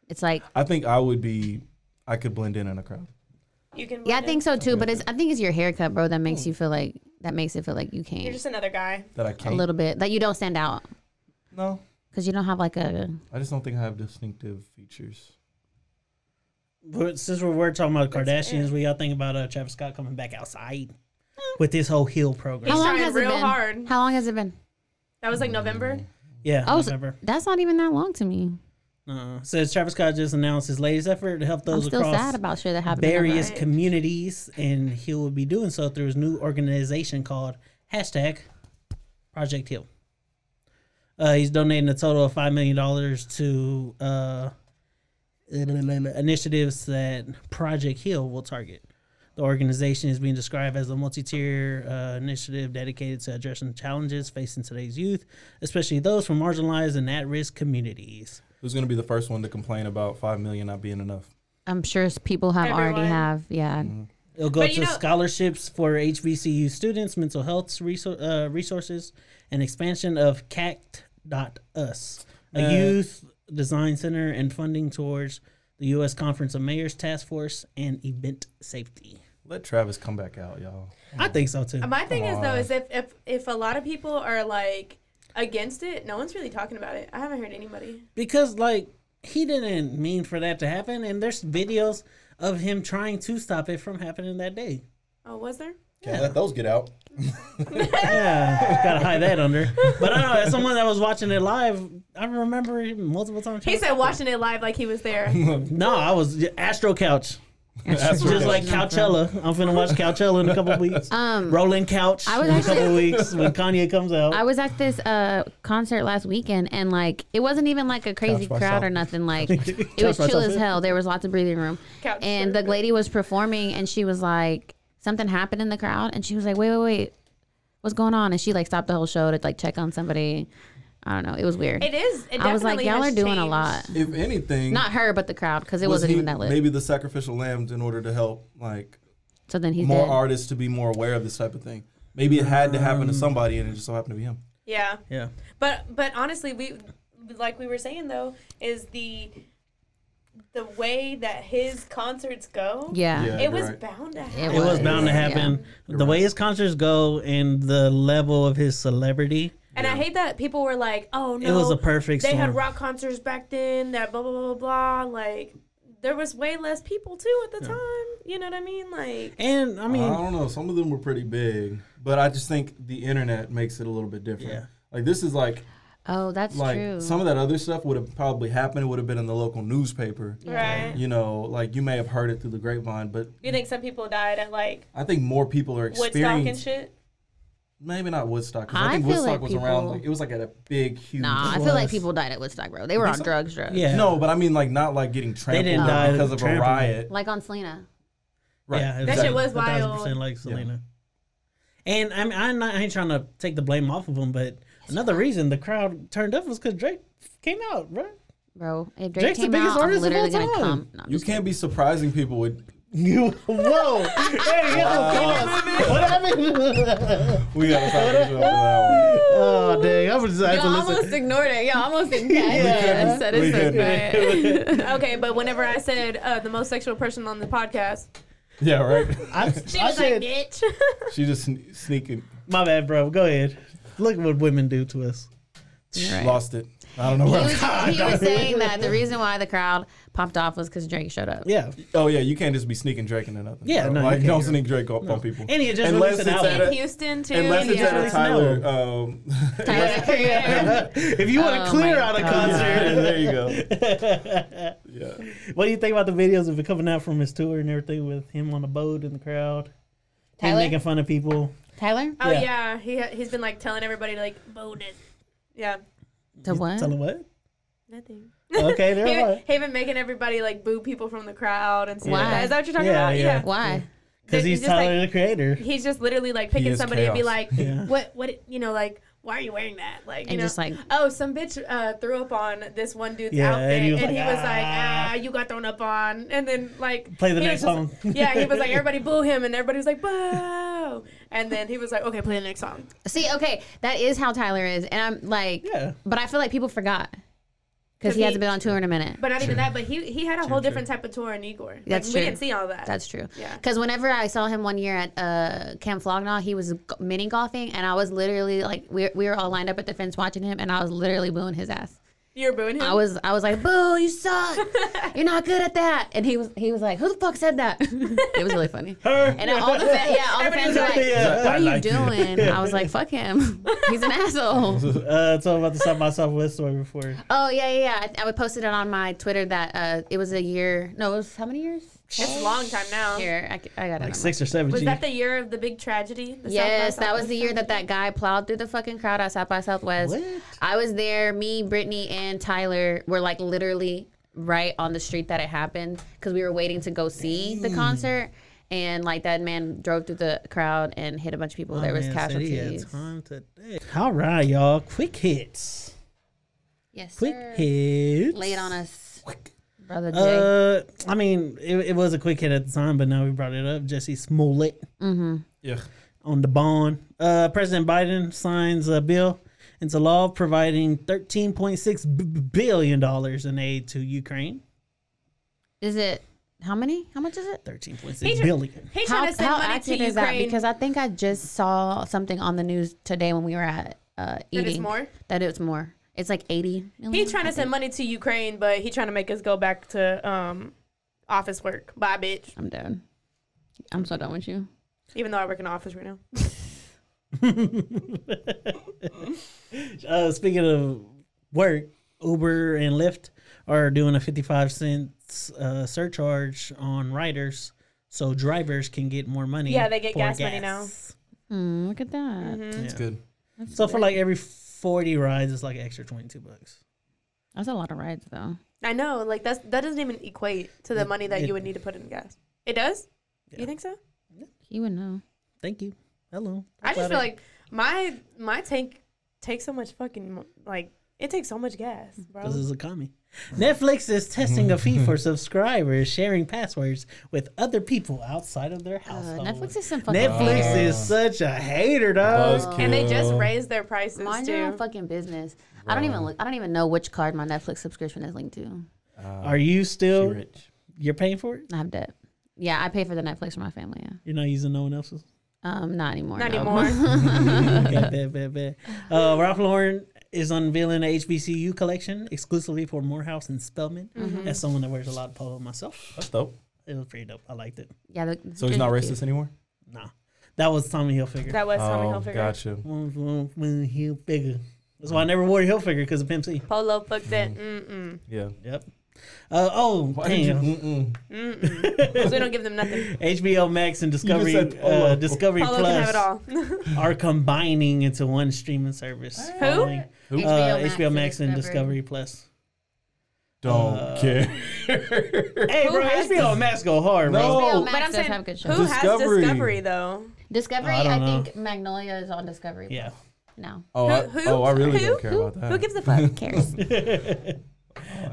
Speaker 2: It's like
Speaker 4: I think I would be, I could blend in in a crowd.
Speaker 3: <laughs> You can.
Speaker 2: yeah, I
Speaker 3: blend
Speaker 2: think
Speaker 3: in.
Speaker 2: so too. But it's I think it's your haircut, bro, that makes you feel like that makes it feel like you
Speaker 3: You're
Speaker 2: can't
Speaker 3: just another guy.
Speaker 4: That I
Speaker 2: a
Speaker 4: can't.
Speaker 2: little bit that you don't stand out
Speaker 4: No,
Speaker 2: because you don't have like a
Speaker 4: I just don't think I have distinctive features.
Speaker 1: But since we're, we're talking about Kardashians, we y'all think about uh, Travis Scott coming back outside with this whole heel program?
Speaker 2: how long
Speaker 3: trying
Speaker 2: has it
Speaker 3: real
Speaker 2: been?
Speaker 3: hard.
Speaker 2: How long has it been?
Speaker 3: That was like November.
Speaker 1: Yeah,
Speaker 2: Oh, so-
Speaker 1: whatever.
Speaker 2: That's not even that long to me.
Speaker 1: Uh, says Travis Scott just announced his latest effort to help
Speaker 2: I'm
Speaker 1: those
Speaker 2: still sad
Speaker 1: across
Speaker 2: about shit that happened. to her.
Speaker 1: various communities, and he will be doing so through his new organization called hashtag Project Heal. Uh, he's donating a total of five million dollars to uh, initiatives that Project Heal will target. The organization is being described as a multi-tier uh, initiative dedicated to addressing challenges facing today's youth, especially those from marginalized and at-risk communities.
Speaker 4: Who's gonna be the first one to complain about five million not being enough?
Speaker 2: I'm sure s- people have already
Speaker 3: Everyone.
Speaker 2: have. Yeah.
Speaker 1: It'll go
Speaker 3: But
Speaker 1: to
Speaker 3: you know-
Speaker 1: scholarships for HBCU students, mental health resor- uh, resources, and expansion of CACT.us, a
Speaker 4: Uh,
Speaker 1: youth design center, and funding towards the U.S. Conference of Mayors Task Force and event safety.
Speaker 4: Let Travis come back out, y'all.
Speaker 1: I think so too.
Speaker 3: My thing is though is if if if a lot of people are like against it, no one's really talking about it. I haven't heard anybody.
Speaker 1: because like he didn't mean for that to happen and there's videos of him trying to stop it from happening that
Speaker 3: <laughs>
Speaker 1: day
Speaker 3: Oh, was there?
Speaker 4: Can't let those get out.
Speaker 1: yeah gotta hide that under but i don't know as someone that was watching it live i remember him multiple times
Speaker 3: He said watching it live like he
Speaker 1: <laughs>
Speaker 3: was there.
Speaker 1: no i was astro couch
Speaker 4: That's
Speaker 1: just like Coachella. I'm finna watch Coachella in a couple weeks.
Speaker 2: Um,
Speaker 1: Rolling Couch
Speaker 2: I was
Speaker 1: in a
Speaker 2: actually-
Speaker 1: couple weeks when Kanye comes out.
Speaker 2: I was at this uh, concert last weekend, and like it wasn't even like a crazy
Speaker 4: Couch by
Speaker 2: crowd or
Speaker 4: South.
Speaker 2: nothing. Like it
Speaker 1: <laughs> Couch
Speaker 2: was
Speaker 1: by
Speaker 2: chill
Speaker 1: South.
Speaker 2: as hell. There was lots of breathing room,
Speaker 3: Couch
Speaker 2: and the
Speaker 3: surfing.
Speaker 2: lady was performing, and she was like, something happened in the crowd, and she was like, wait, wait, wait, what's going on? And she like stopped the whole show to like check on somebody. I don't know. It was weird.
Speaker 3: It is. It
Speaker 2: I was like,
Speaker 3: definitely
Speaker 2: y'all are
Speaker 3: has
Speaker 2: doing a
Speaker 3: changed.
Speaker 2: lot.
Speaker 4: If anything,
Speaker 2: Not her, but the crowd, because it
Speaker 4: was
Speaker 2: wasn't
Speaker 4: he
Speaker 2: even that lit.
Speaker 4: Maybe the sacrificial lambs in order to help like
Speaker 2: so then he's
Speaker 4: more
Speaker 2: dead.
Speaker 4: artists to be more aware of this type of thing. Maybe it had to happen to somebody, and it just so happened to be him.
Speaker 3: Yeah.
Speaker 1: yeah.
Speaker 3: But but honestly, we like we were saying though is the the way that his concerts go.
Speaker 2: yeah.
Speaker 4: Yeah.
Speaker 3: It was
Speaker 4: Right.
Speaker 3: bound to
Speaker 2: It
Speaker 3: happen.
Speaker 1: It was bound to
Speaker 2: Yeah.
Speaker 1: happen. The way his concerts go and the level of his celebrity,
Speaker 3: And I hate that people were like, "Oh no,
Speaker 1: it was a perfect
Speaker 3: They had
Speaker 1: storm.
Speaker 3: rock concerts back then. That blah blah blah blah blah. Like there was way less people too at the time. You know what I mean? Like
Speaker 1: and I
Speaker 4: I
Speaker 1: mean,
Speaker 4: don't know. Some of them were pretty big, but I just think the internet makes it a little bit different.
Speaker 1: Yeah.
Speaker 4: Like this is like
Speaker 2: Oh, that's
Speaker 4: like
Speaker 2: true.
Speaker 4: some of that other stuff would have probably happened. It would have been in the local newspaper.
Speaker 3: Right.
Speaker 4: You know, like you may have heard it through the grapevine, but
Speaker 3: You think some people died at like
Speaker 4: I think more people are
Speaker 3: Woodstock and
Speaker 4: experiencing.
Speaker 3: shit?
Speaker 4: Maybe not Woodstock. 'cause I,
Speaker 2: I
Speaker 4: think
Speaker 2: feel
Speaker 4: Woodstock
Speaker 2: like
Speaker 4: was around.
Speaker 2: people-
Speaker 4: Like, it was like at a big, huge.
Speaker 2: nah, I feel like
Speaker 1: was-
Speaker 2: people died at Woodstock, bro. They were on drugs, drugs.
Speaker 1: Yeah.
Speaker 4: No, but I mean like not like getting trampled
Speaker 1: didn't die
Speaker 4: because of a
Speaker 1: trampled.
Speaker 4: riot.
Speaker 2: Like on Selena.
Speaker 4: Right.
Speaker 1: Yeah,
Speaker 3: That shit was
Speaker 1: a thousand
Speaker 3: wild.
Speaker 1: percent like Selena. And I'm, I'm not, I ain't trying to take the blame off of him, but another reason the crowd turned up was because Drake came out, right?
Speaker 2: Bro, if Drake
Speaker 1: Drake's the
Speaker 2: came
Speaker 1: biggest
Speaker 2: out, I'm
Speaker 1: artist of
Speaker 2: literally
Speaker 1: all
Speaker 2: gonna
Speaker 1: time.
Speaker 2: come. No, I'm
Speaker 4: You
Speaker 2: just kidding.
Speaker 4: can't be surprising people with.
Speaker 1: You whoa! hey, yo, pause. what happened?
Speaker 4: We gotta talk about that one.
Speaker 1: oh dang! I was just I had to listen.
Speaker 3: ignored it. Y'all
Speaker 1: <laughs>
Speaker 3: almost didn't
Speaker 4: Yeah.
Speaker 2: said
Speaker 4: We
Speaker 2: so
Speaker 4: couldn't.
Speaker 3: Okay, but whenever I said uh, the most sexual person on the podcast,
Speaker 4: Yeah, right.
Speaker 1: I, I said,
Speaker 3: bitch. <laughs>
Speaker 4: She just sne- sneaking,
Speaker 1: my bad, bro. Go ahead. Look what women do to us.
Speaker 4: lost it. I don't know
Speaker 2: He
Speaker 4: where. I'm-
Speaker 2: was, he was saying that the reason why the crowd popped off was because Drake showed up.
Speaker 1: Yeah,
Speaker 4: Oh yeah, you can't just be sneaking Drake into nothing.
Speaker 1: Yeah,
Speaker 4: bro.
Speaker 1: no, you
Speaker 4: like
Speaker 1: can't.
Speaker 4: don't sneak Drake up on people.
Speaker 1: And he had just
Speaker 4: unless
Speaker 1: released
Speaker 4: it's
Speaker 1: an
Speaker 4: at
Speaker 1: album.
Speaker 4: a,
Speaker 3: Houston too.
Speaker 4: unless it's at a
Speaker 1: Yeah.
Speaker 4: Tyler. Um,
Speaker 1: if you want
Speaker 2: Oh
Speaker 1: to
Speaker 2: my
Speaker 1: clear out a
Speaker 2: God.
Speaker 1: concert,
Speaker 4: <laughs> there you go. Yeah.
Speaker 1: what do you think about the videos of it coming out from his tour and everything with him on the boat and the crowd, him
Speaker 2: Tyler?
Speaker 1: making fun of people?
Speaker 2: Tyler?
Speaker 3: Oh
Speaker 1: Yeah.
Speaker 3: yeah, he ha- he's been like telling everybody to, like bonus. Yeah,
Speaker 2: To what?
Speaker 1: Tell him what?
Speaker 3: nothing.
Speaker 2: <laughs>
Speaker 1: Okay,
Speaker 3: He,
Speaker 1: they're right.
Speaker 3: he been making everybody like boo people from the crowd and stuff.
Speaker 2: Why?
Speaker 3: Like that. Is that what you're talking
Speaker 1: Yeah,
Speaker 3: about?
Speaker 1: yeah.
Speaker 3: Yeah.
Speaker 2: Why?
Speaker 1: Because he's
Speaker 3: He's just
Speaker 1: Tyler
Speaker 3: like-
Speaker 1: the Creator.
Speaker 3: He's just literally like
Speaker 4: He
Speaker 3: picking
Speaker 4: is
Speaker 3: somebody and be
Speaker 4: chaos.
Speaker 3: like,
Speaker 1: Yeah.
Speaker 3: what, what, you know, like, why are you wearing that? Like, you
Speaker 2: And
Speaker 3: know,
Speaker 2: just like-
Speaker 3: oh, some bitch uh, threw up on this one dude's
Speaker 1: Yeah,
Speaker 3: outfit, and he was, like,
Speaker 1: "Ah."
Speaker 3: ah. you got thrown up on, and then like
Speaker 1: Play the
Speaker 3: he
Speaker 1: next
Speaker 3: was just-
Speaker 1: song.
Speaker 3: <laughs> yeah, he was like, everybody boo him, and everybody was like, boo, and then he was like, okay, play the next song.
Speaker 2: See, okay, that is how Tyler is. And I'm like,
Speaker 1: Yeah.
Speaker 2: but I feel like people forgot because
Speaker 3: 'Cause
Speaker 2: he,
Speaker 3: he-
Speaker 2: hasn't been on tour in a minute.
Speaker 3: But not even that, but he he had a whole different type of tour in Igor. Like,
Speaker 2: That's
Speaker 3: we
Speaker 2: true.
Speaker 3: didn't see all that.
Speaker 2: That's true.
Speaker 3: Yeah.
Speaker 2: Because whenever I saw him one year at uh, Camp Flognaw, he was g- mini golfing, and I was literally like, we we were all lined up at the fence watching him, and I was literally booing his ass.
Speaker 3: You're booing him.
Speaker 2: I was I was like, "Boo, you suck! You're not good at that." And he was he was like, "Who the fuck said that?" <laughs> it was really funny.
Speaker 1: Her.
Speaker 2: And all the fa- yeah, all the fans were
Speaker 1: <laughs>
Speaker 2: like,
Speaker 1: Yeah.
Speaker 2: "What are you
Speaker 4: like
Speaker 2: doing?" I was like, "Fuck him! <laughs> He's an asshole."
Speaker 1: <laughs> Uh, tell him about the South by Southwest story before.
Speaker 2: Oh yeah, yeah, yeah. I, I posted it on my Twitter that uh, it was a year. No, it was how many years?
Speaker 3: it's a long time now.
Speaker 2: Here, I, c- I got it.
Speaker 1: Like
Speaker 2: on my-
Speaker 1: six or seven.
Speaker 3: Was
Speaker 1: G.
Speaker 3: that the year of the big tragedy? The South by
Speaker 2: Yes, that was
Speaker 3: Southwest
Speaker 2: the year that that guy plowed through the fucking crowd at South by Southwest.
Speaker 1: What?
Speaker 2: I was there. Me, Brittany, and Tyler were like literally right on the street that it happened because we were waiting to go see the concert. And like that man drove through the crowd and hit a bunch of people. there was
Speaker 1: Man said he had
Speaker 2: casualties.
Speaker 1: time today. All right, y'all. Quick hits.
Speaker 2: Yes,
Speaker 1: Quick
Speaker 2: sir.
Speaker 1: hits.
Speaker 2: Lay it on us, brother Jay.
Speaker 1: Uh, I mean, it, it was a quick hit at the time, but now we brought it up. Jesse Smollett
Speaker 4: Yeah.
Speaker 1: on the bond. Uh, President Biden signs a bill into law providing thirteen point six billion dollars in aid to Ukraine.
Speaker 2: is it how many? How much is it?
Speaker 1: Thirteen point
Speaker 3: He
Speaker 1: six
Speaker 3: tr-
Speaker 1: billion.
Speaker 3: He tried
Speaker 2: How,
Speaker 3: to send
Speaker 2: how
Speaker 3: money to
Speaker 2: active
Speaker 3: Ukraine.
Speaker 2: is that? Because I think I just saw something on the news today when we were at uh, eating.
Speaker 3: it's more?
Speaker 2: That it's more. It's like eighty.
Speaker 3: He's trying to send money to Ukraine, but he's trying to make us go back to um, office work. Bye, bitch.
Speaker 2: I'm done. I'm so done with you.
Speaker 3: Even though I work in an office right now.
Speaker 1: Uh, speaking of work, Uber and Lyft are doing a 55 cents uh, surcharge on riders so drivers can get more money.
Speaker 3: Yeah, they get
Speaker 1: for
Speaker 3: gas money now.
Speaker 2: Mm, look at that.
Speaker 3: Mm-hmm.
Speaker 4: It's good.
Speaker 1: So for like every 40 rides, it's like an extra 22 bucks.
Speaker 2: That's a lot of rides though.
Speaker 3: I know, like that's that doesn't even equate to the money that
Speaker 1: it-
Speaker 3: you would need to put in gas. It does? You think so?
Speaker 2: You would know.
Speaker 1: Thank you. Hello.
Speaker 3: I just
Speaker 1: About
Speaker 3: feel
Speaker 1: it.
Speaker 3: like my my tank takes so much fucking mo- like it takes so much gas, bro.
Speaker 1: This is a commie. Netflix is testing a fee for <laughs> subscribers sharing passwords with other people outside of their
Speaker 2: Uh,
Speaker 1: household.
Speaker 2: Netflix is some fucking.
Speaker 1: Netflix
Speaker 2: haters.
Speaker 1: is such a hater, dog.
Speaker 4: Buzzkill.
Speaker 3: And they just raised their prices
Speaker 2: Mind your own
Speaker 3: too.
Speaker 2: fucking business. I don't even look. I don't even know which card my Netflix subscription is linked to.
Speaker 1: Are you
Speaker 4: She
Speaker 1: still?
Speaker 4: rich.
Speaker 1: You're paying for it?
Speaker 2: I have debt. Yeah, I pay for the Netflix for my family. Yeah.
Speaker 1: You're not using no one else's? <laughs>
Speaker 2: Um, not anymore.
Speaker 3: Not
Speaker 2: no.
Speaker 3: anymore.
Speaker 1: okay, bad, bad, bad. Uh, Ralph Lauren is unveiling a HBCU collection exclusively for Morehouse and Spelman.
Speaker 3: Mm-hmm.
Speaker 1: As someone that wears a lot of polo myself,
Speaker 4: That's dope.
Speaker 1: it was pretty dope. I liked it.
Speaker 2: <laughs> yeah. The,
Speaker 4: So he's not racist anymore. Oh,
Speaker 1: Nah, that was Tommy Hilfiger. Oh,
Speaker 3: that was Tommy Hilfiger.
Speaker 4: gotcha.
Speaker 1: When- when- when he bigger. That's why I never wore a heel figure because of Pimp C.
Speaker 3: Polo fucked it.
Speaker 1: Mm.
Speaker 3: Mm-mm.
Speaker 4: Yeah.
Speaker 1: Yep. Uh, oh,
Speaker 4: Why did you?
Speaker 1: damn.
Speaker 4: Mm-mm.
Speaker 3: Because we don't give them <laughs> nothing.
Speaker 1: HBO Max and Discovery
Speaker 4: said Polo.
Speaker 1: uh, Discovery
Speaker 3: Polo can have
Speaker 1: Plus
Speaker 3: it all. <laughs>
Speaker 1: are combining into one streaming service. Following,
Speaker 4: Who?
Speaker 1: Uh, HBO Max and Discovery Plus.
Speaker 4: Don't care.
Speaker 1: <laughs> Hey, bro,
Speaker 3: has
Speaker 1: HBO Max go hard, bro.
Speaker 4: No.
Speaker 2: HBO
Speaker 4: Oh,
Speaker 2: Max
Speaker 3: But I'm
Speaker 2: does
Speaker 3: saying,
Speaker 2: have good
Speaker 3: who
Speaker 2: shows.
Speaker 3: has
Speaker 4: Discovery.
Speaker 3: Discovery though?
Speaker 2: Discovery,
Speaker 1: I
Speaker 2: I,
Speaker 1: don't know.
Speaker 2: think Magnolia is on Discovery.
Speaker 1: Yeah.
Speaker 2: No.
Speaker 4: Oh, I,
Speaker 3: Who-
Speaker 4: oh, I really
Speaker 3: who-
Speaker 4: don't care about that.
Speaker 3: Who gives a
Speaker 4: <laughs>
Speaker 3: fuck?
Speaker 2: Cares.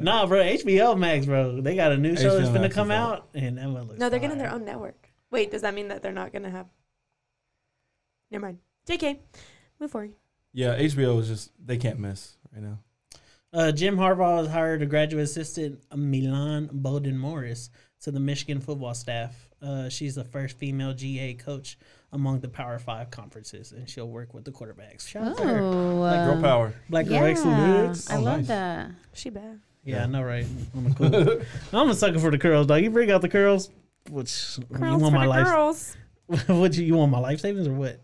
Speaker 1: Nah, bro, HBO Max, bro. They got a new show
Speaker 4: HBO
Speaker 1: that's finna
Speaker 4: Max
Speaker 1: come
Speaker 4: is out.
Speaker 1: out, and that one looks
Speaker 3: No, they're getting
Speaker 1: fire.
Speaker 3: their own network. Wait, does that mean that they're not gonna have? Never mind. Jk, move forward.
Speaker 4: yeah, HBO is just they can't miss right now.
Speaker 1: Uh, Jim Harbaugh has hired a graduate assistant, Milan Bowden Morris, to the Michigan football staff. Uh, she's the first female GA coach among the Power Five conferences, and she'll work with the quarterbacks. Shout out to
Speaker 3: Oh,
Speaker 1: her.
Speaker 2: Like
Speaker 4: Girl power.
Speaker 1: Black girl
Speaker 2: uh, Yeah,
Speaker 1: excellence.
Speaker 2: I
Speaker 4: Oh,
Speaker 2: love
Speaker 4: nice.
Speaker 2: that.
Speaker 3: She bad.
Speaker 1: Yeah, I know, right? I'm a, cool. <laughs> I'm a sucker for the curls, dog. You bring out the curls, which you
Speaker 3: Girls
Speaker 1: want
Speaker 3: for
Speaker 1: my
Speaker 3: the
Speaker 1: life?
Speaker 3: girls.
Speaker 1: <laughs> what you, you want my life savings or
Speaker 4: <laughs>
Speaker 1: what?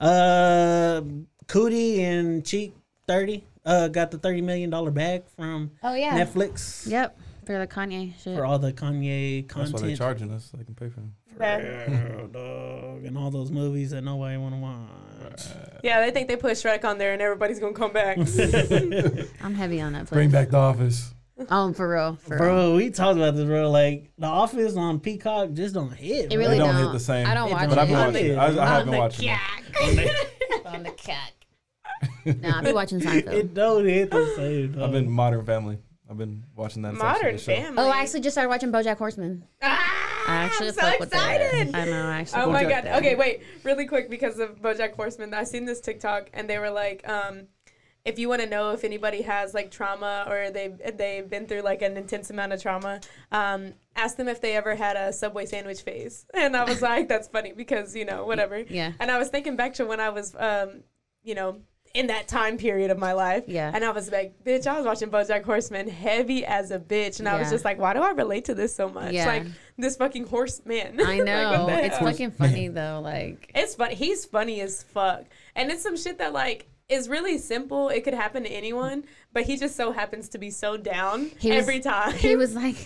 Speaker 1: uh, Cootie and Cheek Thirty uh got the thirty million dollar bag from
Speaker 2: Oh yeah.
Speaker 1: Netflix
Speaker 2: Yep. For the Kanye shit.
Speaker 1: for all the Kanye
Speaker 4: That's why they're
Speaker 1: content
Speaker 4: charging us. They can pay for them.
Speaker 3: Bad.
Speaker 1: dog, and all those movies that nobody want to watch.
Speaker 3: Yeah, they think they put Shrek on there and everybody's gonna come <laughs> back.
Speaker 2: I'm heavy on Netflix.
Speaker 4: Bring back the office.
Speaker 2: Oh, for real. For real.
Speaker 1: Bro, we talked about this, bro. Like the Office on Peacock just don't hit.
Speaker 2: It
Speaker 1: bro.
Speaker 2: really
Speaker 4: they don't,
Speaker 2: don't.
Speaker 4: hit the same.
Speaker 2: I don't watch
Speaker 4: But I've been
Speaker 2: it.
Speaker 4: watching. it. I, I haven't
Speaker 2: the
Speaker 4: watched it.
Speaker 2: on the cat.
Speaker 4: <laughs>
Speaker 2: nah, I be watching Seinfeld.
Speaker 1: It don't hit the same.
Speaker 4: I've
Speaker 1: dog.
Speaker 4: been Modern Family. I've been watching that. section
Speaker 3: Modern
Speaker 4: of the show.
Speaker 3: Family.
Speaker 2: Oh, I actually just started watching BoJack Horseman.
Speaker 3: Ah,
Speaker 2: I actually
Speaker 3: I'm so
Speaker 2: fuck with that.
Speaker 3: excited.
Speaker 2: I know. I actually.
Speaker 3: Oh my
Speaker 2: fuck with
Speaker 3: god.
Speaker 2: that.
Speaker 3: Okay, wait, really quick because of BoJack Horseman. I seen this TikTok and they were like, um, if you want to know if anybody has like trauma or they they've been through like an intense amount of trauma, um, ask them if they ever had a Subway sandwich phase. <laughs> And I was like, that's funny because you know whatever.
Speaker 2: Yeah.
Speaker 3: And I was thinking back to when I was, um, you know. In that time period of my life,
Speaker 2: Yeah.
Speaker 3: and I was like, "Bitch, I was watching BoJack Horseman, heavy as a bitch," and I was
Speaker 2: Yeah.
Speaker 3: just like, "Why do I relate to this so much?
Speaker 2: Yeah.
Speaker 3: Like this fucking horseman." <laughs>
Speaker 2: I know. it's fucking funny though. Like
Speaker 3: It's fun. He's funny as fuck, and it's some shit that like is really simple. It could happen to anyone, but he just so happens to be so down
Speaker 2: He was-
Speaker 3: every time.
Speaker 2: he was like,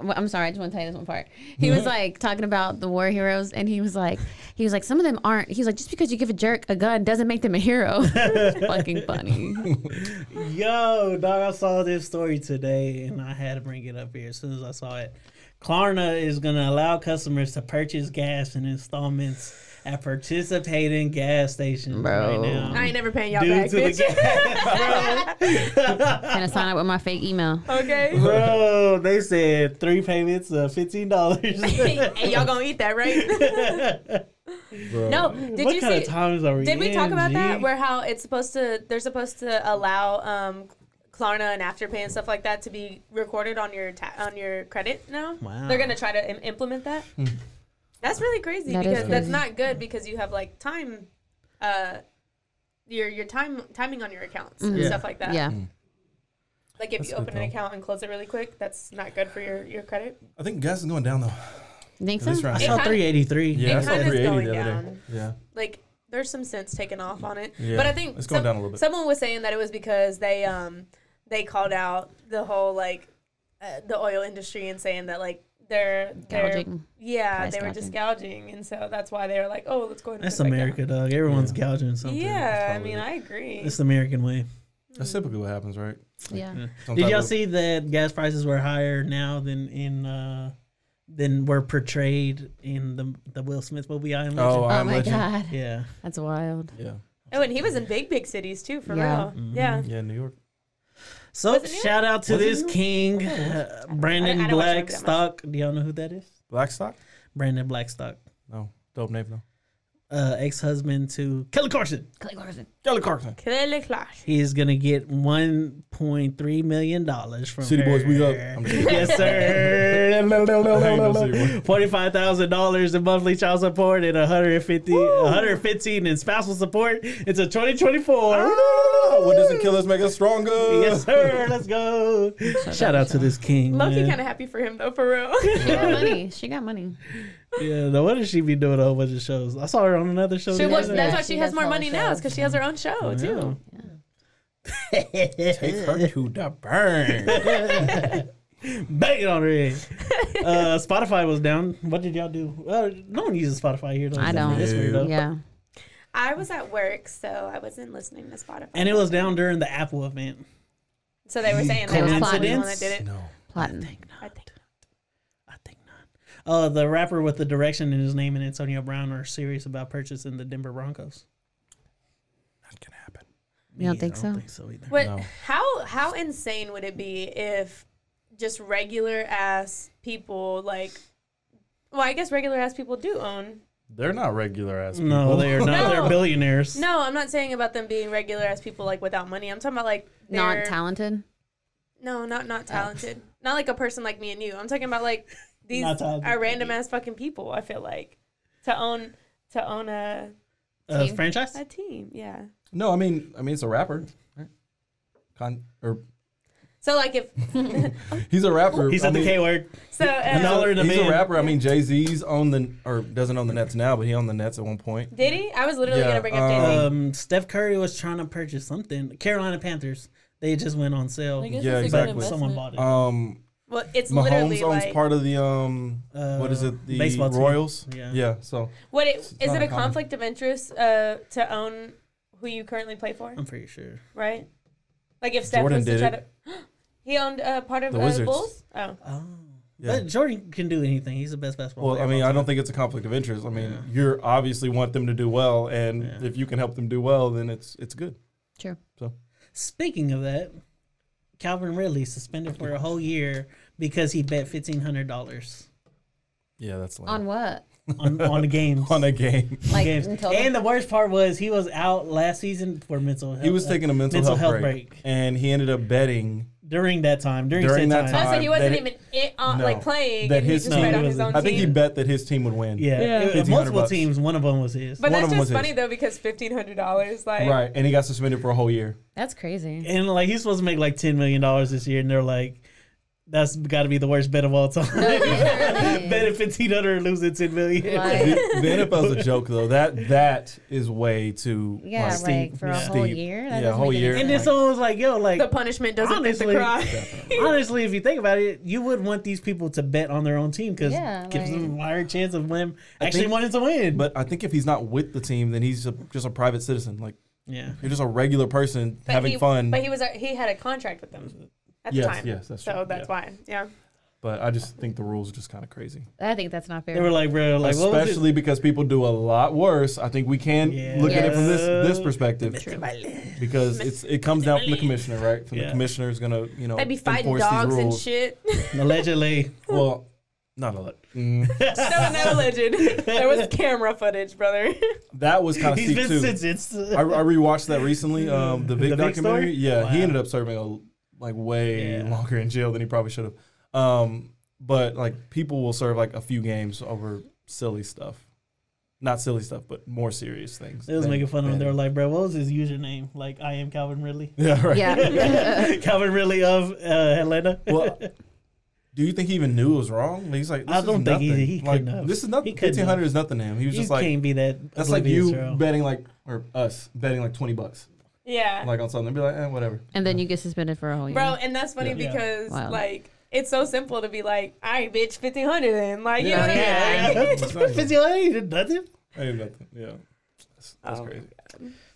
Speaker 2: well, I'm sorry, I just want to tell you this one part. He was like talking about the war heroes, and he was like, he was like, some of them aren't. He was like, just because you give a jerk a gun doesn't make them a hero. fucking funny.
Speaker 1: Yo, dog, I saw this story today and I had to bring it up here as soon as I saw it. Klarna is going to allow customers to purchase gas in installments at participating gas stations
Speaker 2: Bro.
Speaker 1: right now.
Speaker 3: <laughs> I ain't never paying y'all
Speaker 1: Due
Speaker 3: back,
Speaker 1: to the
Speaker 3: bitch. <laughs>
Speaker 1: gas,
Speaker 2: Kind of sign up with my fake email.
Speaker 3: <laughs>
Speaker 1: <laughs>
Speaker 3: okay.
Speaker 1: bro. bro, they said three payments of fifteen dollars.
Speaker 3: and y'all gonna eat that, right? no.
Speaker 1: <laughs>
Speaker 3: Did
Speaker 1: what
Speaker 3: you
Speaker 1: kind
Speaker 3: see?
Speaker 1: of times are we?
Speaker 3: Did we
Speaker 1: in,
Speaker 3: talk about that?
Speaker 1: G?
Speaker 3: Where how it's supposed to? They're supposed to allow um, Klarna and Afterpay and stuff like that to be recorded on your ta- on your credit now.
Speaker 1: Wow. Hmm.
Speaker 3: They're gonna try to im- implement that. That's really crazy
Speaker 2: That is
Speaker 3: because that's
Speaker 2: crazy.
Speaker 3: not good because you have like time, uh, your your time timing on your accounts and
Speaker 1: Yeah.
Speaker 3: stuff like that.
Speaker 2: Yeah.
Speaker 3: Like if
Speaker 4: That's
Speaker 3: you
Speaker 4: good
Speaker 3: open an
Speaker 4: though.
Speaker 3: account and close it really quick, that's not good for your your credit.
Speaker 4: I think gas is going down though.
Speaker 2: You think
Speaker 4: At least
Speaker 2: so?
Speaker 4: around
Speaker 1: I
Speaker 4: here.
Speaker 1: saw
Speaker 3: kinda-
Speaker 1: three eighty three.
Speaker 4: Yeah, I saw
Speaker 3: kinda is
Speaker 4: 380 the
Speaker 3: going
Speaker 4: other day.
Speaker 3: down.
Speaker 4: Yeah.
Speaker 3: like there's some sense taken off on it.
Speaker 4: Yeah,
Speaker 3: but I think
Speaker 4: it's going down a little bit.
Speaker 3: Someone was saying that it was because they um they called out the whole like uh, the oil industry and saying that like they're they're
Speaker 2: Gouging.
Speaker 3: yeah
Speaker 2: Price
Speaker 3: they were just gouging and so that's why they were like oh let's go ahead and
Speaker 1: That's
Speaker 3: put it back
Speaker 1: America, dog. Everyone's gouging
Speaker 3: down.
Speaker 1: something.
Speaker 3: Yeah, I
Speaker 4: probably
Speaker 3: mean
Speaker 4: it.
Speaker 3: I agree.
Speaker 1: it's the American way.
Speaker 4: That's typically what happens, right?
Speaker 2: Yeah.
Speaker 4: Some
Speaker 1: Did
Speaker 4: type
Speaker 1: y'all
Speaker 4: of-
Speaker 1: see that gas prices were higher now than in uh, than were portrayed in the the Will Smith movie? I am
Speaker 4: Oh,
Speaker 1: Legend?
Speaker 2: Oh
Speaker 4: I'm
Speaker 2: my
Speaker 4: Legend.
Speaker 2: god,
Speaker 1: yeah.
Speaker 2: that's wild.
Speaker 4: Yeah.
Speaker 3: Oh, and he was in big big cities too for
Speaker 2: Yeah.
Speaker 3: real.
Speaker 1: Mm-hmm.
Speaker 3: Yeah.
Speaker 4: Yeah, New York.
Speaker 1: So
Speaker 3: Wasn't it?
Speaker 1: shout out to this king, uh, Brandon
Speaker 3: I- I don't watch it that
Speaker 1: Blackstock. Do y'all know who that is?
Speaker 4: Blackstock?
Speaker 1: Brandon Blackstock,
Speaker 4: No. Dope name though.
Speaker 1: uh, ex husband to Kelly Carson.
Speaker 2: Clay Carson.
Speaker 4: Kelly Clarkson.
Speaker 3: Clearly clash.
Speaker 1: He is gonna get one point three million dollars from
Speaker 4: City Boys, we up.
Speaker 1: her.
Speaker 4: I'm just kidding.
Speaker 1: Yes, sir.
Speaker 4: <laughs> I ain't no City Boy.
Speaker 1: Forty-five thousand dollars in monthly child support and 150, 115 in spousal support. It's a twenty
Speaker 3: Oh,
Speaker 1: twenty-four.
Speaker 4: Ah, What doesn't kill us make us stronger?
Speaker 1: <laughs> Yes, sir. Let's go. Shout out to this king.
Speaker 3: Loki
Speaker 1: man.
Speaker 3: kind of happy for him though for
Speaker 1: <laughs>
Speaker 3: real.
Speaker 2: She got money. She got money.
Speaker 1: Yeah. Now, what does she be doing? A whole bunch of shows. I saw her on another show.
Speaker 3: she
Speaker 1: the
Speaker 3: was,
Speaker 1: other
Speaker 3: that's
Speaker 1: day.
Speaker 3: why
Speaker 2: she
Speaker 3: she has
Speaker 2: does
Speaker 3: more
Speaker 2: have a
Speaker 3: money
Speaker 2: show.
Speaker 3: now is because she has her own show too.
Speaker 1: Yeah.
Speaker 4: <laughs> Take her to the
Speaker 1: <laughs>
Speaker 4: burn.
Speaker 1: Bang it on her head. Uh, Spotify was down. What did y'all do? Uh, no one uses Spotify here.
Speaker 2: I don't.
Speaker 1: It's weird though.
Speaker 2: Yeah.
Speaker 3: I was at work, so I wasn't listening to Spotify.
Speaker 1: And it was down during the Apple event.
Speaker 3: so they were saying that was the one that
Speaker 1: Coincidence?
Speaker 3: did it.
Speaker 4: No.
Speaker 2: Plotting.
Speaker 3: I think.
Speaker 1: I think not. Uh, the rapper with the direction in his name and Antonio Brown are serious about purchasing the Denver Broncos.
Speaker 4: Not gonna happen.
Speaker 2: You don't think
Speaker 1: I don't
Speaker 2: so?
Speaker 1: think so either.
Speaker 3: What?
Speaker 4: No.
Speaker 3: How how insane would it be if just regular ass people like? Well, I guess regular ass people do own.
Speaker 4: They're not regular ass people.
Speaker 1: No, they are
Speaker 4: <laughs>
Speaker 1: not.
Speaker 3: No.
Speaker 1: They're billionaires.
Speaker 3: No, I'm not saying about them being regular ass people like without money. I'm talking about like
Speaker 2: Not
Speaker 3: they're-
Speaker 2: talented.
Speaker 3: No, not not talented. Not like a person like me and you. I'm talking
Speaker 4: <laughs>
Speaker 3: about like these
Speaker 1: Not talented.
Speaker 3: are random ass fucking people. I feel like to own to own a
Speaker 1: Uh, franchise?
Speaker 3: a team. Yeah.
Speaker 4: No, I mean, I mean, it's a rapper. right? Con or
Speaker 3: So like if <laughs>
Speaker 4: he's a rapper.
Speaker 1: He
Speaker 4: I
Speaker 1: said the
Speaker 4: mean,
Speaker 1: K word.
Speaker 3: so
Speaker 4: he's
Speaker 3: uh,
Speaker 1: Another-
Speaker 4: a,
Speaker 1: in the
Speaker 4: he's a
Speaker 1: band.
Speaker 4: rapper. I mean, Jay Z's on the or doesn't own the Nets now, but he owned the Nets at one point.
Speaker 3: did he? I was literally
Speaker 4: Yeah, uh,
Speaker 3: gonna bring up Jay Z.
Speaker 1: Um, Steph Curry was trying to purchase something. Carolina Panthers. They just went on sale.
Speaker 4: guess Yeah, it's a good
Speaker 1: But
Speaker 4: exactly.
Speaker 1: someone bought it.
Speaker 4: Um,
Speaker 3: well, it's
Speaker 4: Mahomes
Speaker 3: literally
Speaker 4: owns
Speaker 3: like
Speaker 4: part of the um, what is
Speaker 1: Uh,
Speaker 4: it? The
Speaker 1: baseball team.
Speaker 4: Royals.
Speaker 1: Yeah.
Speaker 4: Yeah. So
Speaker 3: what it, is
Speaker 4: not
Speaker 3: it a
Speaker 4: uncommon.
Speaker 3: conflict of interest uh, to own who you currently play for?
Speaker 1: I'm pretty sure.
Speaker 3: Right. Like if Steph
Speaker 4: Um, Jordan
Speaker 3: was to
Speaker 4: did
Speaker 3: try to. <gasps>
Speaker 4: it.
Speaker 3: He owned uh, part of
Speaker 4: The
Speaker 3: the uh,
Speaker 4: Wizards.
Speaker 3: Bulls. Oh,
Speaker 1: Oh.
Speaker 4: Yeah.
Speaker 1: But Jordan can do anything. He's the best basketball
Speaker 4: Well,
Speaker 1: player.
Speaker 4: I mean, I don't think it's a conflict of interest. I mean, you're obviously want them to do well, and if you can help them do well, then it's it's good.
Speaker 2: True.
Speaker 4: So
Speaker 1: Speaking of that, Calvin Ridley suspended for a whole year because he bet $1,500
Speaker 4: yeah, that's like
Speaker 2: On what?
Speaker 1: on, on the games.
Speaker 4: <laughs> on a game.
Speaker 2: Like
Speaker 1: games.
Speaker 2: in total?
Speaker 1: And the worst part was he was out last season for mental health.
Speaker 4: He was
Speaker 1: uh,
Speaker 4: taking a mental, health, break, and he ended up betting.
Speaker 1: during that time. During,
Speaker 4: During
Speaker 1: said
Speaker 4: that
Speaker 1: time.
Speaker 3: oh so
Speaker 4: Uh,
Speaker 3: he wasn't
Speaker 4: that-
Speaker 3: even it, uh,
Speaker 4: no.
Speaker 3: like playing.
Speaker 4: That
Speaker 3: and he
Speaker 4: his
Speaker 3: just
Speaker 1: team-
Speaker 3: bet on
Speaker 1: No,
Speaker 3: his own
Speaker 4: I think he
Speaker 3: team.
Speaker 4: bet that his team would win.
Speaker 1: Yeah, it-
Speaker 4: $1,500
Speaker 1: multiple
Speaker 4: bucks.
Speaker 1: teams. One of them was his.
Speaker 3: But
Speaker 4: One of
Speaker 3: that's
Speaker 4: them was
Speaker 3: just
Speaker 4: his.
Speaker 3: funny though because fifteen hundred dollars, like
Speaker 4: Right, and he got suspended for a whole year.
Speaker 1: <laughs>
Speaker 2: That's crazy.
Speaker 1: and like he's supposed to make like ten million dollars this year, and they're like, "That's got to be the worst bet of all time." <laughs> bet at fifteen hundred and losing ten million.
Speaker 4: The,
Speaker 2: Like,
Speaker 4: the NFL's a joke though. That that is way too
Speaker 2: yeah,
Speaker 4: like,
Speaker 2: like,
Speaker 1: Steve,
Speaker 2: for a
Speaker 1: yeah.
Speaker 2: whole
Speaker 4: Steve.
Speaker 2: year. That
Speaker 4: Yeah,
Speaker 2: doesn't
Speaker 4: whole
Speaker 2: make any
Speaker 4: year.
Speaker 1: <laughs> And
Speaker 2: sense.
Speaker 1: then someone was like, "Yo, like
Speaker 3: the punishment doesn't
Speaker 1: honestly,
Speaker 3: fit the crime.
Speaker 1: honestly, if you think about it, you would want these people to bet on their own team because
Speaker 2: Yeah,
Speaker 1: gives
Speaker 2: like-
Speaker 1: them a higher chance of them actually
Speaker 4: think-
Speaker 1: wanting to win."
Speaker 4: But I think if he's not with the team, then he's a, just a private citizen. Like
Speaker 1: yeah,
Speaker 4: you're just a regular person
Speaker 3: <laughs> But
Speaker 4: having
Speaker 3: he,
Speaker 4: fun.
Speaker 3: But he was he had a contract with them at
Speaker 4: Yes,
Speaker 3: the time.
Speaker 4: yes, that's
Speaker 3: so
Speaker 4: true,
Speaker 3: that's
Speaker 4: yeah.
Speaker 3: why. Yeah.
Speaker 4: But I just think the rules are just kind of crazy.
Speaker 2: I think that's not fair.
Speaker 1: they were like, "Bro, like what was it?"
Speaker 4: Especially because people do a lot worse. I think we can
Speaker 1: Yeah.
Speaker 4: look at it from this
Speaker 1: Yes.
Speaker 4: this perspective. Because it's it comes down from the commissioner, right? From
Speaker 1: Yeah.
Speaker 4: the commissioner is gonna, you know,
Speaker 3: They'd be fighting
Speaker 4: enforce
Speaker 3: dogs
Speaker 4: these
Speaker 3: and
Speaker 4: rules.
Speaker 3: shit.
Speaker 4: <laughs>
Speaker 3: <laughs>
Speaker 1: allegedly.
Speaker 4: Well, not a lot. Mm.
Speaker 3: that was
Speaker 4: <laughs>
Speaker 3: not alleged. There was camera footage, brother. <laughs>
Speaker 4: that was kind
Speaker 1: <laughs>
Speaker 4: of
Speaker 1: He's
Speaker 4: sick
Speaker 1: been
Speaker 4: too.
Speaker 1: sentenced.
Speaker 4: I, I rewatched that recently.
Speaker 1: <laughs>
Speaker 4: Um, the Vic
Speaker 1: The Vic
Speaker 4: documentary.
Speaker 1: story?
Speaker 4: yeah,
Speaker 1: Wow.
Speaker 4: he ended up serving a, like way
Speaker 1: Yeah.
Speaker 4: longer in jail than he probably should have. Um, but like people will serve like a few games over silly stuff, not silly stuff, but more serious things.
Speaker 1: They was
Speaker 4: than-
Speaker 1: making fun of him.
Speaker 4: than-
Speaker 1: They
Speaker 4: <laughs>
Speaker 1: were like, "Bro, what was his username?" Like, I am Calvin Ridley. <laughs>
Speaker 4: yeah, right.
Speaker 2: yeah.
Speaker 1: Calvin Ridley of uh, Atlanta. <laughs>
Speaker 4: Well, do you think he even knew it was wrong? Like, He's like, this
Speaker 1: I
Speaker 4: is
Speaker 1: don't think he-
Speaker 4: nothing.
Speaker 1: he
Speaker 4: like,
Speaker 1: couldn't have.
Speaker 4: This is
Speaker 1: He
Speaker 4: nothing.
Speaker 1: couldn't
Speaker 4: Fifteen hundred is nothing to him. He was
Speaker 1: you
Speaker 4: just like,
Speaker 1: can't be that.
Speaker 4: that's like you
Speaker 1: oblivious, bro.
Speaker 4: betting like or us betting like twenty bucks
Speaker 3: Yeah.
Speaker 4: like on something. Be like, eh, whatever.
Speaker 2: and then you get suspended for a whole year.
Speaker 3: Bro, and that's funny
Speaker 1: Yeah.
Speaker 3: because
Speaker 2: Wow.
Speaker 3: like it's so simple to be like, all right, bitch, fifteen hundred then. Like, you know what I mean?
Speaker 1: Yeah. <laughs>
Speaker 4: Exactly.
Speaker 1: Fifty dollars ain't did nothing.
Speaker 4: Ain't nothing. Yeah. That's, that's
Speaker 3: Oh.
Speaker 4: crazy.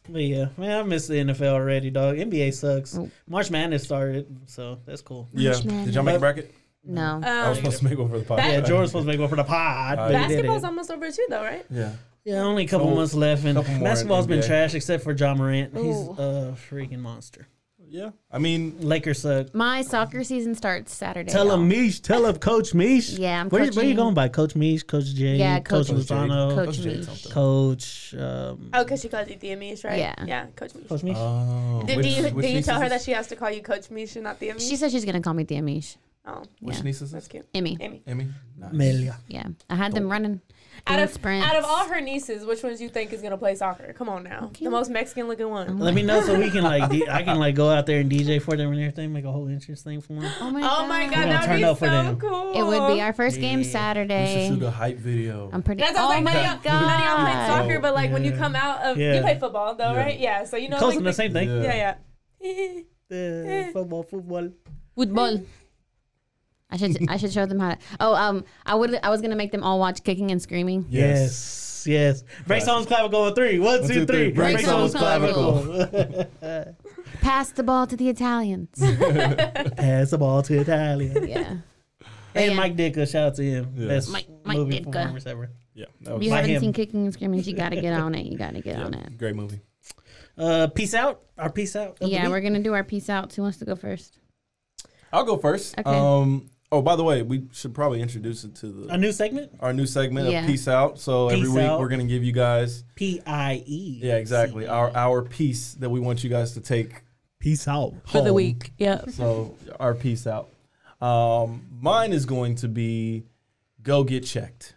Speaker 1: But yeah, man, I miss the NFL already, dog. NBA sucks.
Speaker 2: Oh.
Speaker 1: March Madness started, so that's cool.
Speaker 4: Yeah.
Speaker 2: man.
Speaker 4: Did y'all make a bracket?
Speaker 2: no.
Speaker 4: I was
Speaker 3: Um,
Speaker 4: supposed to make one for the podcast.
Speaker 1: Yeah, Jordan's supposed to make one for the pod. but he didn't.
Speaker 3: basketball's almost over too though, right?
Speaker 4: Yeah.
Speaker 1: Yeah, only a couple
Speaker 4: Couple-
Speaker 1: months left, and
Speaker 4: couple more in
Speaker 1: basketball's been
Speaker 4: NBA.
Speaker 1: trash except for John Morant. He's
Speaker 2: Ooh.
Speaker 1: a freaking monster.
Speaker 4: Yeah. I mean,
Speaker 1: Lakers suck.
Speaker 2: My soccer season starts Saturday.
Speaker 1: Tell
Speaker 2: y'all.
Speaker 1: him Meesh. Tell him Coach Meesh.
Speaker 2: Yeah, I'm
Speaker 1: where, where you
Speaker 2: coaching-
Speaker 1: going by Coach Meesh, Coach J,
Speaker 2: Yeah,
Speaker 1: Coach,
Speaker 2: Coach Meesh.
Speaker 1: Lozano,
Speaker 2: Coach
Speaker 1: Coach,
Speaker 4: Coach J
Speaker 2: Meesh.
Speaker 4: something.
Speaker 1: um,
Speaker 3: Oh, because she calls you Thea Mish, right?
Speaker 2: Yeah.
Speaker 3: Yeah, Coach Mish.
Speaker 1: Coach Meesh.
Speaker 4: oh,
Speaker 3: Did, do you, do you tell her that she has to call you Coach Mish and not Thea Mish?
Speaker 2: She said she's gonna call me the Amish.
Speaker 3: oh,
Speaker 4: Which
Speaker 2: yeah.
Speaker 4: niece is
Speaker 3: that's
Speaker 4: this?
Speaker 3: cute.
Speaker 2: Emmy.
Speaker 3: Amy.
Speaker 4: Emmy? Nice.
Speaker 1: Melia.
Speaker 2: Yeah. I had them running
Speaker 3: Out
Speaker 2: doing
Speaker 3: of,
Speaker 2: sprints.
Speaker 3: out of all her nieces, which ones you think is gonna play soccer? Come on now, the most Mexican looking one.
Speaker 1: Let me know so we can like d I I can like go out there and DJ for them and everything, make a whole interest thing for them.
Speaker 2: Oh my god.
Speaker 3: Oh my
Speaker 1: We're
Speaker 3: god,
Speaker 1: gonna
Speaker 3: that'd
Speaker 1: turn
Speaker 3: be so
Speaker 1: up for them.
Speaker 3: cool.
Speaker 2: It would be our first game
Speaker 4: We should shoot
Speaker 2: Saturday.
Speaker 4: a hype video.
Speaker 2: I'm pretty.
Speaker 3: That's
Speaker 2: oh
Speaker 3: what I'm
Speaker 2: my
Speaker 3: saying. None of y'all- None of y'all played
Speaker 2: God.
Speaker 3: soccer, but like when you
Speaker 1: Yeah.
Speaker 3: come out of
Speaker 1: Yeah.
Speaker 3: you play football though,
Speaker 1: <laughs>
Speaker 4: Yeah.
Speaker 3: right? Yeah. So you know,
Speaker 1: Close
Speaker 3: like,
Speaker 1: on the same thing.
Speaker 3: Yeah, yeah.
Speaker 1: Uh, football, football.
Speaker 2: Football. I should I should show them how to. Oh, um, I would I was gonna make them all watch Kicking and Screaming.
Speaker 1: Yes, yes. Break someone's clavicle on three. One, two, three.
Speaker 4: two, three.
Speaker 2: Break someone's clavicle. Pass the ball to the
Speaker 3: <laughs>
Speaker 2: Italians.
Speaker 1: Pass the ball to
Speaker 2: <laughs>
Speaker 1: Italian.
Speaker 2: yeah.
Speaker 1: And
Speaker 2: Yeah.
Speaker 1: Mike Ditka, shout out to him.
Speaker 4: Yeah.
Speaker 1: Best
Speaker 2: Mike- Mike
Speaker 1: movie
Speaker 2: Ditka.
Speaker 1: performance ever.
Speaker 4: Yeah, that
Speaker 2: If
Speaker 4: was
Speaker 2: you
Speaker 1: By
Speaker 2: haven't
Speaker 1: him.
Speaker 2: seen Kicking and Screaming, you gotta get on it. You gotta get on it.
Speaker 4: great movie.
Speaker 1: Uh, peace out. Our peace out. of the
Speaker 2: Yeah,
Speaker 1: week.
Speaker 2: we're gonna do our peace out. Who wants to go first?
Speaker 4: I'll go first.
Speaker 2: Okay.
Speaker 4: Um, oh, by the way, we should probably introduce it to
Speaker 1: a
Speaker 4: the
Speaker 1: new segment.
Speaker 4: our new segment
Speaker 2: Yeah.
Speaker 4: of Peace Out. So every
Speaker 1: Peace
Speaker 4: week
Speaker 1: out.
Speaker 4: we're gonna give you guys,
Speaker 1: P I E.
Speaker 4: yeah, exactly, our our piece that we want you guys to take
Speaker 1: Peace out
Speaker 5: <laughs> for the week. Yeah.
Speaker 4: So our peace out. Um, mine is going to be go get checked.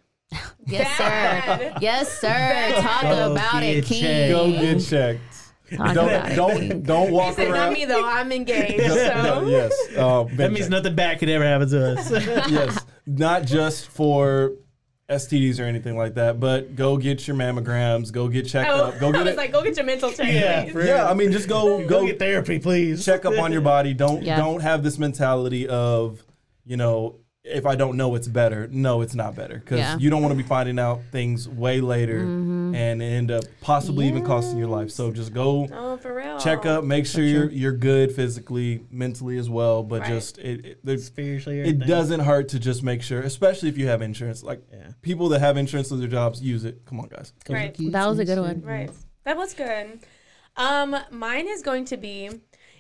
Speaker 2: Yes, sir. yes, sir. Talk
Speaker 1: Go
Speaker 2: about
Speaker 1: get
Speaker 2: it, King.
Speaker 1: checked.
Speaker 4: Go get checked.
Speaker 2: Talk about
Speaker 4: Don't
Speaker 2: it.
Speaker 4: don't don't walk
Speaker 3: Say, not
Speaker 4: around.
Speaker 3: me though. I'm engaged.
Speaker 4: Go- <laughs>
Speaker 3: So
Speaker 4: no, yes. Uh,
Speaker 1: That means nothing bad could ever happen to
Speaker 2: <laughs>
Speaker 1: us.
Speaker 4: yes, not just for STDs or anything like that, but go get your mammograms. Go get checked
Speaker 3: Oh, I,
Speaker 4: up. Go get
Speaker 3: was
Speaker 4: it.
Speaker 3: like, go get your mental check.
Speaker 1: yeah,
Speaker 3: please.
Speaker 1: for
Speaker 4: yeah,
Speaker 1: real.
Speaker 4: I mean, just go
Speaker 1: go
Speaker 4: go
Speaker 1: get therapy, please.
Speaker 4: check up on your body. Don't
Speaker 2: Yeah.
Speaker 4: don't have this mentality of you know if I don't know it's better. No, it's not better because
Speaker 2: Yeah. Mm-hmm.
Speaker 4: you don't want to be finding out things way later and end up possibly even costing your life. So just go
Speaker 3: Oh, for real.
Speaker 4: check up, make sure you're you're good physically, mentally as well. But just it it,
Speaker 1: <laughs>
Speaker 4: there's-
Speaker 1: Spiritually,
Speaker 4: it
Speaker 1: everything.
Speaker 4: doesn't hurt to just make sure, especially if you have insurance. Like
Speaker 1: Yeah.
Speaker 4: people that have insurance with their jobs use it. Come on, guys.
Speaker 3: Right.
Speaker 2: That was a good one.
Speaker 3: Right. That was good. Um, mine is going to be,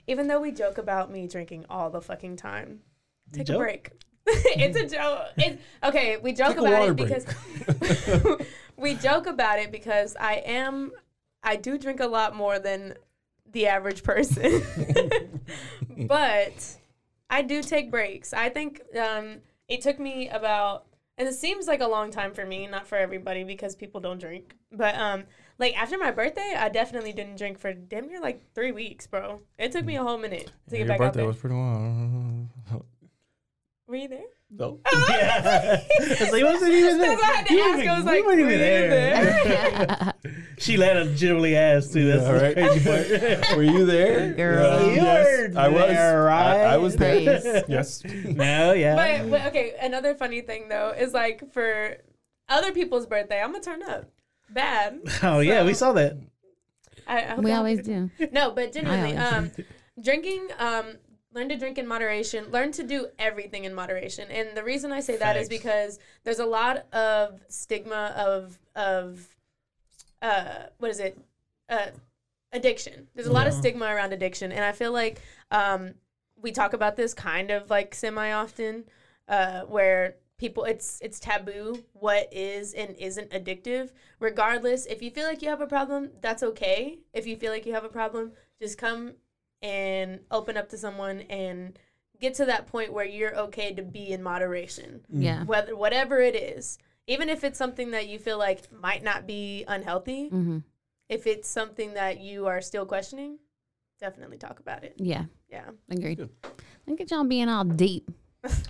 Speaker 3: even though we joke about me drinking all the fucking time, take
Speaker 1: joke?
Speaker 3: a break. <laughs> it's a joke. It's, okay, we joke
Speaker 4: Take a
Speaker 3: about
Speaker 4: water <laughs>
Speaker 3: it because <laughs> we joke about it because I am, I do drink a lot more than the average person,
Speaker 4: <laughs>
Speaker 2: Mm.
Speaker 3: but I do take breaks. I think um, it took me about, and it seems like a long time for me, not for everybody because people don't drink. But um, like after my birthday, I definitely didn't drink for damn near like three weeks, bro. It took me a whole minute to
Speaker 4: Your
Speaker 3: get back out
Speaker 4: birthday
Speaker 3: there.
Speaker 4: was pretty <laughs> wild.
Speaker 3: Were you there?
Speaker 4: <laughs> No.
Speaker 1: Yeah. It's like, wasn't even there.
Speaker 3: That's why I had to
Speaker 1: You
Speaker 3: ask.
Speaker 1: even-
Speaker 3: I was
Speaker 1: we
Speaker 3: like,
Speaker 1: weren't
Speaker 3: were you there?
Speaker 1: She let a generally ass too. <laughs> That's
Speaker 4: All
Speaker 1: the
Speaker 4: right.
Speaker 1: crazy
Speaker 4: <laughs>
Speaker 1: part.
Speaker 4: Were you there?
Speaker 2: Girl.
Speaker 4: Yeah, yes,
Speaker 1: You're
Speaker 4: I was.
Speaker 1: there,
Speaker 4: I, I was there.
Speaker 2: Praise.
Speaker 4: <laughs> Yes.
Speaker 1: No, yeah.
Speaker 3: <laughs> But, but okay, another funny thing though is like for other people's birthday, I'm gonna turn up. Bad.
Speaker 1: oh yeah, we saw that.
Speaker 3: I, I hope
Speaker 2: We
Speaker 3: y'all-
Speaker 2: always do.
Speaker 3: <laughs> No, but generally,
Speaker 2: I
Speaker 3: um, drinking, um, learn to drink in moderation. Learn to do everything in moderation. And the reason I say that is
Speaker 1: Facts.
Speaker 3: because there's a lot of stigma of of uh, what is it? Uh, addiction. There's a lot of stigma around addiction, and I feel like um, we talk about this kind of like semi often, uh, where people it's it's taboo what is and isn't addictive. Regardless, if you feel like you have a problem, that's okay. If you feel like you have a problem, just come and open up to someone and get to that point where you're okay to be in moderation
Speaker 2: Yeah.
Speaker 3: whether whatever it is, even if it's something that you feel like might not be unhealthy,
Speaker 2: Mhm.
Speaker 3: if it's something that you are still questioning, definitely talk about it.
Speaker 2: Yeah.
Speaker 3: Yeah.
Speaker 2: Agreed. Look at y'all being all deep.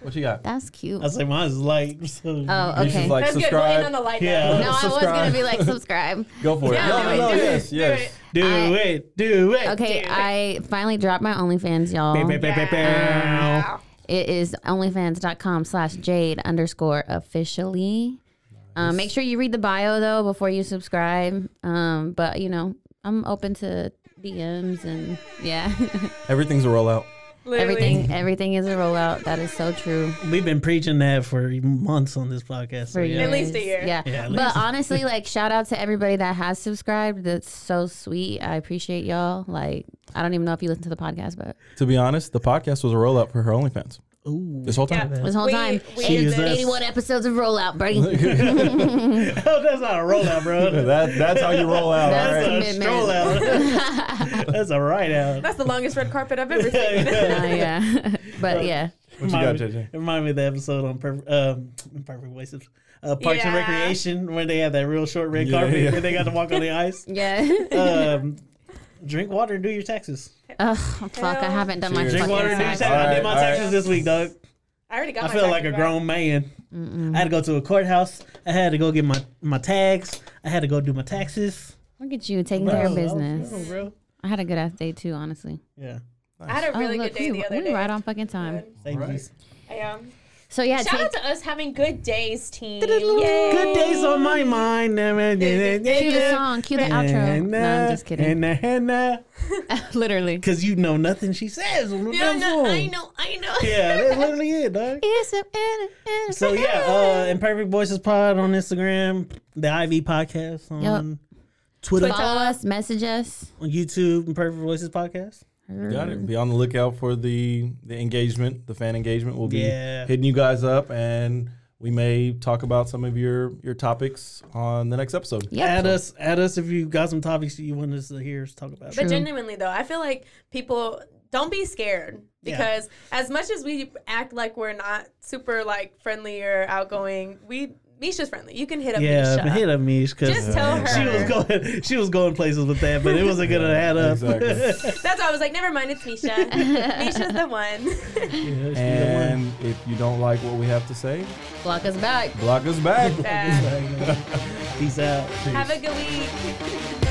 Speaker 4: What you got?
Speaker 2: That's cute.
Speaker 1: I was like, mine's light. So.
Speaker 2: Oh,
Speaker 4: You
Speaker 2: okay.
Speaker 4: should like
Speaker 3: That's good. We'll end on
Speaker 4: subscribe.
Speaker 3: a light
Speaker 1: Yeah.
Speaker 3: note.
Speaker 2: no, I was gonna
Speaker 4: subscribe.
Speaker 2: be like <laughs> subscribe.
Speaker 4: Go for it.
Speaker 3: Yeah,
Speaker 4: no,
Speaker 3: do
Speaker 4: no,
Speaker 3: it,
Speaker 4: no,
Speaker 3: do it,
Speaker 4: yes,
Speaker 3: do
Speaker 4: yes.
Speaker 3: it.
Speaker 1: do
Speaker 2: I-
Speaker 1: it, do it.
Speaker 2: Okay,
Speaker 3: Dude.
Speaker 2: I finally dropped my OnlyFans, y'all.
Speaker 1: Bow, bow, bow, bow, bow.
Speaker 2: It is onlyfans.com slash jade underscore officially. Um, make sure you read the bio though before you subscribe. Um, but you know, I'm open to DMs and yeah, <laughs>
Speaker 4: Everything's a rollout.
Speaker 3: Literally.
Speaker 2: everything everything is a rollout. That is so true.
Speaker 1: We've been preaching that for months on this podcast. So
Speaker 2: for
Speaker 1: yeah.
Speaker 2: years.
Speaker 3: At least a year.
Speaker 2: Yeah.
Speaker 1: Yeah, at
Speaker 2: but
Speaker 1: least.
Speaker 2: honestly, like shout out to everybody that has subscribed. That's so sweet. I appreciate y'all. Like I don't even know if you listen to the podcast, but
Speaker 4: To be honest, the podcast was a rollout for her OnlyFans
Speaker 1: Ooh.
Speaker 4: this whole time.
Speaker 2: this whole
Speaker 3: We-
Speaker 2: time,
Speaker 3: we-
Speaker 2: eighty-
Speaker 1: Jesus.
Speaker 2: 81 episodes of rollout, buddy.
Speaker 1: Oh, <laughs> that's not a rollout, bro.
Speaker 4: That, that's how you roll out.
Speaker 2: That's
Speaker 4: all right.
Speaker 1: that's a
Speaker 2: commitment.
Speaker 1: stroll out.
Speaker 2: <laughs>
Speaker 1: that's a right out.
Speaker 3: That's the longest red carpet
Speaker 1: <laughs>
Speaker 3: I've ever seen.
Speaker 2: Uh, yeah, <laughs> but yeah,
Speaker 4: What you got,
Speaker 1: Remind me-
Speaker 4: JJ?
Speaker 1: It reminded me of the episode on Perfect, um, Perfect Wasted. Uh, Parks and
Speaker 3: Yeah.
Speaker 1: Recreation, where they have that real short red
Speaker 4: Yeah,
Speaker 1: carpet
Speaker 4: yeah.
Speaker 1: where they got to walk on the ice.
Speaker 2: <laughs> yeah.
Speaker 1: Um, drink water and do your taxes.
Speaker 2: Ugh, fuck, I haven't done
Speaker 4: Cheers.
Speaker 2: my
Speaker 1: Drink
Speaker 2: fucking
Speaker 1: water and do your
Speaker 2: tax.
Speaker 1: taxes. I did my
Speaker 4: All right, all
Speaker 1: taxes
Speaker 4: right.
Speaker 1: this week, dog.
Speaker 3: I already got
Speaker 1: I
Speaker 3: my
Speaker 1: feel
Speaker 3: taxes
Speaker 1: like a
Speaker 3: back.
Speaker 1: grown man. I had to go to a courthouse. I had to go get my, my tags. I had to go do my taxes.
Speaker 2: Look at you taking care of
Speaker 1: Bro, I was
Speaker 2: business.
Speaker 1: grown, bro.
Speaker 2: I had a good ass day too, honestly.
Speaker 1: Yeah.
Speaker 3: I had a really
Speaker 2: oh, look,
Speaker 3: good day
Speaker 2: we,
Speaker 3: the other
Speaker 2: we
Speaker 3: day.
Speaker 2: right on fucking time.
Speaker 1: Thank you.
Speaker 4: Right.
Speaker 3: Yeah.
Speaker 2: So yeah,
Speaker 3: Shout out
Speaker 2: take,
Speaker 3: to us having good days, team.
Speaker 1: Good days on my mind.
Speaker 2: cue the song, cue the outro. No, I'm just kidding. <laughs> Literally.
Speaker 1: Because you know nothing she says.
Speaker 3: Yeah, no, I know, I know.
Speaker 1: Yeah, that's literally it, dog. So yeah, uh, Imperfect Voices Pod on Instagram, the IV Podcast on Twitter,
Speaker 2: Follow us, message us.
Speaker 1: on YouTube, Imperfect Voices Podcast.
Speaker 4: Got it. Be on the lookout for the the engagement, the fan engagement. We'll be
Speaker 1: Yeah.
Speaker 4: hitting you guys up, and we may talk about some of your your topics on the next episode.
Speaker 2: Yep.
Speaker 1: Add us, add us if you got some topics that you want us to hear us talk about.
Speaker 3: But genuinely though, I feel like people don't be scared because as much as we act like we're not super like friendly or outgoing, we Misha's friendly. You can hit up
Speaker 1: Yeah,
Speaker 3: Misha.
Speaker 1: but hit up Mish
Speaker 3: Just
Speaker 1: because
Speaker 3: tell her.
Speaker 1: she was going, she was going places with that, but it wasn't gonna add up. <laughs>
Speaker 4: Exactly.
Speaker 3: That's why I was like, never mind, it's Misha. Misha's the
Speaker 1: <laughs>
Speaker 3: one.
Speaker 4: and if you don't like what we have to say,
Speaker 2: Block us back.
Speaker 4: block us back.
Speaker 3: Yeah.
Speaker 1: Peace out.
Speaker 3: Have a good week.